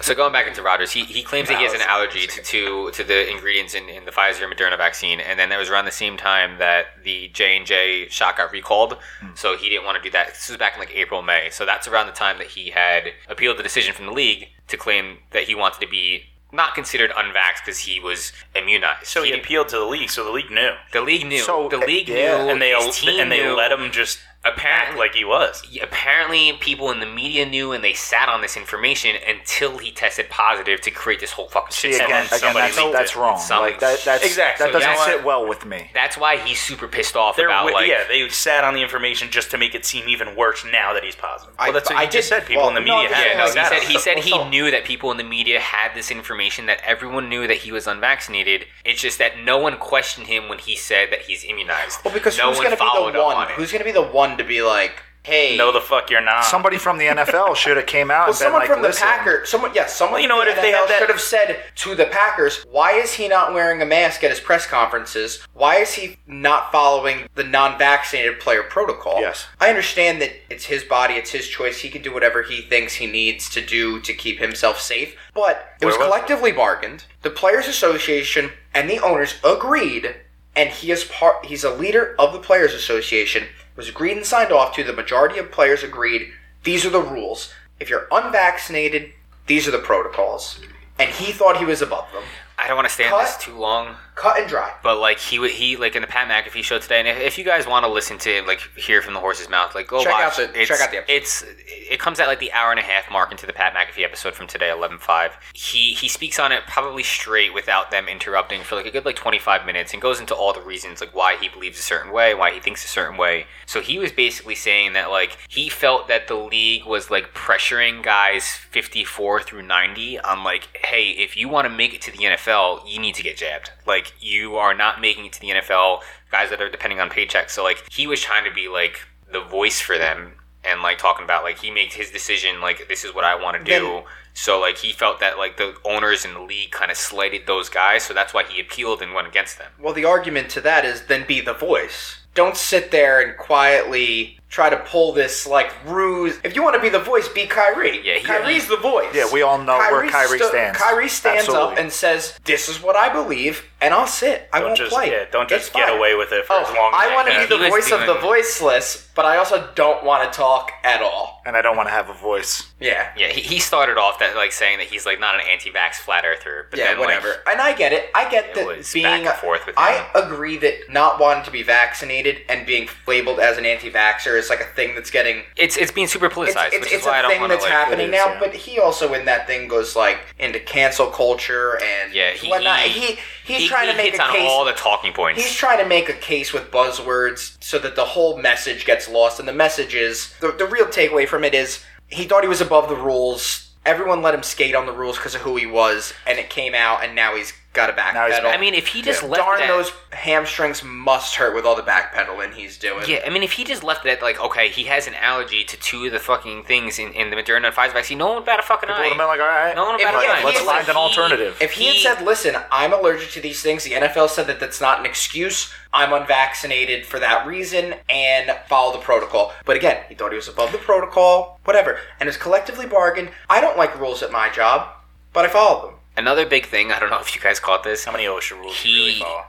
So going back into Rogers, he, he claims that he has an
Thousand
allergy to, to to the ingredients in, in the Pfizer and Moderna vaccine, and then that was around the same time that the J and J shot got recalled. So he didn't want to do that. This was back in like April May. So that's around the time that he had appealed the decision from the league to claim that he wanted to be not considered unvaxxed because he was immunized.
So he appealed to the league, so the league knew,
the league knew.
So,
the
uh,
league
yeah.
knew,
and they
his team
and they
knew.
let him just act
apparently
like he was.
apparently people in the media knew and they sat on this information until he tested positive to create this whole fucking
See
shit.
again,
Someone- somebody
again that's,
leaked
that's
it.
wrong.
Somebody-
like that, that's
Exactly.
That doesn't
You know
sit
what?
well with me.
That's why he's super pissed off
They're
about
wi-
like
yeah, they sat on the information just to make it seem even worse now that he's positive.
I-
Well, that's what
I
he just
did-
said. People
well,
in the
no,
media
yeah,
had
Yeah,
like
it.
no, he
that.
said he said
Well,
he
so-
knew that people in the media had this information that everyone knew that he was unvaccinated. It's just that no one questioned him when he said that he's immunized.
Well, because
no
who's
one
going to be
followed
the
up
one?
on it.
Who's going to be the one to be like, hey,
no, the fuck you're not.
Somebody from the NFL should have came
well,
out and been
someone
like,
from the
"Listen,
Packers, someone, yeah, someone.
Well, you know
from
what,
the
if they
NFL
had that-
should have said to the Packers, why is he not wearing a mask at his press conferences? Why is he not following the non-vaccinated player protocol?
Yes.
I understand that it's his body, it's his choice. He can do whatever he thinks he needs to do to keep himself safe. But it was
was it?
collectively bargained. The players' association and the owners agreed, and he is part. He's a leader of the players' association. It was agreed and signed off to. The majority of players agreed. These are the rules. If you're unvaccinated, these are the protocols. And he thought he was above them.
I don't want to stay on this
Cut.
too long.
Cut and dry.
But like he would, he like in the Pat McAfee show today, and if, if you guys want to listen to like hear from the horse's mouth, like go
Check out
watch.
the-
it's,
check out the episode.
It's it comes at like the hour and a half mark into the Pat McAfee episode from today, eleven five. He he speaks on it probably straight without them interrupting for like a good like twenty five minutes, and goes into all the reasons like why he believes a certain way, why he thinks a certain way. So he was basically saying that like he felt that the league was like pressuring guys fifty four through ninety on like, hey, if you want to make it to the NFL, you need to get jabbed. Like you are not making it to the NFL. Guys that are depending on paychecks. So like he was trying to be like the voice for them and like talking about like he made his decision like this is what I want to do.
Then-
so like he felt that like the owners in the league kind of slighted those guys, so that's why he appealed and went against them.
Well, the argument to that is then be the voice. Don't sit there and quietly try to pull this like ruse. If you want to be the voice, be Kyrie.
Yeah, he-
Kyrie's the voice.
Yeah, we all know where Kyrie
sto-
stands.
Kyrie stands up
Absolutely.
and says, "This is what I believe, and I'll sit. I
don't
won't
just
play.
yeah, don't just
That's
get
fine.
away with it for
Oh,
as long. as
I
you
want
can.
to be
He
the
was
voice of
doing-
the voiceless, but I also don't want to talk at all.
and I don't want to have a voice.
Yeah,
Yeah, he, he started off that like saying that he's like not an anti-vax flat earther, but
yeah,
then like,
whatever. and I get it. I get
It
that
was
being
back and forth with
I
him.
agree that not wanting to be vaccinated and being labeled as an anti-vaxxer is like a thing that's getting
it's it's being super politicized,
it's,
which
it's,
is
it's
why I
a
don't
thing
want to
that's
like.
happening
It is,
now.
yeah.
But he also, in that thing, goes like into cancel culture and
Yeah, he-
whatnot.
he-
He, he's
he-
trying
he
to make
hits
a
on
case.
all the talking points.
He's trying to make a case with buzzwords so that the whole message gets lost. And the message is the, the real takeaway from it is he thought he was above the rules. Everyone let him skate on the rules because of who he was, and it came out, and now he's got a
Now he's
backpedal.
back.
I
I
mean,
mean, if he just left
darn
it at,
those hamstrings must hurt with all the backpedaling he's doing.
Yeah, I mean, if he just left it at like, okay, he has an allergy to two of the fucking things in, in the Moderna and Pfizer vaccine, no one bat a fucking
People would
eye.
have been like, all right,
no one
If-
bat
yeah,
a
if
fucking eye.
he
let's
had,
find
like,
an alternative.
If he, had said, "Listen, I'm allergic to these things," the NFL said that that's not an excuse. I'm unvaccinated for that reason and follow the protocol. But again, he thought he was above the protocol, whatever, and has collectively bargained. I don't like rules at my job, but I follow them.
Another big thing, I don't know if you guys caught this.
How many OSHA rules do you really
He-
follow?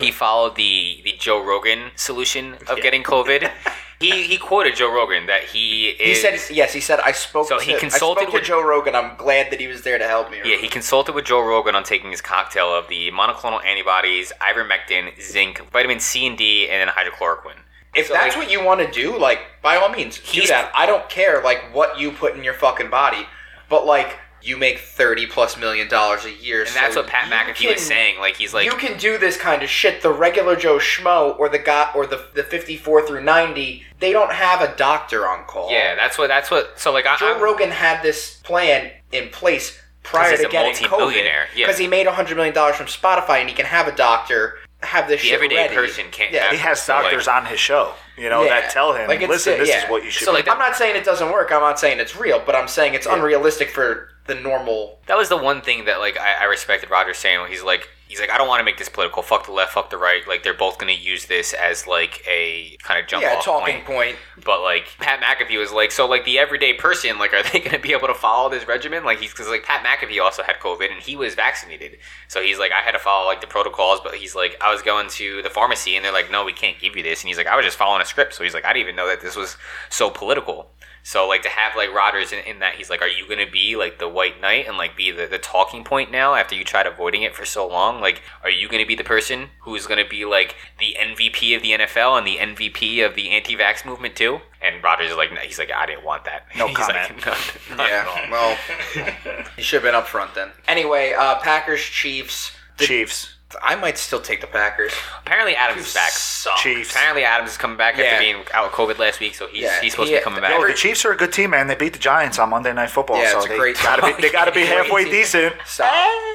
He followed the, the Joe Rogan solution of getting COVID. he he quoted Joe Rogan that he
He
is.
said, "Yes." He said, "I spoke."
So
to,
he
I
consulted
spoke to
with-
Joe Rogan. I'm glad that he was there to help me.
Yeah, he consulted with Joe Rogan on taking his cocktail of the monoclonal antibodies, ivermectin, zinc, vitamin C and D, and then hydrochloroquine.
If
So,
that's
like-
what you want to do, like by all means, do
He's-
that. I don't care like what you put in your fucking body, but like you make thirty plus million dollars a year,
And that's what Pat McAfee was saying. Like he's like
you can do this kind of shit. The regular Joe Schmo or the guy or the the fifty four through ninety, they don't have a doctor on call.
Yeah, that's what that's what. So like I,
Joe
I'm-
Rogan had this plan in place prior
'Cause he's
to
a
getting COVID
multi-billionaire, yeah.
because he made hundred million dollars from Spotify, and he can have a doctor have this
The
shit
everyday
ready.
person can't
Yeah.
have
he has
So, like-
doctors on his show, you know,
Yeah.
that tell him,
Like, it's-
listen, this
yeah.
is what you should
So,
be
like,
doing."
I'm not saying it doesn't work. I'm not saying it's real, but I'm saying it's unrealistic for the normal.
that was the one thing that like I, I respected Roger saying. when He's like he's like I don't want to make this political. Fuck the left. Fuck the right. Like they're both gonna use this as like a kind of jump
yeah,
off
talking
point.
point.
But like Pat McAfee was like so like the everyday person like are they gonna be able to follow this regimen? Like he's because like Pat McAfee also had COVID and he was vaccinated. So he's like I had to follow like the protocols. But he's like I was going to the pharmacy and they're like no we can't give you this. And he's like I was just following a script. So he's like I didn't even know that this was so political. So like to have like Rodgers in, in that he's like, are you gonna be like the white knight and like be the, the talking point now after you tried avoiding it for so long? Like, are you gonna be the person who's gonna be like the MVP of the NFL and the MVP of the anti-vax movement too? And Rodgers is like, no, he's like, I didn't want that.
No
he's like,
comment.
"No, not at all."
Yeah, well, you should have been up front then. Anyway, uh, Packers Chiefs.
Chiefs,
I might still take the Packers.
Apparently Adams is back.
Suck.
Chiefs.
Apparently Adams is coming back
Yeah.
after being out with COVID last week, so he's
Yeah,
he's supposed
he-
to be coming
Oh,
back.
the Chiefs are a good team, man. They beat the Giants on Monday Night Football,
Yeah,
so
it's a
they
great
gotta be they gotta be halfway
Crazy.
decent.
Stop.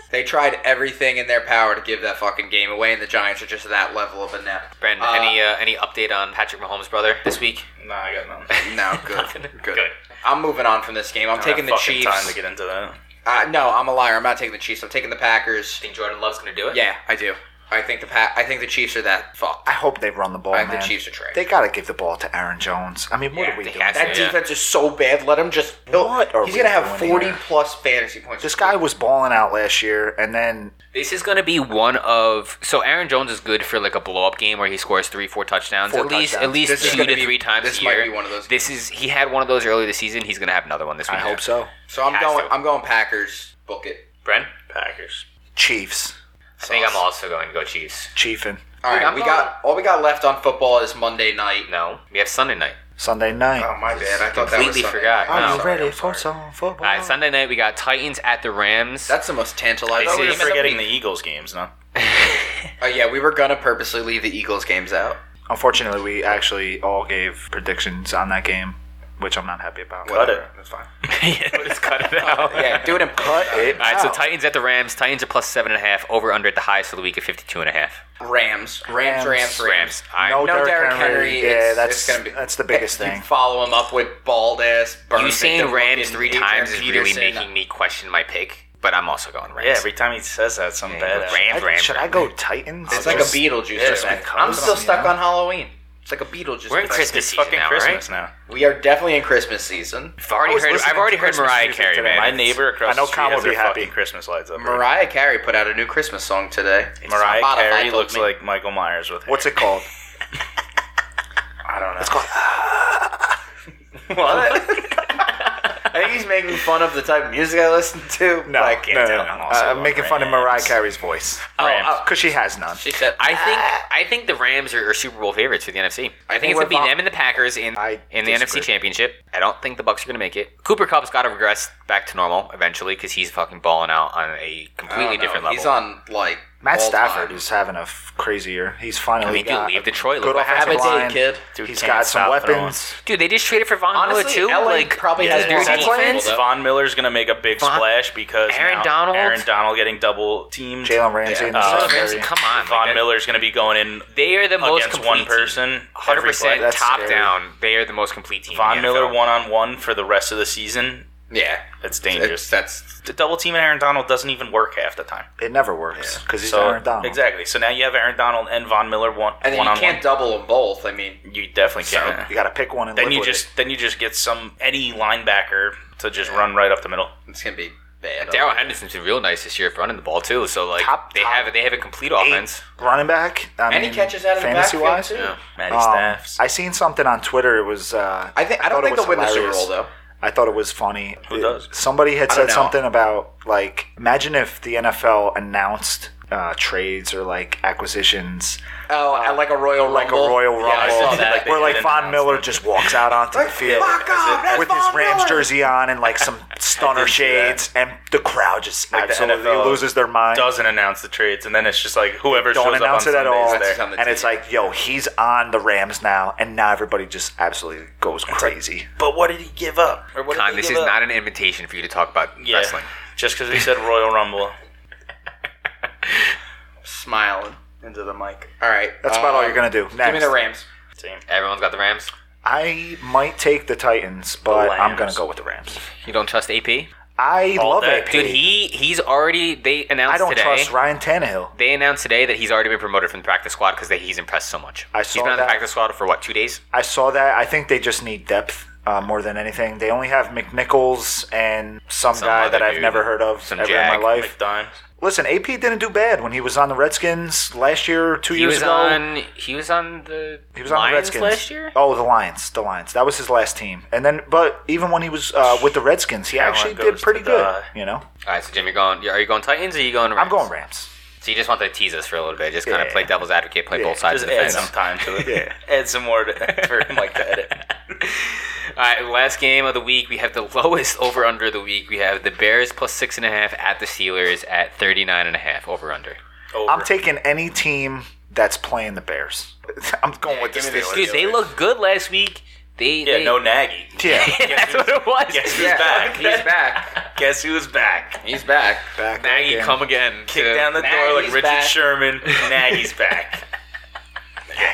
They tried everything in their power to give that fucking game away, and the Giants are just that level of inept.
Brandon,
Uh,
any uh, any update on Patrick Mahomes' brother this week?
Nah, I got nothing.
No, good, good.
Good.
I'm moving on from this game. I'm taking the
fucking
Chiefs.
Time to get into that.
uh, no, I'm a liar. I'm not taking the Chiefs. I'm taking the Packers.
Think Jordan Love's gonna do it?
Yeah, I do. I think the pa- I think the Chiefs are that fucked.
I hope they run the ball,
I think
man.
the Chiefs are trash.
They gotta give the ball to Aaron Jones. I mean, what
Yeah,
are we
they
doing?
have to.
That
Yeah.
defense is so bad. Let him just. he'll-
What are
he's
we
gonna have
doing
forty
here?
plus fantasy points.
This guy was balling out last year, and then
This is going to be one of so Aaron Jones is good for like a blow up game where he scores three, four touchdowns
Four
at least,
touchdowns.
at least
This is
two
gonna
to
be-
three times
this
a
might
year.
be one of those.
This is he had one of those earlier this season. He's going to have another one this week.
I hope so.
So I'm
Has
going.
to.
I'm going Packers. Book it.
Brent,
Packers.
Chiefs,
I think I'm also going to go Chiefs.
Chiefin,
All right,
Dude, I'm
we
going-
got all we got left on football is Monday night.
No, we have Sunday night.
Sunday night.
Oh my bad, I thought that was
Completely
Sunday
forgot.
night.
Are
I'm
you
sorry, I'm sorry.
some football?
All right, Sunday night we got Titans at the Rams.
That's the most tantalizing.
I
Oh,
see.
we
game
were
of the
forgetting
week.
the Eagles games, no?
Oh yeah, we were gonna purposely leave the Eagles games out.
Unfortunately, we actually all gave predictions on that game, which I'm not happy about.
Cut
Whatever,
it.
That's fine.
Let's cut it out.
Yeah, do it in
Cut it.
All right, so
out.
Titans at the Rams. Titans are plus seven and a half. Over under at the highest of the week at fifty two and a half.
Rams, Rams, Rams,
Rams.
Rams.
Rams. I
No,
No
Derrick
Derrick
Henry.
Henry.
Yeah,
it's-
that's
it's gonna be-
that's the biggest
You
thing.
follow him up with bald ass.
You
burn
saying
victim
Rams
looking
three
Adrian
times is really
Peterson.
making me question my pick, but I'm also going Rams.
Yeah, every time he says that, some
Yeah,
bad.
Rams.
I- should I go Titans?
It's like a Beetlejuice.
Yeah,
effect.
because,
I'm still
you
stuck
know?
on Halloween. It's like a Beetlejuice.
We're in
effect.
Christmas
It's
season
fucking
now,
Christmas now.
We are definitely in Christmas season.
I've already heard. I've already heard Mariah Carey, man.
My neighbor across
I know
the street
Kyle
has
will be
their
happy.
fucking Christmas lights up. right?
Mariah Carey put out a new Christmas song today. It's
Mariah
on Spotify,
Carey
told
looks
me.
like Michael Myers with hair.
What's it called?
I don't know. It's called. what? I think he's making fun of the type of music I listen to.
No,
but I can't
no,
tell
no,
him.
no.
also
Uh, I'm
love
making fun of
Rams.
Mariah Carey's voice
Rams.
oh,
because she has none.
She said,
I think I think the Rams are, are Super Bowl favorites for the NFC. I think it's
we're
gonna be
bo-
them and the Packers in
I
in the
disagree.
NFC Championship. I don't think the Bucks are gonna make it. Cooper Cup's got to regress back to normal eventually because he's fucking balling out on a
I don't
completely
know.
different level.
He's on like
Matt
all
Stafford
time.
is having a f- crazy year. He's finally
I mean, dude,
got
leave
a
Detroit.
Good
Look what
happened.
offensive line.
Kid.
He's
can't
got some
stop throwing.
weapons.
Dude, they just traded for Von Miller
Honestly,
too.
LA
like
probably
yeah,
has
they're
more
They're
That's
defense
playing
offense.
though.
Von Miller's going to make a big
Von-
splash because
Aaron
now
Donald?
Aaron Donald getting double teamed.
Jalen Ramsey.
Yeah.
and
Uh,
Seth
Ramsey,
Curry.
come on, like
Von
that-
Miller's going to be going in
They are the most
against
complete
one
team.
person.
Hundred
every play.
percent
That's
top
scary.
down. They are the most complete team.
Von
in the
Miller
NFL.
one on one for the rest of the season.
Yeah,
It's
it's,
dangerous.
that's
the double teaming Aaron Donald doesn't even work half the time.
It never works because he's
so
Aaron Donald.
exactly. So now you have Aaron Donald and Von Miller one
and then
one
you
on
can't
one.
double them both. I mean,
You definitely
So-
can't.
You got to pick one and
then
live
you
with
just
it.
then you just get some any linebacker to just run right up the middle.
it's gonna be bad.
Daryl Henderson's been real nice this year for running the ball too. So like
Top-
they
top
have they have a complete
Eight
offense.
running back. I
And he
mean,
catches out of the
fantasy
backfield
wise.
too.
Yeah.
Matty
Um,
Staffs.
I seen something on Twitter. It was. Uh,
I think I don't
thought it
think they'll
was
win the Super
hilarious.
Bowl though.
I thought it was funny.
Who
It-
does?
Somebody had
I don't
said
know.
something about like imagine if the NFL announced uh, trades or like acquisitions,
Oh, at like a Royal
Uh, like
Rumble.
a Royal Rumble,
Yeah, I saw that.
Like,
where
they
like
didn't
Von
announce
Miller
them.
just walks out onto the field
Fuck off, that's
with his
Von
Rams
Miller.
jersey on and like some stunner
did see that.
shades, and the crowd just
Like, the
absolutely
NFL
loses their mind.
doesn't announce the trades, and then it's just like whoever
Don't
shows
announce
up
it
on
at all,
Sundays
That's
there.
on the
and it's
team.
like, yo, he's on the Rams now, and now everybody just absolutely goes crazy.
But what did he give up? Or what did
Con,
they
this
give
is
up?
not an invitation for you to talk about
yeah.
wrestling.
Just because we said Royal Rumble.
smiling into the mic. All right,
That's about all you're gonna do.
Give me
Next.
the Rams.
Same.
Everyone's got the Rams.
I might take the Titans, but I'm gonna
Rams.
go with the Rams.
You don't trust AP,
I
All
love
day.
AP.
dude. He he's already they announced
I don't
today.
trust Ryan Tannehill.
they announced today that he's already been promoted from the practice squad because he's impressed so much.
I
he's
saw
been on the
that.
practice squad for what two days?
I saw that. I think they just need depth uh, more than anything. They only have McNichols and some,
Some
guy
other
that I've
dude.
never heard of
Some
ever
jag.
in my life.
McDime.
Listen, AP didn't do bad when he was on the Redskins last year or two
He
years
was
ago.
on he was on the
he was on
Lions
the Redskins
last year.
Oh, the Lions, the Lions. That was his last team. And then, but even when he was uh, with the Redskins, he
Talent
actually
goes
did
to
pretty good.
die.
You know,
All right, so Jim, you're going. Are you going Titans or are you going? Rams?
I'm going Rams.
So you just wanted to tease us for a little bit, just kind
Yeah.
of play devil's advocate, play both sides
Just
of the
add
fence.
some time to it.
Yeah.
Add some more to, for Mike to edit.
All right, last game of the week. We have the lowest over under of the week. We have the Bears plus six and a half at the Steelers at thirty nine and a half over under.
Over.
I'm taking any team that's playing the Bears. I'm going with the
give me the
Steelers.
Dude, they looked good last week. They
yeah,
they,
no Nagy.
Yeah,
that's what it was.
Guess who's
Yeah,
back?
he's back.
Guess who's back?
He's back.
back
Maggie,
again.
come again.
Kick
to-
down the door like
Nagy's
Richard
back.
Sherman. Nagy's back.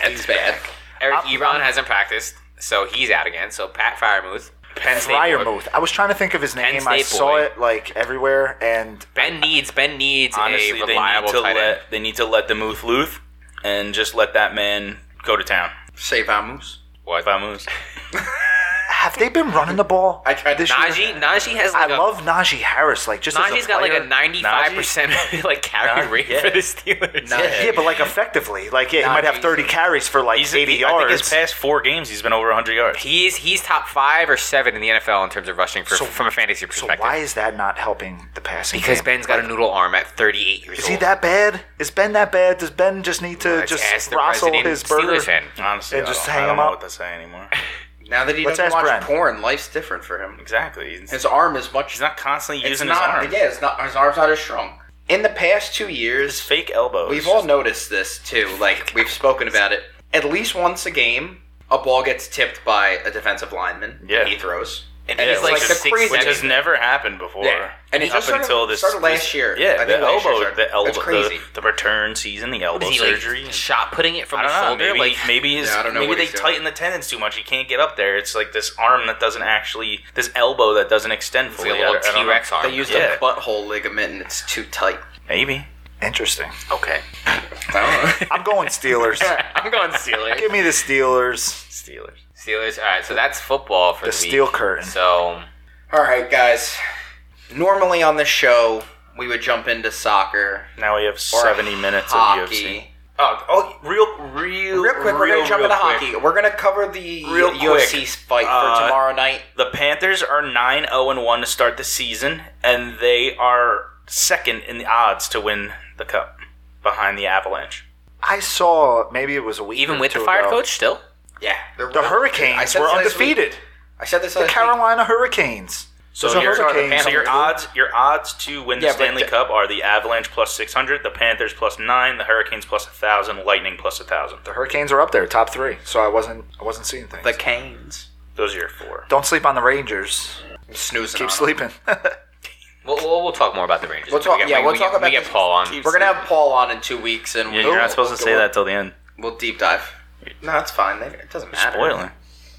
He's back.
Eric
I'm-
Ebron hasn't practiced, so he's out again. So Pat Fryermuth, Penn State boy.
Fryermuth. I was trying to think of his
Penn
name. I
State
saw
boy.
it like everywhere, and
Ben needs Ben needs
Honestly,
a
they need
reliable
to
tight end.
let they need to let the Muth Luth and just let that man go to town.
Save Amos.
What?
If I moves.
have they been running the ball?
I tried
this year?
Najee Najee has
I
like a
love Najee Harris. Like just
Najee's
as a
got like
player.
a 95% like carry
Najee,
rate
yeah.
for the Steelers.
Najee.
Yeah, but like effectively, like yeah, he might have
Najee's-
30 carries for like
He's
80
he- I think his
yards.
past four games he's been over 100 yards.
He's he's top five or seven in the NFL in terms of rushing for,
So-
from a fantasy
so
perspective.
why is that not helping the passing?
because
game?
Ben's got a noodle arm at 38 years
Is
old.
he that bad? Is Ben that bad? Does Ben just need to
Let's ask
just
the
rustle
resident
his burger?
Steelers fan.
Honestly,
And
I
just
don't-
hang
I don't
him
know
up.
what to say anymore.
Now that he
Let's
doesn't
ask
watch
Brent.
porn, life's different for him.
Exactly. He's,
His arm is much.
he's not constantly
it's
using
not.
his arm.
Yeah, it's not. His arm's not as strong. In the past two years,
His fake elbows.
We've all noticed this too. Like we've spoken about it. At least once a game, a ball gets tipped by a defensive lineman.
Yeah.
and he throws, and,
Yeah,
it's like,
which
the
is-
crazy.
which has never happened before.
Yeah. And it
up
just started-
until this
started last
this-
year. I
Yeah,
think
the
last year
elbow,
started.
the
That's
elbow, the,
crazy.
the return season, the elbow
Is he
surgery.
like shot putting it from
I
the
don't know.
shoulder?
Maybe,
like
maybe his,
Yeah, I don't know
maybe
what
they
he's doing.
tighten the tendons too much. He can't get up there. It's like this arm that doesn't actually, this elbow that doesn't extend
it's like
fully.
a little
I- I don't know.
T Rex arm.
they used
Yeah.
a butthole ligament, and it's too tight.
Maybe.
Interesting.
okay.
I don't know.
I'm going Steelers.
I'm going Steelers.
Give me the Steelers.
Steelers.
Steelers. All right, so that's football for
The
the,
steel
week.
curtain.
So
All right, guys. Normally on this show, we would jump into soccer
Now we have
or
70 minutes of UFC.
hockey.
Oh, oh, real, real,
Real quick, we're gonna jump
real
into
quick.
hockey. We're gonna cover the
Real
UFC
quick.
fight
Uh,
for tomorrow night.
The Panthers are 9 0 and 1 to start the season, and they are second in the odds to win the cup behind the Avalanche.
I saw maybe it was a week.
even
or
with the
two oh.
fired
ago,
coach, still
Yeah,
the Hurricanes were undefeted.
I said this
The
last week.
Carolina Hurricanes.
So,
Those are
your,
Hurricanes.
so your odds your odds to win the
Yeah, but
Stanley
the-
Cup are the Avalanche plus 600, the Panthers plus 9, the Hurricanes plus 1,000, Lightning plus 1,000.
The Hurricanes are up there, top three. So I wasn't, I wasn't seeing things.
The Canes.
Those are your four.
Don't sleep on the Rangers.
snoozing. on
Keep
'em.
sleeping.
We'll, we'll, we'll talk more about the Rangers.
We'll talk-
we get,
yeah,
we,
we'll
we
talk
get,
about
we get
this-
Paul on.
We're gonna have Paul on in two weeks, and
Yeah,
we'll,
you're not supposed to
we'll-
say that till the end.
We'll deep dive. No, it's fine. They- It doesn't matter.
Spoiling.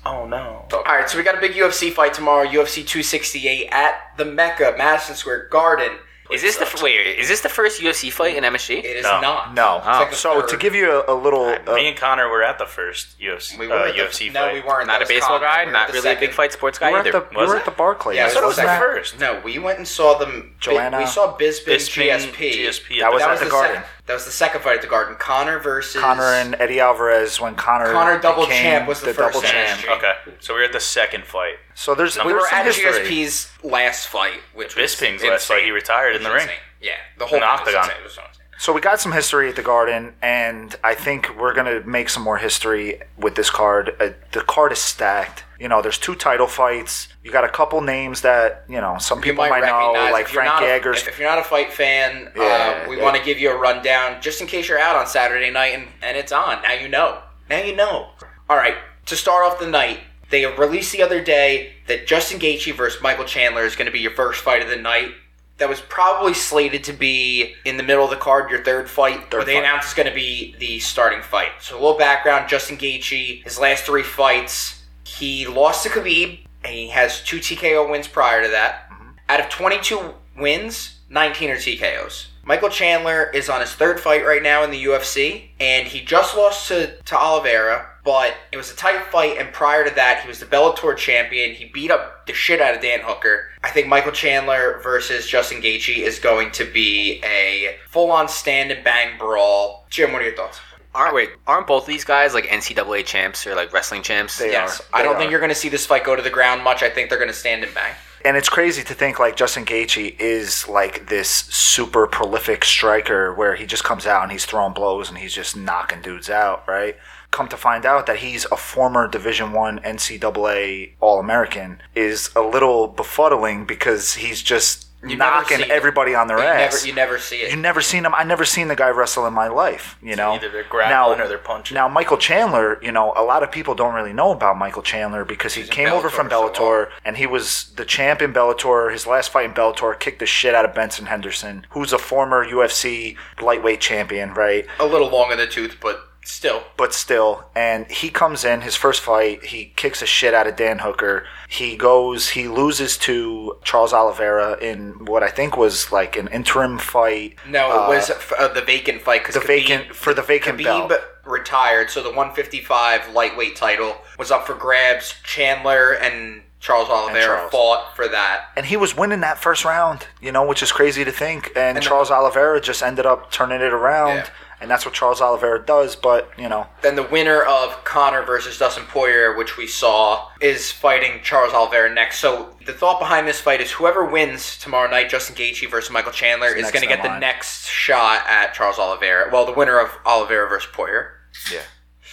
Oh no.
All right, so we got a big UFC fight tomorrow. UFC 268 at the Mecca, Madison Square Garden.
Is this the f- wait? Is this the first UFC fight in MSG?
It is
No.
not.
no.
Oh. like
the
so
third.
to give you a, a little, uh,
Me and Connor were at the first UFC
We were
uh,
at the-
UFC
No,
fight.
we weren't.
Not
That
a
was
baseball
Connor.
guy.
We were
Not
the
really a
second.
big fight sports
you
guy
were
either.
at the, you
was
were
it?
at the Barclays.
Yeah, so
wasn't
it was like
that-
first.
No, we went and saw them.
Joanna-
We saw Bisping,
Bisping,
GSP.
GSP.
That was
That
at
was
the
the
Garden.
Sec- that was the second fight at the Garden. Connor versus
Connor and Eddie Alvarez when Connor
Connor double
became
champ was the first
double
match.
champ.
Okay, so we were at the second fight.
So there's
We
we
there's
were
some
at
history.
GSP's last fight, which was
Bisping's
insane.
last fight, he retired in the ring.
Insane. Yeah, the whole
In the
thing was
octagon.
insane. It was insane.
So we got some history at the Garden, and I think we're gonna make some more history with this card. Uh, the card is stacked. You know, there's two title fights. You got a couple names that you know some
You
people
might,
might, know,
recognize
like
if you're
Frank
not a-
Yeager's
If, if you're not a fight fan,
Yeah,
uh, we
yeah.
want to give you a rundown just in case you're out on Saturday night and, and it's on. Now you know. Now you know. All right. To start off the night, they released the other day that Justin Gaethje versus Michael Chandler is going to be your first fight of the night. That was probably slated to be in the middle of the card, your third fight, where they
fight.
announced it's going to be the starting fight. So a little background: Justin Gaethje, his last three fights, he lost to Khabib, and he has two TKO wins prior to that.
Mm-hmm.
Out of 22 wins, 19 are TKOs. Michael Chandler is on his third fight right now in the UFC, and he just lost to, to Oliveira, but it was a tight fight, and prior to that, he was the Bellator champion. He beat up the shit out of Dan Hooker. I think Michael Chandler versus Justin Gaethje is going to be a full-on stand-and-bang brawl. Jim, what are your thoughts?
Aren't wait? Aren't both these guys like NCAA champs or like wrestling champs?
They
yes,
are.
I
They
don't
are.
think you're going to see this fight go to the ground much. I think they're going to stand and bang.
and it's crazy to think like Justin Gaethje is like this super prolific striker where he just comes out and he's throwing blows and he's just knocking dudes out, right? Come to find out that he's a former Division One NCAA All American is a little befuddling because he's just
You never
knocking
see it.
everybody on their
You
ass.
never, you never see it.
You never seen him. I never seen the guy wrestle in my life. You know,
either they're grappling or they're punching.
Now Michael Chandler, you know, a lot of people don't really know about Michael Chandler because he came over
Bellator
from
for so
Bellator and he was the champ in Bellator. His last fight in Bellator kicked the shit out of Benson Henderson, who's a former UFC lightweight champion, right?
a little long in the tooth, but still.
but still. And he comes in his first fight. He kicks a shit out of Dan Hooker. He goes. He loses to Charles Oliveira in what I think was like an interim fight.
No,
Uh,
it was f- uh, the vacant fight because
the vacant for the vacant
Khabib
belt.
retired, so the 155 lightweight title was up for grabs. Chandler and Charles Oliveira
Charles.
fought for that.
and he was winning that first round, you know, which is crazy to think. And, Charles Oliveira just ended up turning it around,
Yeah.
and that's what Charles Oliveira does. But you know,
Then the winner of Connor versus Dustin Poirier, which we saw, is fighting Charles Oliveira next. So the thought behind this fight is whoever wins tomorrow night, Justin Gaethje versus Michael Chandler, is
next
going to
in
get the
line.
next shot at Charles Oliveira. Well, the winner of Oliveira versus Poirier.
yeah.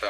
So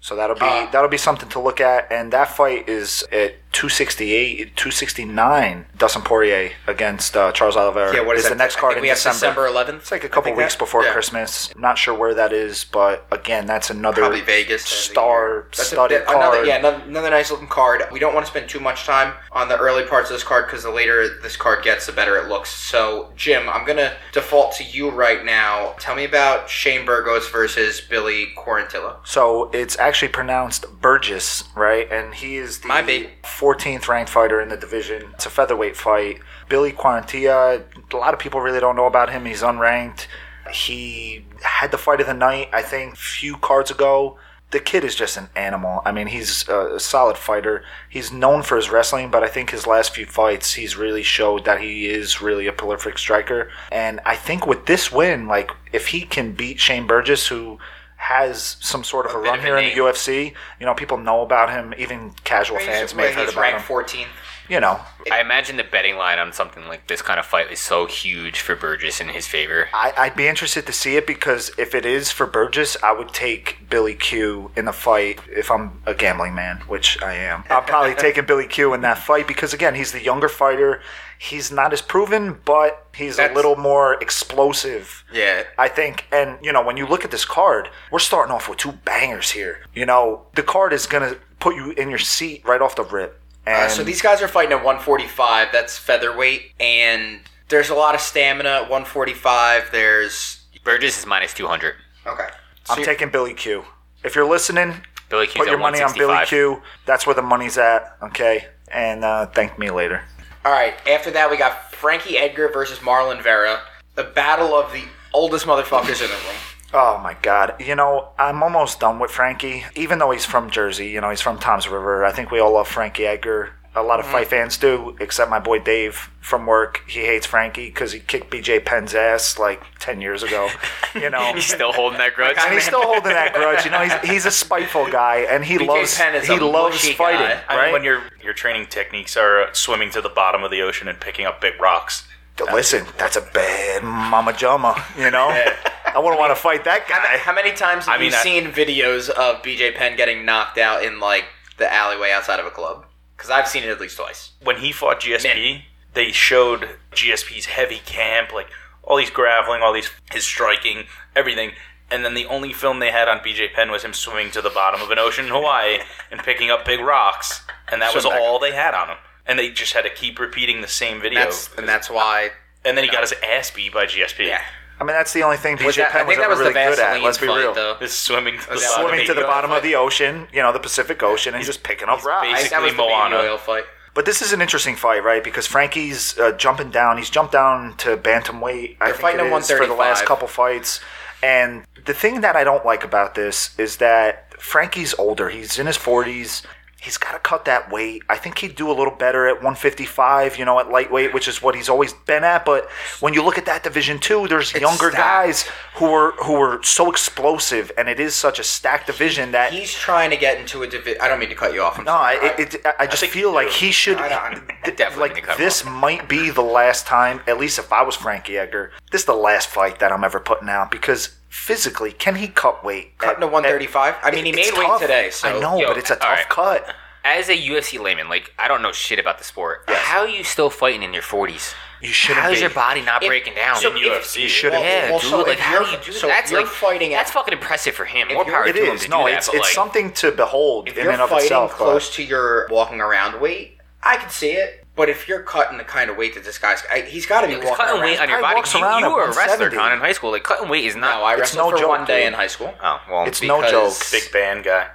So that'll be
Uh,
that'll be something to look at. And that fight is at 268, 269. Dustin Poirier against uh, Charles Oliveira.
yeah, what is
the
that?
next
I
card
think
in
we have December 11th.
It's like a couple weeks before Christmas. I'm not sure where that is, but again, that's another
Probably Vegas.
star
That's a-
studded
that- another-
card.
yeah, another, another nice looking card. We don't want to spend too much time on the early parts of this card because the later this card gets, the better it looks. So, Jim, I'm going to default to you right now. Tell me about Shane Burgos versus Billy Quarantillo.
So it's actually pronounced Burgess, right? And he is
Might
the
be.
14th ranked fighter in the division. It's a featherweight fight. Billy Quarantilla, a lot of people really don't know about him. He's unranked. He had the fight of the night, I think, few cards ago. The kid is just an animal. I mean, he's a solid fighter. He's known for his wrestling, but I think his last few fights, he's really showed that he is really a prolific striker. And I think with this win, like, if he can beat Shane Burgess, who has some sort of a,
bit
run
of a
here in
name.
the UFC. You know, people know about him. Even casual fans may have heard
he's
about him.
ranked 14th.
you know,
I imagine the betting line on something like this kind of fight is so huge for Burgess in his favor.
I, I'd be interested to see it because if it is for Burgess, I would take Billy Q in the fight if I'm a gambling man, which I am. I'm probably taking Billy Q in that fight because, again, he's the younger fighter. He's not as proven, but he's a
That's-
little more explosive.
Yeah.
I think, and you know, when you look at this card, we're starting off with two bangers here. You know, the card is gonna put you in your seat right off the rip.
Uh,
And
so these guys are fighting at 145. That's featherweight, and there's a lot of stamina at 145. There's
Burgess is minus 200.
okay. So
I'm
you're-
taking Billy Q. If you're listening,
Billy Q's
put
at
your money on Billy
165.
Q. That's where the money's at. Okay, and uh, thank me later.
All right. After that, we got Frankie Edgar versus Marlon Vera, the battle of the oldest motherfuckers in the room.
Oh my God! You know I'm almost done with Frankie. Even though he's from Jersey, you know he's from Tom's River. I think we all love Frankie Edgar. A lot of fight fans do, except my boy Dave from work. He hates Frankie because he kicked BJ Penn's ass like ten years ago. You know,
He's still holding that grudge.
and he's still holding that grudge. You know, he's, he's a spiteful guy, and he loves
Penn is
he
a
loves
mushy
fighting.
guy.
I
Right?
mean, when your your training techniques are uh, swimming to the bottom of the ocean and picking up big rocks.
Listen, that's a bad mama jama. You know, I wouldn't want to fight that
How ma-
guy.
How many times have
I mean,
you
I-
seen videos of BJ Penn getting knocked out in like the alleyway outside of a club? Because I've seen it at least twice.
When he fought GSP, they showed GSP's heavy camp, like all these graveling, all these his striking, everything. And then the only film they had on BJ Penn was him swimming to the bottom of an ocean in Hawaii and picking up big rocks, and that was
Swim back.
all they had on him. And they just had to keep repeating the same video.
That's and that's why.
and then he got his ass beat by GSP.
Yeah.
I mean, that's the only thing
Was
BJ
that, I
Penn was
think that
ever
was
really
the
good at.
Vaseline
Let's be
fight,
real.
thouging
Is swimming to the
Was that
bottom.
swimming to the
Big
bottom of
fight.
the ocean, you know, the Pacific Ocean, and just picking up rocks.
that was the
Basically Moana.
baby oil fight.
But this is an interesting fight, right? Because Frankie's uh, jumping down. He's jumped down to bantamweight. I
They're
think
fighting
it
at
is, for the
135.
last couple fights. And the thing that I don't like about this is that Frankie's older. He's in his forties. He's got to cut that weight. I think he'd do a little better at 155, you know, at lightweight, which is what he's always been at. But when you look at that division too, there's younger
stacked.
guys who are who are so explosive, and it is such a stacked division that
He's trying to get into a division. I don't mean to cut you off. I'm
no, I,
sorry.
it, it, I- I just
think
feel
you
like
do.
he should.
I don't-
th-
definitely need to
like
cut him
this might be the last time. At least if I was Frankie Edgar, this is the last fight that I'm ever putting out because physically, can he cut weight?
Cutting to 135? I mean, he
it's
made weight
tough.
today, so-
I know,
Yo,
but it's a tough
all right.
cut.
As a UFC layman, like, I don't know shit about the sport. How are you still fighting in your 40s?
You shouldn't
How
be.
is your body not
If-
breaking down?
so
in
if-
UFC.
you shouldn't be.
yeah,
Well,
dude.
so
like,
if
how do
you're-
you do
so
that?
if
That's
you're
like
fighting
That's
at-
fucking impressive for him. More
you're-
power
It
to him
is
to
no,
do that,
it's
but,
it's
like,
something to behold
if
in
you're
and of
fighting
itself. but-
close to your walking around weight, I can see it. But if you're cutting the kind of weight that this guy's, I, he's got to be walking
cutting
around.
weight on your
Guy
body.
walks
You,
around
you
at
were a wrestler,
170.
Con, in high school. Like cutting weight is not.
no, I wrestled
no
for
joke,
one day
dude.
in high school.
oh well,
It's no
because-
joke.
Big band guy.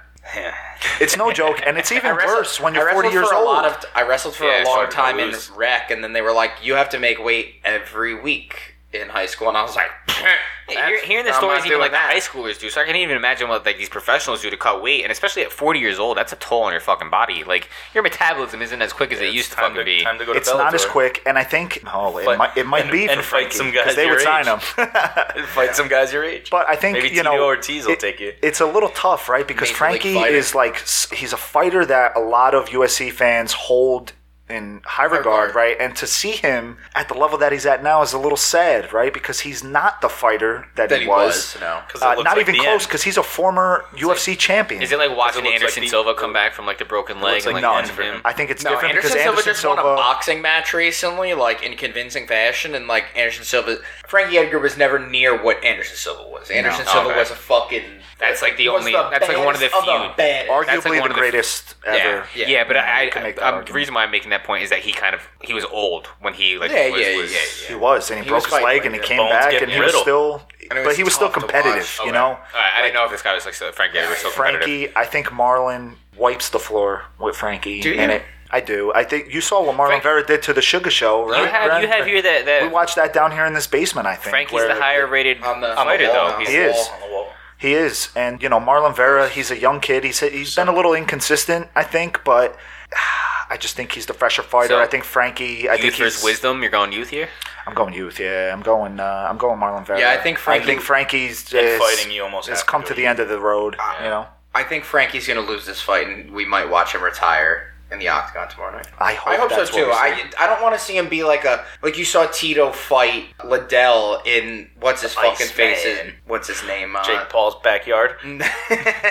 It's no joke, and it's
I
even
wrestled-
worse when
I
you're 40
wrestled
years
for
old.
A lot of t- I wrestled for
Yeah,
a
it's
long
hard to
time in
lose.
rec, and then they were like, "You have to make weight every week in high school," and I was like,
Yeah, You're
that's-
hearing the
I'm
stories
not
even
doing
like the
that.
high schoolers do, so I can even imagine what like these professionals do to cut weight, and especially at 40 years old, that's a toll on your fucking body. Like your metabolism isn't as quick as it used to
Time
fucking
to,
be.
time to go to
it's not as
Bellator.
quick, and I think oh, it
But-
might it might
and-
be
and
for
fight
Frankie
some guys
because they
your
would sign him.
age. Fight some guys your age.
But I think
Maybe
you know
Tito Ortiz will
it-
take you.
It's a little tough, right? Because
Major League
Frankie
Fighter.
is like s- he's a fighter that a lot of USC fans hold in high regard,
regard.
right? And to see him at the level that he's at now is a little sad, right? Because he's not the fighter that,
"That
he
he
was.
was." No,
'Cause it
Uh,
looks
not
like
even
the
close,
end.
because he's a former UFC champion.
Is it like watching
looks like
Anderson
the-
Silva come back from like the broken leg
looks
and
like
like
no,
the end of him?
I think it's
No,
different
Anderson
because
Silva
Anderson
just
Silva.
won a boxing match recently, like in convincing fashion, and like Anderson Silva, Frankie Edgar was never near what Anderson Silva was. Anderson
No.
Silva
Okay.
was a fucking.
That's like the
was
only- that's like one of the
baddest
few.
baddest.
arguably
That's like one
the
of the-
greatest ever.
Yeah,
Yeah.
but I,
can
I,
make that
I, the
argument.
reason why I'm making that point is that he kind of he was old when he like
Yeah,
was,
yeah,
was-
yeah, yeah.
He was, and he,
He
broke
was
his
fighting
leg,
like
and he
that.
came
Bones
back,
getting
and he was
riddled.
still,
And it
but
was
he was still
tough to watch.
competitive, you
Okay.
know.
All right, I didn't know if this guy was like so, Frank Edgar was so competitive.
Frankie, I think Marlon wipes the floor with Frankie.
Do you?
And it, I do. I think you saw what Marlon
Frank-
Vera did to the Sugar Show, right?
You have you
Brad?
have here that
we
that
watched that down here in this basement. I think
Frankie's
where
the higher rated
On the-
fighter
on the wall
though.
now.
He's-
He is.
On the wall.
He is, and you know Marlon Vera. He's a young kid. He's he's been a little inconsistent, I think, but ah, I just think he's the fresher fighter.
So,
I think Frankie. I think
Youth versus
he's.
wisdom. You're going youth here.
I'm going youth. Yeah, I'm going. Uh, I'm going Marlon Vera.
Yeah, I think Frankie-
I think Frankie's
And
just
fighting, you almost
has
have to
come
do
to
it.
the end of the road. You know,
I think Frankie's gonna lose this fight, and we might watch him retire in the octagon tomorrow night.
I hope.
I hope so
that's what
too.
we see.
I I don't want to see him be like a like you saw Tito fight Liddell in what's his fucking
Iceman.
face in what's his name uh,
Jake Paul's backyard.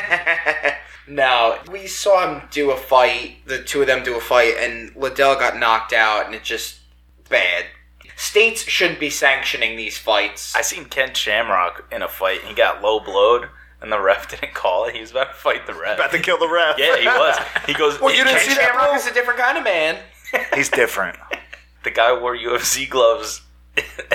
no, we saw him do a fight, the two of them do a fight, and Liddell got knocked out, and it just bad. States shouldn't be sanctioning these fights.
I seen Ken Shamrock in a fight. and He got low blowed, and and the ref didn't call it. He was about to fight the ref.
About to kill the ref.
yeah, he was. He goes.
Well, you didn't
"Ken
see that
Shamrock
Shamrock
bro?
is a different kind of man.
He's different.
the guy wore UFC gloves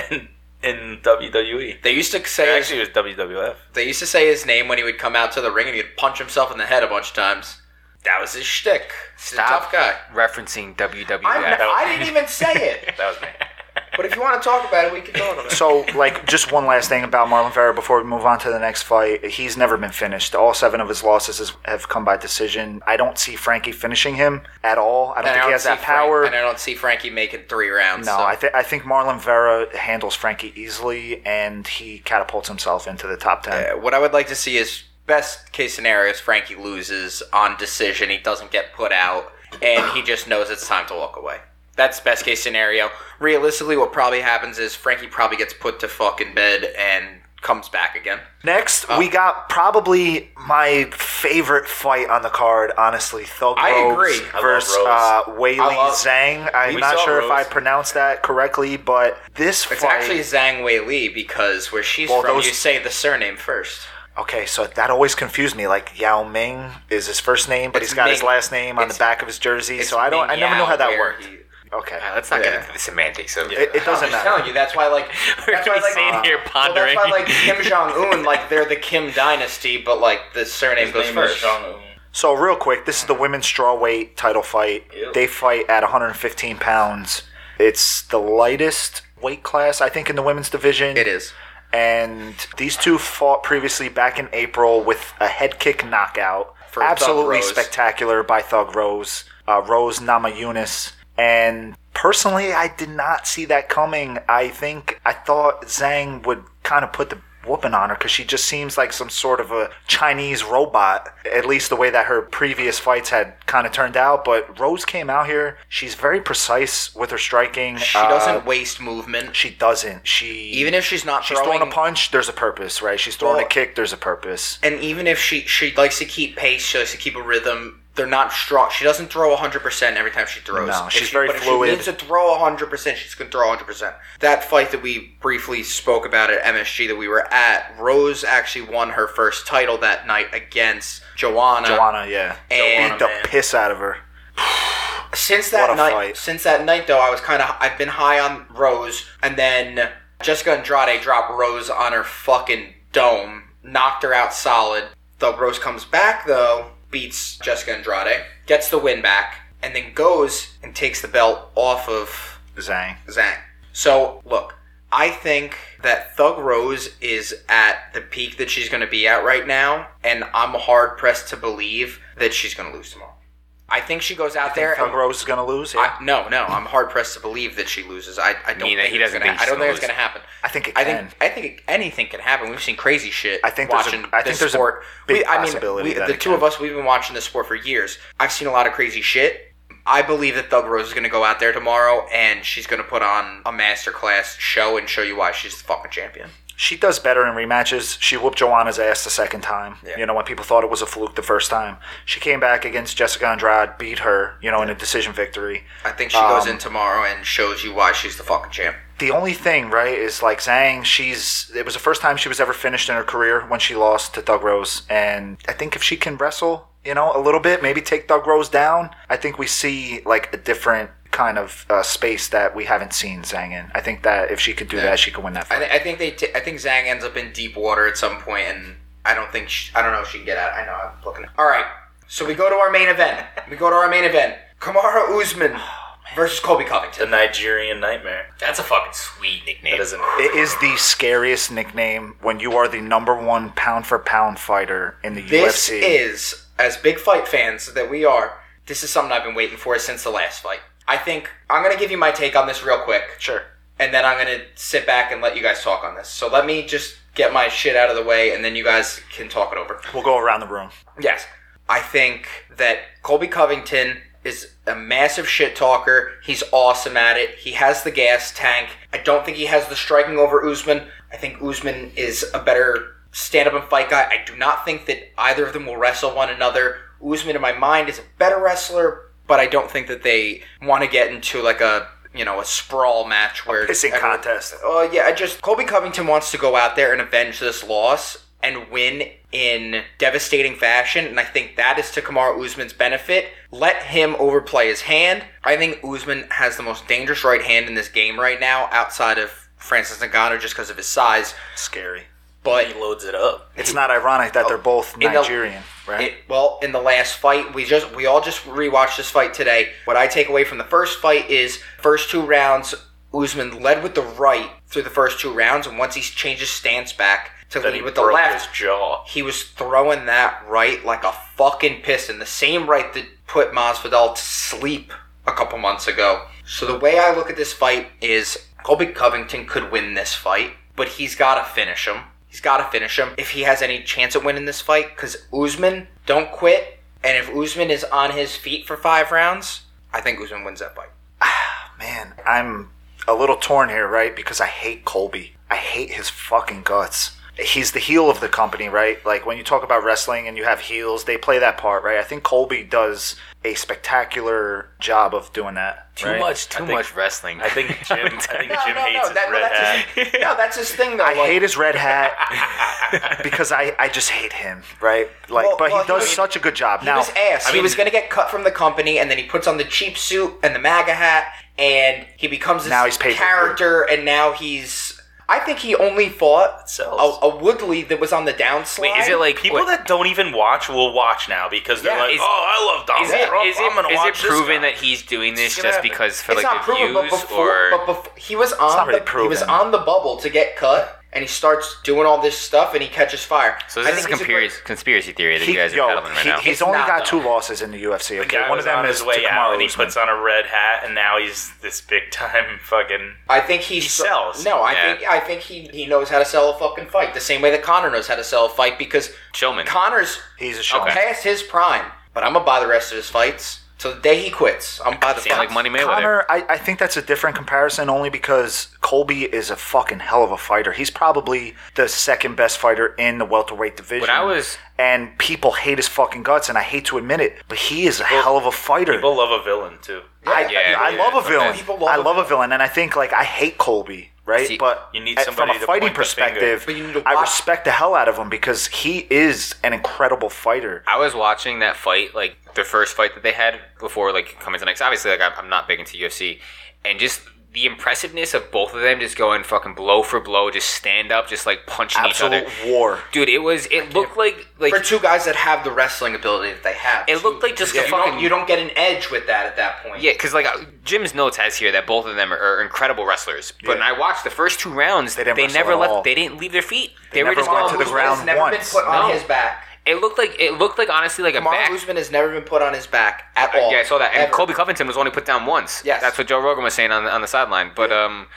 in, in WWE.
They used to say
Actually, it was WWF.
they used to say his name when he would come out to the ring and he'd punch himself in the head a bunch of times. That was his shtick. He's a tough guy.
referencing WWF.
I'm,
that was-
I didn't even say it.
That was me.
But if you want to talk about it, we can talk about it.
So, like, just one last thing about Marlon Vera before we move on to the next fight. He's never been finished. All seven of his losses is, have come by decision. I don't see Frankie finishing him at all. I don't
And
think
I
he
don't
has
see
that
Frank-
power.
and I don't see Frankie making three rounds.
no,
so.
I, th- I think Marlon Vera handles Frankie easily, and he catapults himself into the top ten.
Uh, what I would like to see is best case scenario is Frankie loses on decision. He doesn't get put out, and he just knows it's time to walk away. That's best case scenario. Realistically, what probably happens is Frankie probably gets put to fucking bed and comes back again.
Next,
Uh,
we got probably my favorite fight on the card, honestly. Thug
I
Rhodes
agree. I
love
versus
Rhodes.
uh, Whaley
I love-
Zhang. I'm
We
not
saw
sure if I
Rhodes.
pronounced that correctly, but this
It's
fight.
actually Zhang Wei Li because where she's
Well,
from,
those-
you say the surname first.
Okay, so that always confused me. Like Yao Ming is his first name, but
It's
he's got his
Ming.
last name on the
It's-
back of his jersey.
It's
So I don't. I
Ming
never
Yao
know how that
where
worked.
he-
Okay,
All right, let's not
Yeah.
get into the semantics of
it, it doesn't
I'm just
matter.
telling you, that's why like
We're
that's why
gonna be
like
sitting
well,
here
that's
pondering.
why like Kim Jong Un, like they're the Kim dynasty, but like the surname
His
goes
name is
first.
Sean Owen.
So real quick, this is the women's strawweight title fight.
Ew.
They fight at 115 pounds. It's the lightest weight class, I think, in the women's division.
It is.
and these two fought previously back in April with a head kick knockout.
For
Absolutely
Thug Rose.
spectacular by Thug Rose, uh, Rose Nama Yunus. And personally, I did not see that coming. I think I thought Zhang would kind of put the whooping on her because she just seems like some sort of a Chinese robot, at least the way that her previous fights had kind of turned out. But Rose came out here. She's very precise with her striking.
She
Uh,
doesn't waste movement.
She doesn't. She
even if she's not
She's
throwing,
throwing a punch. There's a purpose, right? She's throwing
Well-
a kick. There's a purpose.
and even if she she likes to keep pace, she likes to keep a rhythm. They're not strong. She doesn't throw hundred percent every time she throws.
No,
If
she's
she,
very
but
fluid.
If she needs to throw hundred percent, she's gonna throw hundred percent. That fight that we briefly spoke about at MSG that we were at, Rose actually won her first title that night against Joanna.
Joanna, yeah, uh,
And-
beat the
man.
piss out of her.
Since that
What a
night,
fight.
since that night though, I was kind of I've been high on Rose, and then Jessica Andrade dropped Rose on her fucking dome, knocked her out solid. The Rose comes back though, beats Jessica Andrade, gets the win back, and then goes and takes the belt off of
Zang.
Zang. So look, I think that Thug Rose is at the peak that she's going to be at right now, and I'm hard pressed to believe that she's going to lose tomorrow. I think she goes out there.
Thug
and
Rose is gonna lose. Yeah.
I, no, no, I'm hard pressed to believe that she loses. I, I don't
Nina,
think
he
it's
doesn't
gonna,
think
I don't
she's
think it's
gonna
gonna happen.
I, think it
I
can.
think I think anything can happen. We've seen crazy shit.
I think there's a-
watching.
I think
this
there's a
sport.
big
we, I mean,
possibility
we-
that
the
it
two
can.
of us we've been watching this sport for years. I've seen a lot of crazy shit. I believe that Thug Rose is gonna go out there tomorrow and she's gonna put on a masterclass show and show you why she's the fucking champion.
she does better in rematches. She whooped Joanna's ass the second time. You know, when people thought it was a fluke the first time, she came back against Jessica Andrade, beat her. You know, in a decision victory.
I think she goes
Um,
in tomorrow and shows you why she's the fucking champ.
the only thing, right, is like Zhang, she's it was the first time she was ever finished in her career when she lost to Thug Rose. And I think if she can wrestle, you know, a little bit, maybe take Thug Rose down, I think we see like a different kind of uh, space that we haven't seen Zhang in. I think that if she could do that, she could win that
I,
fight.
th- I think they. T- I think Zhang ends up in deep water at some point, and I don't think. She- I don't know if she can get out. I know. I'm looking. All right. So we go to our main event. We go to our main event. Kamara Usman versus Kobe
The
Covington.
Nigerian Nightmare.
That's a fucking sweet nickname.
That isn't.
It is the scariest nickname when you are the number one pound for pound fighter in the
This
UFC.
is as big fight fans that we are. This is something I've been waiting for since the last fight. I think I'm gonna give you my take on this real quick,
sure.
and then I'm gonna sit back and let you guys talk on this. So let me just get my shit out of the way, and then you guys can talk it over.
We'll go around the room.
Yes. I think that Colby Covington is a massive shit talker. He's awesome at it. He has the gas tank. I don't think he has the striking over Usman. I think Usman is a better stand up and fight guy. I do not think that either of them will wrestle one another. Usman, in my mind, is a better wrestler, but I don't think that they want to get into like a you know a sprawl match where
Pissing
everyone-
contest.
uh, yeah, I just Colby Covington wants to go out there and avenge this loss, and win in devastating fashion, and I think that is to Kamara Usman's benefit. Let him overplay his hand. I think Usman has the most dangerous right hand in this game right now, outside of Francis Ngannou, just because of his size.
Scary.
But
He loads it up.
It's not ironic that they're both
the-
Nigerian, right?
It, well, in the last fight, we just we all just rewatched this fight today. What I take away from the first fight is first two rounds, Usman led with the right through the first two rounds, and once he changed his stance back to
Then he
lead with the
broke his
left,
jaw.
he was throwing that right like a fucking piston. The same right that put Masvidal to sleep a couple months ago. So the way I look at this fight is Colby Covington could win this fight, but he's got to finish him. He's got to finish him if he has any chance at winning this fight. Because Usman, don't quit. And if Usman is on his feet for five rounds, I think Usman wins that fight.
Man, I'm a little torn here, right? Because I hate Colby. I hate his fucking guts. He's the heel of the company, right? Like when you talk about wrestling and you have heels, they play that part, right? I think Colby does a spectacular job of doing that.
Too
right?
much, too
think-
much wrestling.
I think Jim. I think Jim hates his
that-
red hat.
that's His, no, that's his thing though.
I
like-
hate his red hat because I, I just hate him, right? Like,
Well-
but
well,
he
he
does
was-
such a good job.
He
now,
was ass.
I
he was
mean-
going to get cut from the company, and then he puts on the cheap suit and the MAGA hat, and he becomes this
Now he's paid for it.
character, and now he's. I think he only fought
sells.
a, a Woodley that was on the downslide.
Wait, is it like
People
what-
that don't even watch will watch now because they're
Yeah,
like,
is-
"Oh, I love Donald
Is it,
Trump.
is
I'm
it,
gonna
is it
watch this
proven
guy."
that he's doing
It's
this
gonna
just
happen.
because for
It's
like
not
the
proven, but
views
before,
or
but before he was on
not really
the he
proven.
was on the bubble to get cut, and he starts doing all this stuff, and he catches fire.
so
I
this is a
think he's
conspiracy,
great-
conspiracy theory that
he,
you guys are
yo,
peddling right
he-
now.
he's
It's
only
not,
got
though.
two losses in the UFC.
The
Okay,
guy
one
was
of them
on
is
his way
to
out,
Kamaru
and he
Usman.
puts on a red hat, and now he's this big time fucking.
I think he's,
He sells.
No, I
Yeah.
think I think he, he knows how to sell a fucking fight the same way that Connor knows how to sell a fight because
Showman.
Connor's
He's a showman.
past his prime, but I'm gonna buy the rest of his fights till the day he quits. I'm gonna buy the
Seems
fights.
like Money Mayweather.
Connor, I, I think that's a different comparison only because Colby is a fucking hell of a fighter. He's probably the second best fighter in the welterweight division.
When I was-
and people hate his fucking guts, and I hate to admit it, but he is a hell of a fighter.
People love a villain too.
I,
Yeah,
I, I
yeah,
love a
okay.
villain.
People love
I
a
love a villain, and I think like I hate Colby, right?
See,
but
you need
at-
somebody
from a
to
fighting
point the finger.
perspective,
But you need to
I
watch-
respect the hell out of him because he is an incredible fighter.
I was watching that fight, like the first fight that they had before, like coming to the next. Obviously, like I'm, I'm not big into UFC, and just the impressiveness of both of them just going fucking blow for blow, just stand up, just like punching
Absolute
each other.
war.
Dude, it was. It looked like like
for two guys that have the wrestling ability that they have.
It
too.
looked like just
you
a
don't-
fucking-
you don't get an edge with that at that point.
Yeah, because like uh, Jim's notes has here that both of them are, are incredible wrestlers. But when
Yeah.
I watched the first two rounds, they,
didn't wrestle
never
at
left.
all.
They didn't leave their feet. They, were
never
just
went to
going
the
Usman
Usman-
ground
has never been
once.
put on
No.
his back.
It looked like it looked like honestly like a back.
Kamaru Usman has never been put on his back at all.
Yeah, I saw that. And
Ever.
Colby Covington was only put down once.
Yes.
that's what Joe Rogan was saying on the, on the sideline. But um,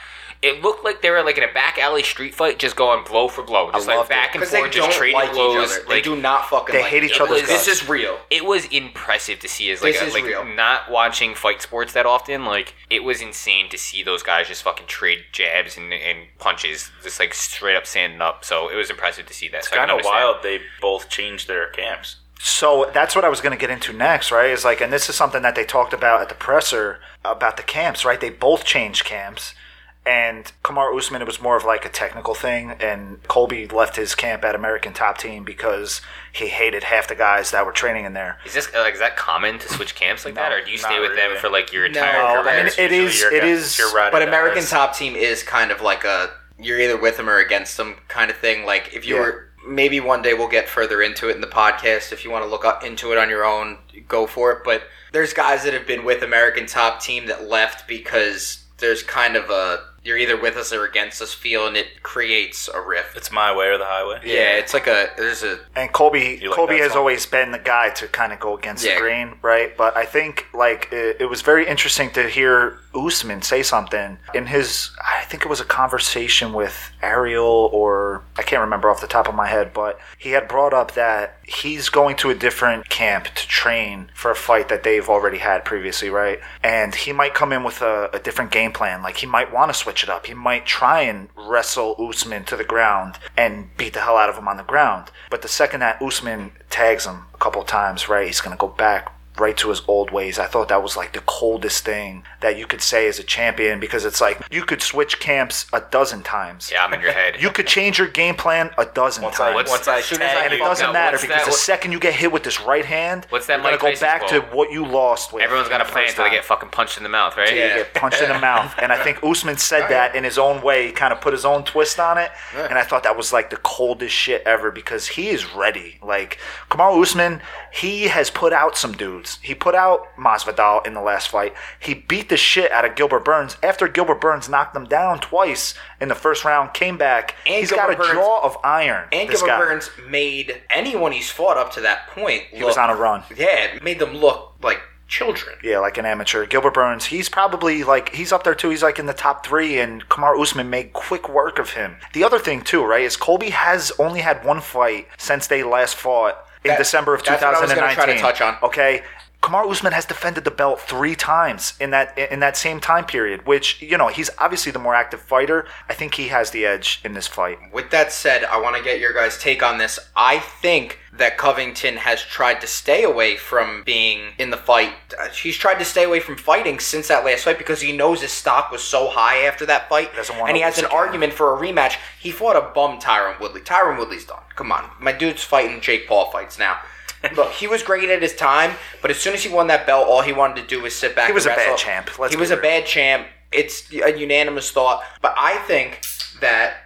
it looked like they were like in a back alley street fight, just going blow for blow, just like
loved it.
back and
because they
forth, just
don't
trading
like
blows.
each other. They
Like
do not fucking.
They
like
hate each other's
other.
guts.
This is real.
it was impressive to see as like
This
a,
is
like
real.
not watching fight sports that often. Like it was insane to see those guys just fucking trade jabs and, and punches, just like straight up standing up. So it was impressive to see that. so I can
Kind of
understand.
wild. They both changed their camps.
So that's what I was going to get into next, right? Is like, and this is something that they talked about at the presser about the camps, right? They both changed camps, and Kamar Usman it was more of like a technical thing, and Colby left his camp at American Top Team because he hated half the guys that were training in there.
Is this like is that common to switch camps like that, or do you stay
not
with them
really.
for like your
No,
entire
I
career?
I mean, it
Usually
is,
your
it
guy-
is.
your ride or
But
die
American
is-
Top Team is kind of like a you're either with them or against them kind of thing. Like if you
Yeah.
were maybe one day we'll get further into it in the podcast. If you want to look up into it on your own, go for it. But there's guys that have been with American Top Team that left because there's kind of a you're either with us or against us feel, and it creates a rift.
It's my way or the highway.
yeah, it's like a there's a
And Colby,
You like
Colby
that
has
song?
always been the guy to kind of go against
Yeah.
the grain, right? But I think like it, it was very interesting to hear Usman say something in his. I think it was a conversation with Ariel, or I can't remember off the top of my head, but he had brought up that he's going to a different camp to train for a fight that they've already had previously, right? And he might come in with a, a different game plan. Like he might want to switch it up. He might try and wrestle Usman to the ground and beat the hell out of him on the ground. But the second that Usman tags him a couple times, right, he's going to go back, right to his old ways. I thought that was like the coldest thing that you could say as a champion because it's like you could switch camps a dozen times.
Yeah, I'm in your head.
You could change your game plan a dozen
Once I,
times.
what's-
once I
as soon as I
tag
and it
you-
doesn't
no,
matter
what's
because
that-
the
what-
second you get hit with this right hand,
What's that
you're gonna
Mike
go
Tyson's
back to
quote?
what you lost with.
Everyone's got a
the
plan
first
until they
time.
get fucking punched in the mouth, right?
You get punched in the mouth. And I think Usman said that in his own way, kind of put his own twist on it. And I thought that was like the coldest shit ever because he is ready. Like Kamal Usman, he has put out some dudes. He put out Masvidal in the last fight. He beat the shit out of Gilbert Burns after Gilbert Burns knocked him down twice in the first round, came back.
And
He's
Gilbert
got a
Burns-
jaw of iron.
And
this
Gilbert
guy.
Burns made anyone he's fought up to that point.
He was on a run.
Yeah, it made them look like children.
Yeah, like an amateur. Gilbert Burns, he's probably like he's up there too. He's like in the top three, and Kamar Usman made quick work of him. The other thing too, right, is Colby has only had one fight since they last fought in
That-
December of
that's what I was
2019.
gonna try to touch on.
Okay. Kamar Usman has defended the belt three times in that in that same time period, which you know he's obviously the more active fighter. I think he has the edge in this fight.
With that said, I want to get your guys' take on this. I think that Covington has tried to stay away from being in the fight. Uh, He's tried to stay away from fighting since that last fight because he knows his stock was so high after that fight.
Doesn't wanna
And he has
lose
an
again.
argument for a rematch. He fought a bum Tyron Woodley. Tyron Woodley's done. Come on. My dude's fighting Jake Paul fights now. Look, he was great at his time, but as soon as he won that belt, all he wanted to do was sit back.
He was
and
a bad
wrestle.
champ. Let's
he
be
was a
real.
bad champ. It's a unanimous thought, but I think that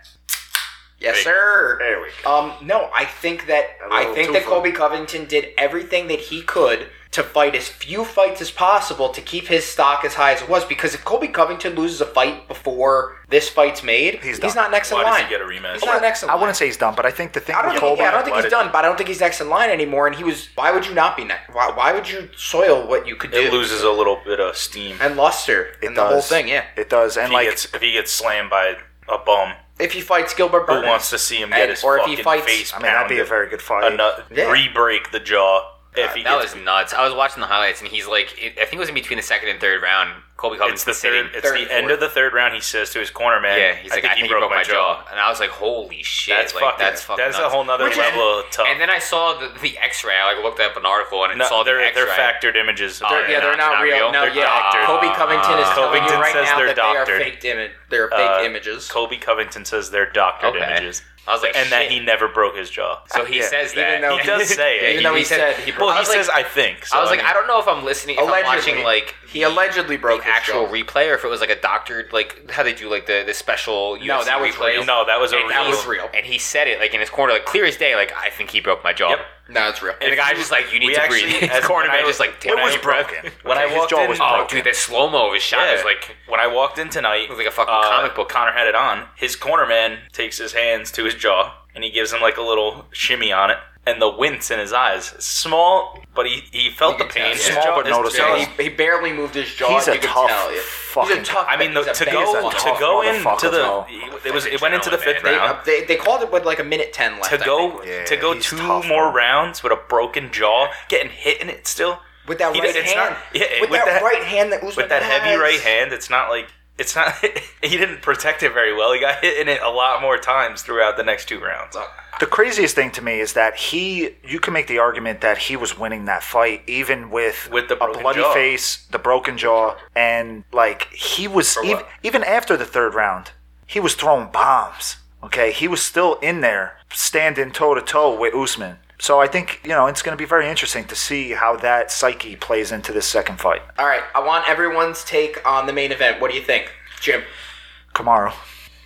Yes,
Hey.
sir.
There we
Um, no, I think that
A
I
little
think that
twofer.
Colby Covington did everything that he could to fight as few fights as possible to keep his stock as high as it was. Because if Colby Covington loses a fight before this fight's made, he's,
He's done.
not next
Why
in
does
line.
he get a rematch?
He's not next in
I
line.
wouldn't say he's done, but I think the thing
I don't
with
think,
Colby,
yeah, I don't think
why
he's
did-
done, but I don't think he's next in line anymore. And he was. Why would you not be next? Why, why would you soil what you could do
it loses a little bit of steam.
and luster
it
and
does.
the whole thing? Yeah.
it does. And
If he,
like
gets, if he gets slammed by a bum,
If he fights Gilbert
who
Burns,
wants to see him
And-
get his
or if
fucking
he fights-
face
I mean, that'd be a
pounded?
very good fight.
Ano-
Yeah.
re-break the jaw if he
That
gets
was nuts. I was watching the highlights, and he's like, it, I think it was in between the second and third round. Colby Covington
it's the
sitting.
third, it's
third
the
and
end
fourth.
of the third round. He says to his corner man,
yeah, he's
I
like,
think
I
he broke, my jaw."
and I was like, holy shit,
That's
like,
fucking.
that's fucking.
that's
nuts.
a whole nother
Which is-
level of tough.
And then I saw the, the X-ray. I like looked up an article and it
no,
saw the
they're,
X-ray.
they're factored images.
Oh,
Yeah, they're not, real. No,
They're
yeah.
doctored.
Kobe Covington is telling you
Covington
right
says
now
they're
that they
doctored.
are faked image. They're fake
Uh,
images.
Kobe Covington says they're doctored
Okay.
images,
I was like,
and that
shit.
he never broke his jaw.
So he
Yeah,
says
even
that.
though-
He does say it.
Even though he said he
well,
I
he
was like-
says, "I think." So,
I was like,
mean,
I don't know if I'm listening, if I'm watching like
he allegedly broke
the
his
actual
jaw.
replay or if it was like a doctored, like how they do like the, the special UFC
No, that was
replays.
real.
No, that was a
and
real.
that
was real.
And he said it like in his corner, like clear as day. Like I think he broke my jaw.
Yep.
No, it's real.
And the guy's just like, you need
We
to
actually-
breathe.
as-
His corner
when I
man
was-
just like,
it
"Damn,
was
I
broken.
When I
His
walked
jaw
in-
was
Oh,
broken.
dude, that slow mo of his shot
Yeah.
is like
when I walked in tonight,
was like a fucking
uh,
comic book.
Connor had it on. His corner man takes his hands to his jaw and he gives him like a little shimmy on it, and the wince in his eyes, small, but he, he felt
You
the
can
pain.
tell.
Small
jaw
but
is-
noticeable.
he, he barely moved his jaw.
He's a
you could
tough
tell. yeah.
fucking-
He's a tough.
I mean, the,
he's a
to
bad
go
one.
He's a
to
tough
go in
motherfucker,
to
though.
the it was it went into the
Adrenaline,
fifth
man.
They,
round.
uh, they, they called it with like a minute ten left.
To
I
go
think.
Yeah,
to go
he's
two
tough,
more
man.
rounds with a broken jaw, getting hit in it still.
with that
He
right
did- it's
hand.
not- yeah,
with,
with
that,
that-
right hand that Usman
with that heavy
has.
right hand, it's not like it's not. he didn't protect it very well. He got hit in it a lot more times throughout the next two rounds.
Oh,
The craziest thing to me is that he, you can make the argument that he was winning that fight even with,
With the
a
broken
bloody
jaw.
face, the broken jaw, and like he was, even,
what?
even after the third round, he was throwing bombs. Okay. He was still in there standing toe to toe with Usman. So I think, you know, it's going to be very interesting to see how that psyche plays into this second fight.
All right, I want everyone's take on the main event. What do you think, Jim,
Kamaru.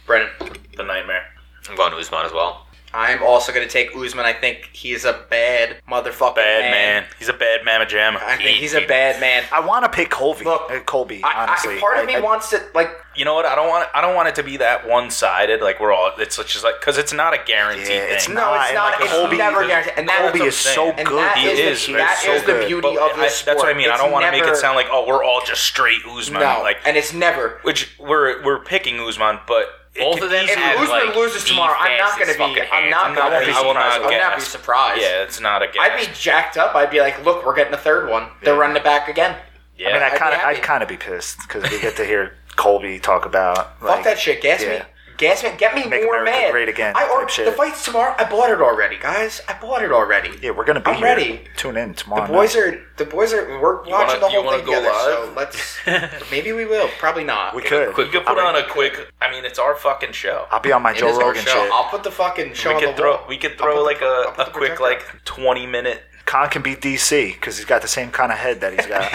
Brennan?
The nightmare.
I'm going to Usman as well.
I'm also going to take Usman. I think he's a bad motherfucking
Bad man. He's a bad mamma
I
jamma.
think
He-
he's a bad man.
I want to pick Colby.
Look,
uh, Colby,
I,
honestly.
I, part of me
I- I-
wants to like
You know what? I don't want. I don't want it to be that one sided. Like we're all. It's just like because it's not a guaranteed
Yeah,
thing.
it's not.
No, it's
and,
not.
like,
it's
Colby-
never guaranteed. And that-
Colby
that's
is so
saying.
And
good.
that
He
is,
is,
the,
man.
that
So
is the
good.
beauty
But
of
I-
this sport.
That's what I mean.
It's
I don't want to make
never-
it sound like oh we're all just straight Usman.
no,
Like
and it's never.
which we're we're picking Usman, but it
Both
could
of them
If
easily-
have,
Usman
like,
loses
the
tomorrow, I'm not going to
fastest
be.
fucking
I'm
hands.
not
I'm not
going to be
gonna- I will not
surprised. I'm
guess.
not be surprised.
yeah, it's not a guess.
I'd be jacked up. I'd be like, look, we're getting a third one. They're running it back again.
yeah.
I mean, I
I'd be
kind of,
happy.
I'd kind of be pissed because we get to hear Colby talk about.
Fuck that shit. Gas me.
yeah.
gas man, get me
Make
more
America
mad.
great again,
I or,
type shit.
the fight's tomorrow. I bought it already, guys. I bought it already.
Yeah, we're gonna be
I'm
here.
ready.
Tune in tomorrow.
The boys are the boys are we're watching
wanna-
the
you
whole
wanna
thing
go
together. So
live?
let's maybe we will. Probably not.
We could.
We could put on a quick. I mean, it's our fucking show.
I'll be on my
It
Joe
is our
Rogan
show.
shit.
I'll put the fucking show
We
on
could
the
throw.
wall.
We could
I'll
throw
put
like
the- I'll
a,
put
a
the
quick
projector
like
up.
twenty minute.
Khan can be DC because he's got the same kind of head that he's got.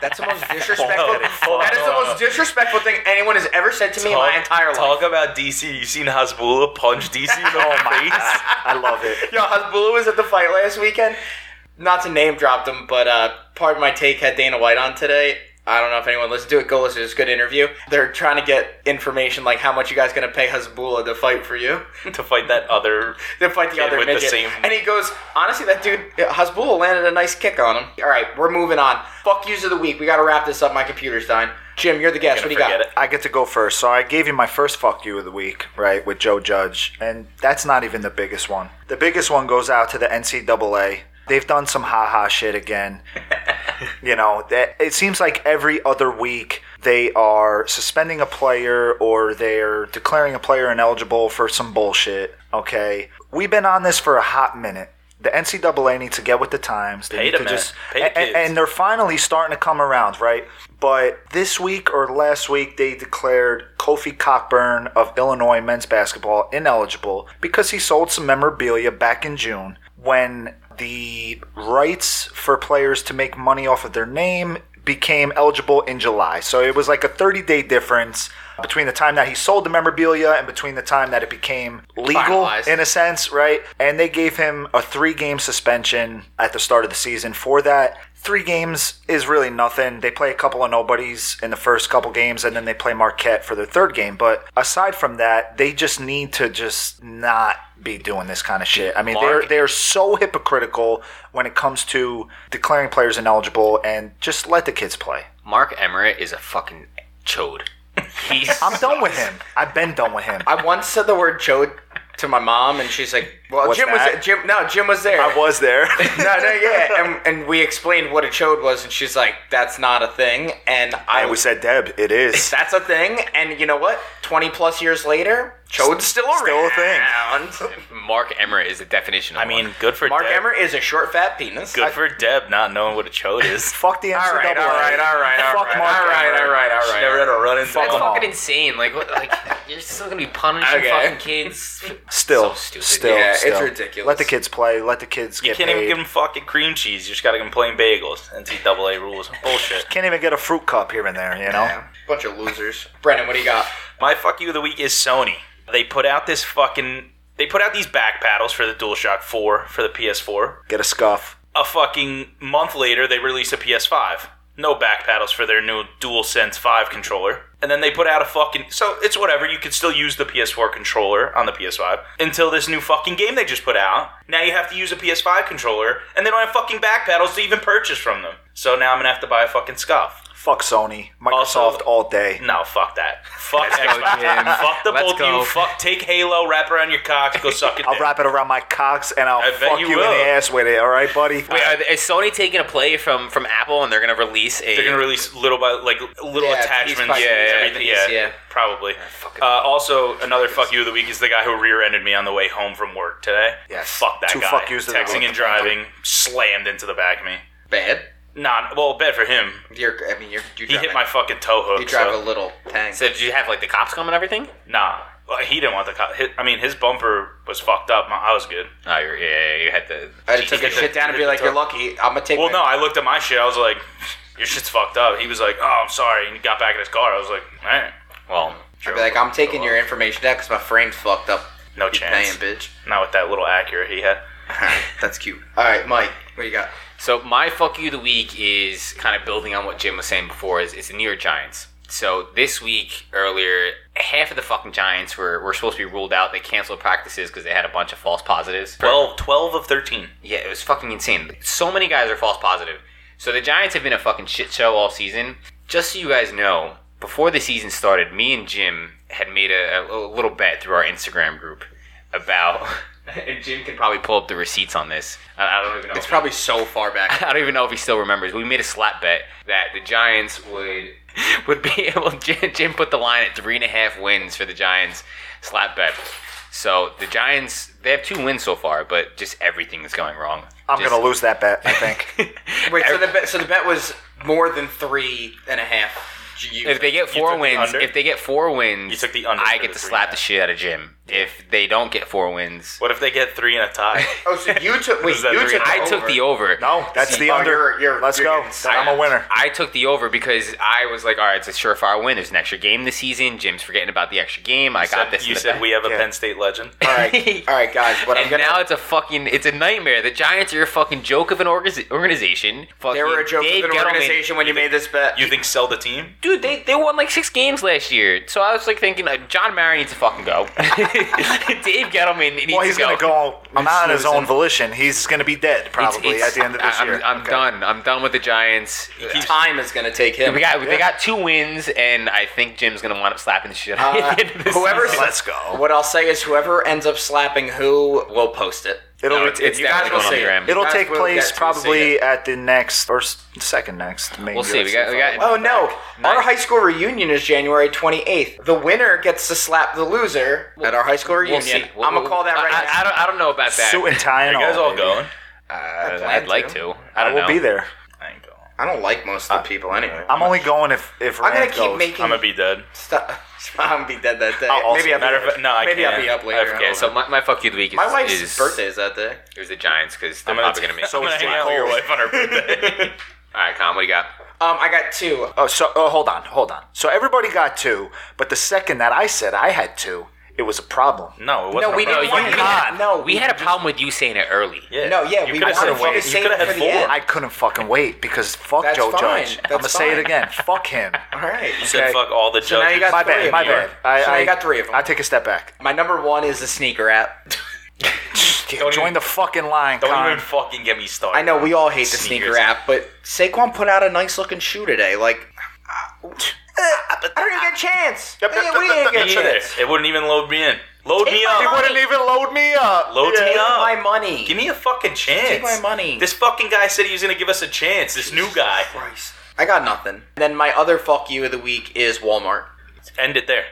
That's the most disrespectful.
Hold on, hold
that is the
on.
most disrespectful thing anyone has ever said to me in my entire life. Oh
Talk about DC. You seen Hasbullah punch DC in the face?
I love it.
Yo, Hasbulla was at the fight last weekend. Not to name drop them, but uh, part of my take had Dana White on today. I don't know if anyone listened to it. Go listen. It's a good interview. They're trying to get information like how much you guys gonna pay Hasbulla to fight for you,
to fight that other.
to fight the
Kid
other
with the
midget.
same-
And he goes, honestly, that dude Hasbulla landed a nice kick on him. All right, we're moving on. Fuck yous of the week. We gotta wrap this up. My computer's dying. Jim, you're the guest. What do you got?
Forget it.
I get to go first. So I gave you my first fuck you of the week, right, with Joe Judge. And that's not even the biggest one. The biggest one goes out to the NCAA. They've done some ha ha shit again. you know, that- it seems like every other week they are suspending a player or they're declaring a player ineligible for some bullshit. Okay. We've been on this for a hot minute. The NCAA needs to get with the times. They
Pay
need
the
to
man.
just
Pay the
and- and-
kids.
and they're finally starting to come around, right? But this week or last week, they declared Kofi Cockburn of Illinois men's basketball ineligible because he sold some memorabilia back in June when the rights for players to make money off of their name became eligible in July. So it was like a 30 day difference between the time that he sold the memorabilia and between the time that it became legal
Finalized.
in a sense, right? And they gave him a three game suspension at the start of the season for that. Three games is really nothing. They play a couple of nobodies in the first couple games, and then they play Marquette for their third game. But aside from that, they just need to just not be doing this kind of shit. I mean, they're
Mark.
they're so hypocritical when it comes to declaring players ineligible and just let the kids play.
Mark Emmerich is a fucking chode. He's
I'm done with him. I've been done with him.
I once said the word chode to my mom, and she's like, "Well,
What's
Jim
that?
was Jim. No, Jim was there.
I was there.
no, no, yeah, and, and we explained what a chode was, and she's like, "That's not a thing." And I
and we
was,
said, Deb, it is.
"That's a thing." And you know what? Twenty plus years later, chode's still around.
Still a thing.
Mark Emmerich is the definition. Of
I mean, good for
Mark
Deb.
Emmer is a short, fat penis.
Good for Deb not knowing what a chode is.
Fuck the NCAA.
All right, all right, all right, all
Fuck
right, all
Mark
right,
Emmerich.
all right, all
She
right.
never had a run in.
that's
Fuck him.
Fuck
fucking insane. Like, what, like you're still gonna be punishing
Okay.
fucking kids.
Still,
So stupid.
still,
Yeah, it's
still.
ridiculous.
Let the kids play. Let the kids
you
get
can't even
paid.
give them fucking cream cheese. You just gotta complain bagels. NCAA rules. Bullshit.
Can't even get a fruit cup here and there. You know.
Yeah, bunch of losers. Brennan, what do you got?
My fuck you of the week is Sony. They put out this fucking. They put out these back paddles for the DualShock 4 for the PS4.
Get a scuff.
A fucking month later, they release a PS5. No back paddles for their new DualSense 5 controller. And then they put out a fucking. So it's whatever. You could still use the PS4 controller on the PS5 until this new fucking game they just put out. Now you have to use a PS5 controller, and they don't have fucking back paddles to even purchase from them. So now I'm gonna have to buy a fucking scuff.
Fuck Sony,
Also-
Microsoft all day.
No, fuck that. Fuck
go,
Xbox.
Jim.
Fuck the
Let's
both of
go.
you. Fuck. Take Halo, wrap around your cock, go suck it.
I'll wrap it around my cocks and I'll
I bet
fuck you,
you
in the
will.
ass with it. All right, buddy.
Wait, are, is Sony taking a play from from Apple and they're gonna release a?
They're gonna release little by like little
Yeah, piece
attachments.
by piece,
Yeah, yeah,
piece,
everything. Yeah,
yeah.
probably.
fucking-
Uh, also, another fuck you of the week is the guy who rear-ended me on the way home from work today.
Yes.
fuck that
Two
guy.
fuck yous of the
Texting
week.
and driving, slammed into the back of me.
Bad.
Not well, bad for him.
You're, I mean, you're, you
He
drive
hit
a-
my fucking toe hook.
You drive
so-
a little tank.
so did you have like the cops come and everything?
nah, Well, he didn't want the. Co- hit, I mean, his bumper was fucked up. My- I was good.
Oh, you're, yeah, yeah, you had to.
I just took
He
the
hit the-
shit down and
he
be
hit
like,
the
"You're
toe.
lucky." I'm gonna take.
Well,
my-
no, I looked at my shit. I was like, "Your shit's fucked up." He was like, "Oh, I'm sorry," and he got back in his car. I was like, "All right,
Well,
I'd be like, "I'm taking your information down because my frame's fucked up."
no
You
chance."
paying, bitch.
Not with that little Acura he had.
That's cute. All right, Mike, what you got?
So my fuck you of the week is kind of building on what Jim was saying before. Is it's the New York Giants. So this week earlier, half of the fucking Giants were, were supposed to be ruled out. They canceled practices because they had a bunch of false positives.
12, 12 of 13.
Yeah, it was fucking insane. So many guys are false positive. So the Giants have been a fucking shit show all season. Just so you guys know, before the season started, me and Jim had made a, a little bet through our Instagram group about and Jim can probably pull up the receipts on this. I, I don't even know.
It's probably so far back.
I don't even know if he still remembers. We made a slap bet that the Giants would would be able. Jim, Jim put the line at three and a half wins for the Giants slap bet. So the Giants they have two wins so far, but just everything is going wrong.
I'm gonna lose that bet. I think.
lose.
Wait, so the bet, so the bet was more than three and a half. You-
if they get
You
four
took the
wins,
under?
if they get four wins,
You took the under
I
for
get
the
to
three
slap
and a
the shit out of Jim. If they don't get four wins,
What if they get three in a tie?
oh, so you took wait,
Was that
you
three
took
and a
I
half?
took the over.
No, that's
See,
the
oh,
under.
you're- you're-
Let's
you're
go.
getting
Then I'm a winner.
I took the over because I was like, all right, it's a surefire win. There's an extra game this season. Jim's forgetting about the extra game. I got
Said-
this. in
you
the
said
back.
we have a
Yeah.
Penn State legend.
All right, all right, guys. But I'm
And
gonna
now it's a fucking, it's a nightmare. The Giants are a fucking joke of an orga- organization. Fucking
they were a joke
Dave
of an
Gettleman-
organization when you made this bet.
You think sell the team?
Dude, they, they won like six games last year. So I was like thinking, uh, John Mara needs to fucking go. Dave Gettleman needs
Well, he's
to go.
gonna go.
I'm
not on his
snoozing.
own volition. He's gonna be dead
It's-
probably
it's-
at the end of this
I, am
year.
I'm
Okay.
done. I'm done with the Giants.
time is gonna take him.
We got
Yeah.
they got two wins, and I think Jim's gonna wind up slapping the shit. out
Uh,
of the end of this
whoever-
season.
Let's go.
What I'll say is, whoever ends up slapping who will post it.
It'll
No, it's- it's
You guys
definitely
will
going on
see
the
it.
gram.
You
it'll
guys
take
will get
place
to see
probably
it.
at the next or s- second next. Main
We'll see. We
UFC
got- we
fight.
got-
Oh no!
Nice.
Our high school reunion is January 28th. The winner gets to slap the loser at our high school
We'll
reunion.
see. We'll-
I'm gonna call that
I-
right
I,
now.
I don't. I don't know about that.
suit and
Are
tie. and
you
Oh,
guys all
baby.
going?
Uh,
plan
I'd like
to.
to. I
I
don't
will
know.
be there.
I ain't going.
I don't like most of the people anyway.
I'm only going if if
Uh, I'm gonna
Rand
keep
goes.
making.
I'm gonna be dead.
Stop. I'm gonna be dead that day.
I'll also-
Maybe I'll be
Matter of
up.
fact, no, I
Maybe I'll
can't.
be up
I
later.
forget.
Okay, so my, my fuck you of the week is
my wife's
is,
birthday is that day.
It was the Giants because they're
I'm gonna
probably gonna
make
miss.
so
All
I'm gonna
it's
hang
Jake
out with your
Cole.
wife on her birthday.
right, Con, what do you got?
Um, I got two.
Oh, so oh, hold on, hold on. So everybody got two, but the second that I said I had two, it was a problem.
no, it wasn't.
No,
a
we
problem.
didn't.
Oh, you
want- we
didn't.
had- No,
We had a problem with you saying it early.
Yeah.
No, yeah,
you
we
coulda
wanted
said
to
wait.
save
You coulda
it
had
for the
four.
end.
I couldn't fucking wait because fuck
That's
Joe
fine.
Judge.
That's
I'm gonna say it
fine.
again. fuck him.
All right.
You said
Okay.
fuck all the judges.
So now you got
My
three
bad.
of
My
them.
bad. I,
So now
I
you got three of them.
I take a step back.
My number one is the sneaker app.
Join
even-
the fucking line,
Don't
Con.
even fucking get me started.
I know we all hate the
Sneakers.
sneaker app, but Saquon put out a nice looking shoe today. Like, uh, I didn't get a chance.
Yep, yep,
Yeah, we
yep,
didn't
yep,
get
Me
a
yep,
either.
chance.
It wouldn't even load me in. Load
Take
me
my
up.
He wouldn't even load me up.
Load me
Take
up.
my money.
Give me a fucking chance.
Take my money.
This fucking guy said he was gonna give us a chance. This new guy.
Christ. I got nothing. Then my other fuck you of the week is Walmart.
End it there.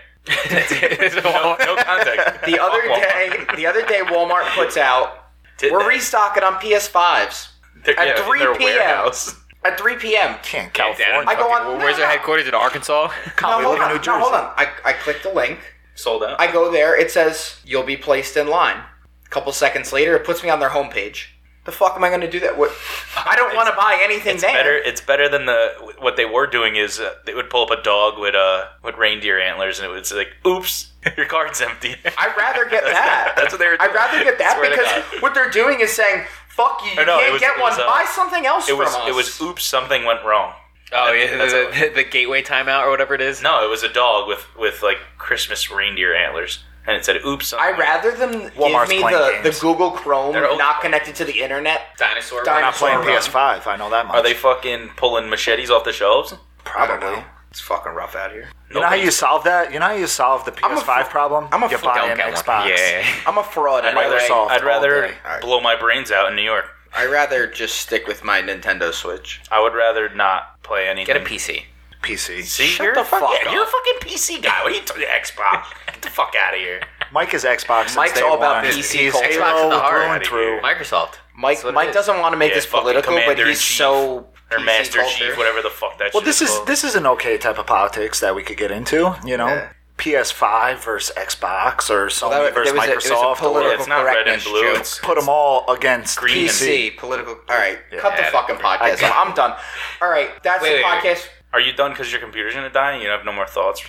No,
No contact.
The other
Fuck Walmart.
day, the other day, Walmart puts out.
Did
We're
they?
restocking on PS5s
They're-
at
yeah, in
3
their
p.m.
warehouse.
at 3 p.m.
Can't
Down in
California.
I go on-
fucking- Where's
no,
their
no.
headquarters in Arkansas?
Con, we
hold
live in
on,
New Jersey.
hold on. I, I click the link.
Sold out.
I go there. It says you'll be placed in line. A couple seconds later, it puts me on their homepage. The fuck am I going to do that? What? I don't want to buy anything
It's
there.
better. It's better than the what they were doing is uh, they would pull up a dog with uh with reindeer antlers and it was like, oops, your card's empty.
I'd rather get that.
That's what they were doing.
I'd rather get that
Swear to God.
because what they're doing is saying, "Fuck you, you
Or no, it
can't
was-
get
it
one.
was, uh,
buy something else
it
from
was
us."
it was oops something went wrong.
Oh yeah,
That's
the,
all.
the, the gateway timeout or whatever it is.
No, it was a dog with with like Christmas reindeer antlers and it said oops. something
I rather them
Walmart's
give me
playing
the, the
games.
Google Chrome
They're old-
not connected to the internet.
dinosaur.
Dino-
I'm not playing
Sorry.
PS5. I know that much.
Are they fucking pulling machetes off the shelves?
probably?
It's fucking rough out here.
You know how you solve that? You know how you solve the
I'm a
PS5
fu-
problem?
I'm a
you
fu-
buy
Don't
an
get
Xbox.
one. Yeah.
I'm a fraud.
I'd rather,
Microsoft
I'd
all
rather
day.
Alright.
blow my brains out in New York.
I'd rather just stick with my Nintendo Switch.
I would rather not play anything.
Get a PC.
PC.
See,
Shut
you're
the
a fuck-
fuck
yeah,
up.
You're a fucking PC guy. What are you talking Xbox? Get the fuck out of here.
Mike is Xbox. since
Mike's
day
all about
one.
PC
He's
culture.
Halo
Xbox is the heart.
through and through.
Microsoft.
Mike
That's what it
Mike
is.
doesn't want to make
Yeah,
this
fucking
political, but
Commander in
he's
Chief.
so
Or
PC
Master
culture.
Chief, whatever the fuck that.
Well,
shit
this is
called.
this is an okay type of politics that we could get into. You know, PS5 versus Xbox or Sony
that- that
versus
was a- it was a
Microsoft. or
political
Yeah, it's not red and
correctness
blue.
joke.
It's
put them all against
Green and-
PC.
PC, political. All right, cut the
Yeah,
fucking podcast.
I-
off. I'm done. All right, that's
Wait,
the
wait, wait.
podcast.
Are you done because your computer's gonna die and you have no more thoughts?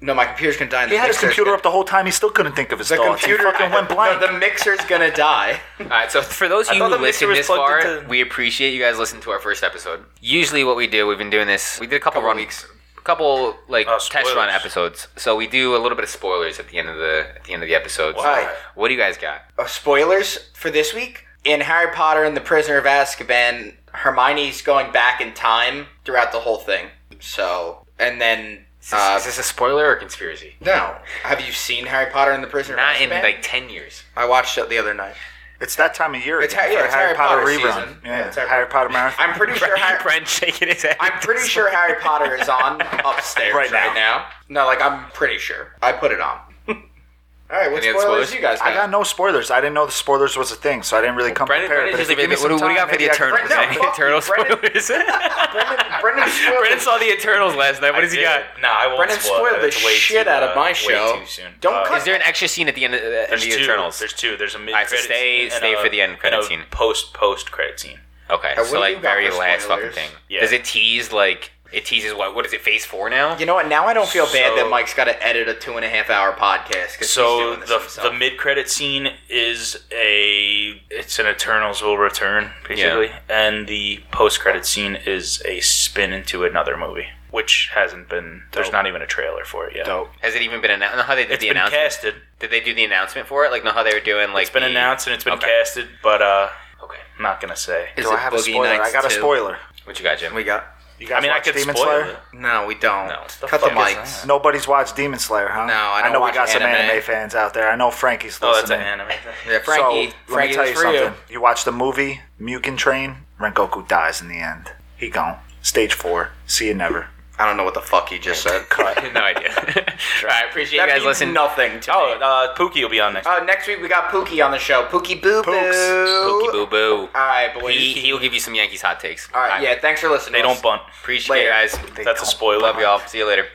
No, my computer's gonna die.
He had his computer up the whole time. He still couldn't think of his
The
thoughts.
computer
he fucking went blank.
No, the mixer's gonna die.
All right, so for those of you
thought
who
the mixer
listened
was
this
plugged
far,
into-
we appreciate you guys listening to our first episode. Usually, what we do, we've been doing this. We did a couple, run weeks, a couple like
Uh,
test run
spoilers.
episodes. So we do a little bit of spoilers at the end of the at the end of the episodes.
Why?
What do you guys got?
Uh, spoilers for this week in Harry Potter and the Prisoner of Azkaban. Hermione's going back in time throughout the whole thing. So, and then
Is this,
Uh,
is this a spoiler or conspiracy?
No. Have you seen Harry Potter and the Prisoner? of
Not in
Azkaban?
like ten years.
I watched it the other night.
It's that time of year.
It's
again
Har- yeah,
for
it's Harry Potter season.
Yeah,
Yeah, it's Harry
Harry Potter marathon.
I'm pretty sure. Harry,
Brent shaking his head.
I'm pretty sure Harry Potter is on upstairs
Right
right
now.
now. No, like I'm pretty sure. I put it on. All right, what
Any other
spoilers,
spoilers?
you guys got?
I got no spoilers. I didn't know the spoilers was a thing, so I didn't really come
Brendan,
prepared.
Brendan
But if
just
you
like,
give me
what,
some
do, what do we
time,
got for the
maybe I can-
Eternals?
Brendan, fuck you,
Any Eternal
Brendan.
spoilers?
Brendan, Brendan spoiled
Brendan
it.
saw the Eternals last night. What does he got?
Nah, I won't
Brendan
spoil it.
spoiled the
It's way
shit
too,
out of
uh,
my
way
show.
too soon.
Don't
Uh,
cut
Is there an extra scene at the end of, uh, of
There's
the
two.
Eternals?
There's two. There's a mid.
All right, so stay- stay for the end credit scene.
Post post credit scene.
Okay,
Uh, what
so
do
like
you got
very
for
last fucking
spoilers?
thing.
Yeah.
Does it tease like it teases what? What is it? Phase four now?
You know what? Now I don't feel bad
So-
that Mike's got to edit a two and a half hour podcast because he's
So
doing this
the
himself.
the mid credit scene is a it's an Eternals will return basically, and the post credit scene is a spin into another movie, which hasn't been. There's
Dope.
not even a trailer for it yet.
Dope.
Has it even been announced? Know how they did
It's
the
been
announcement?
casted.
Did they do the announcement for it? Like, know how they were doing like
It's been
the-
announced and it's been
Okay.
casted, but uh, okay, I'm not gonna say.
Is
Do
it
I have a
Boogie
spoiler?
Nights
I got a
2?
spoiler.
What you got, Jim?
We got
You guys
I mean, I
watch
could
Demon
spoil
Slayer?
it.
no, we don't.
No, the
cut the
fuck is
mics.
that?
Nobody's watched Demon Slayer, huh?
No, I don't
know we
watch
got some
anime.
anime fans out there. I know Frankie's listening.
Oh, that's an anime.
Yeah, Frankie,
so,
Frankie,
let me
it's
tell
for
you
you.
something. You. watch the movie Mugen Train. Rengoku dies in the end. He gone. Stage four. See you never.
I don't know what the fuck he just said. Cut.
no idea. All right, appreciate
That
you guys
means
listening.
nothing to
Oh,
me.
uh, Pookie will be on next.
Oh, next week we got Pookie on the show. Pookie Boo Boo.
Pooks.
Pookie boo boo.
All right, boys.
He he will give you some Yankees hot takes.
All right, yeah. Thanks for listening.
they don't bunt.
Appreciate
Later.
you guys.
They
That's a
don't.
spoiler.
Love y'all. See you later.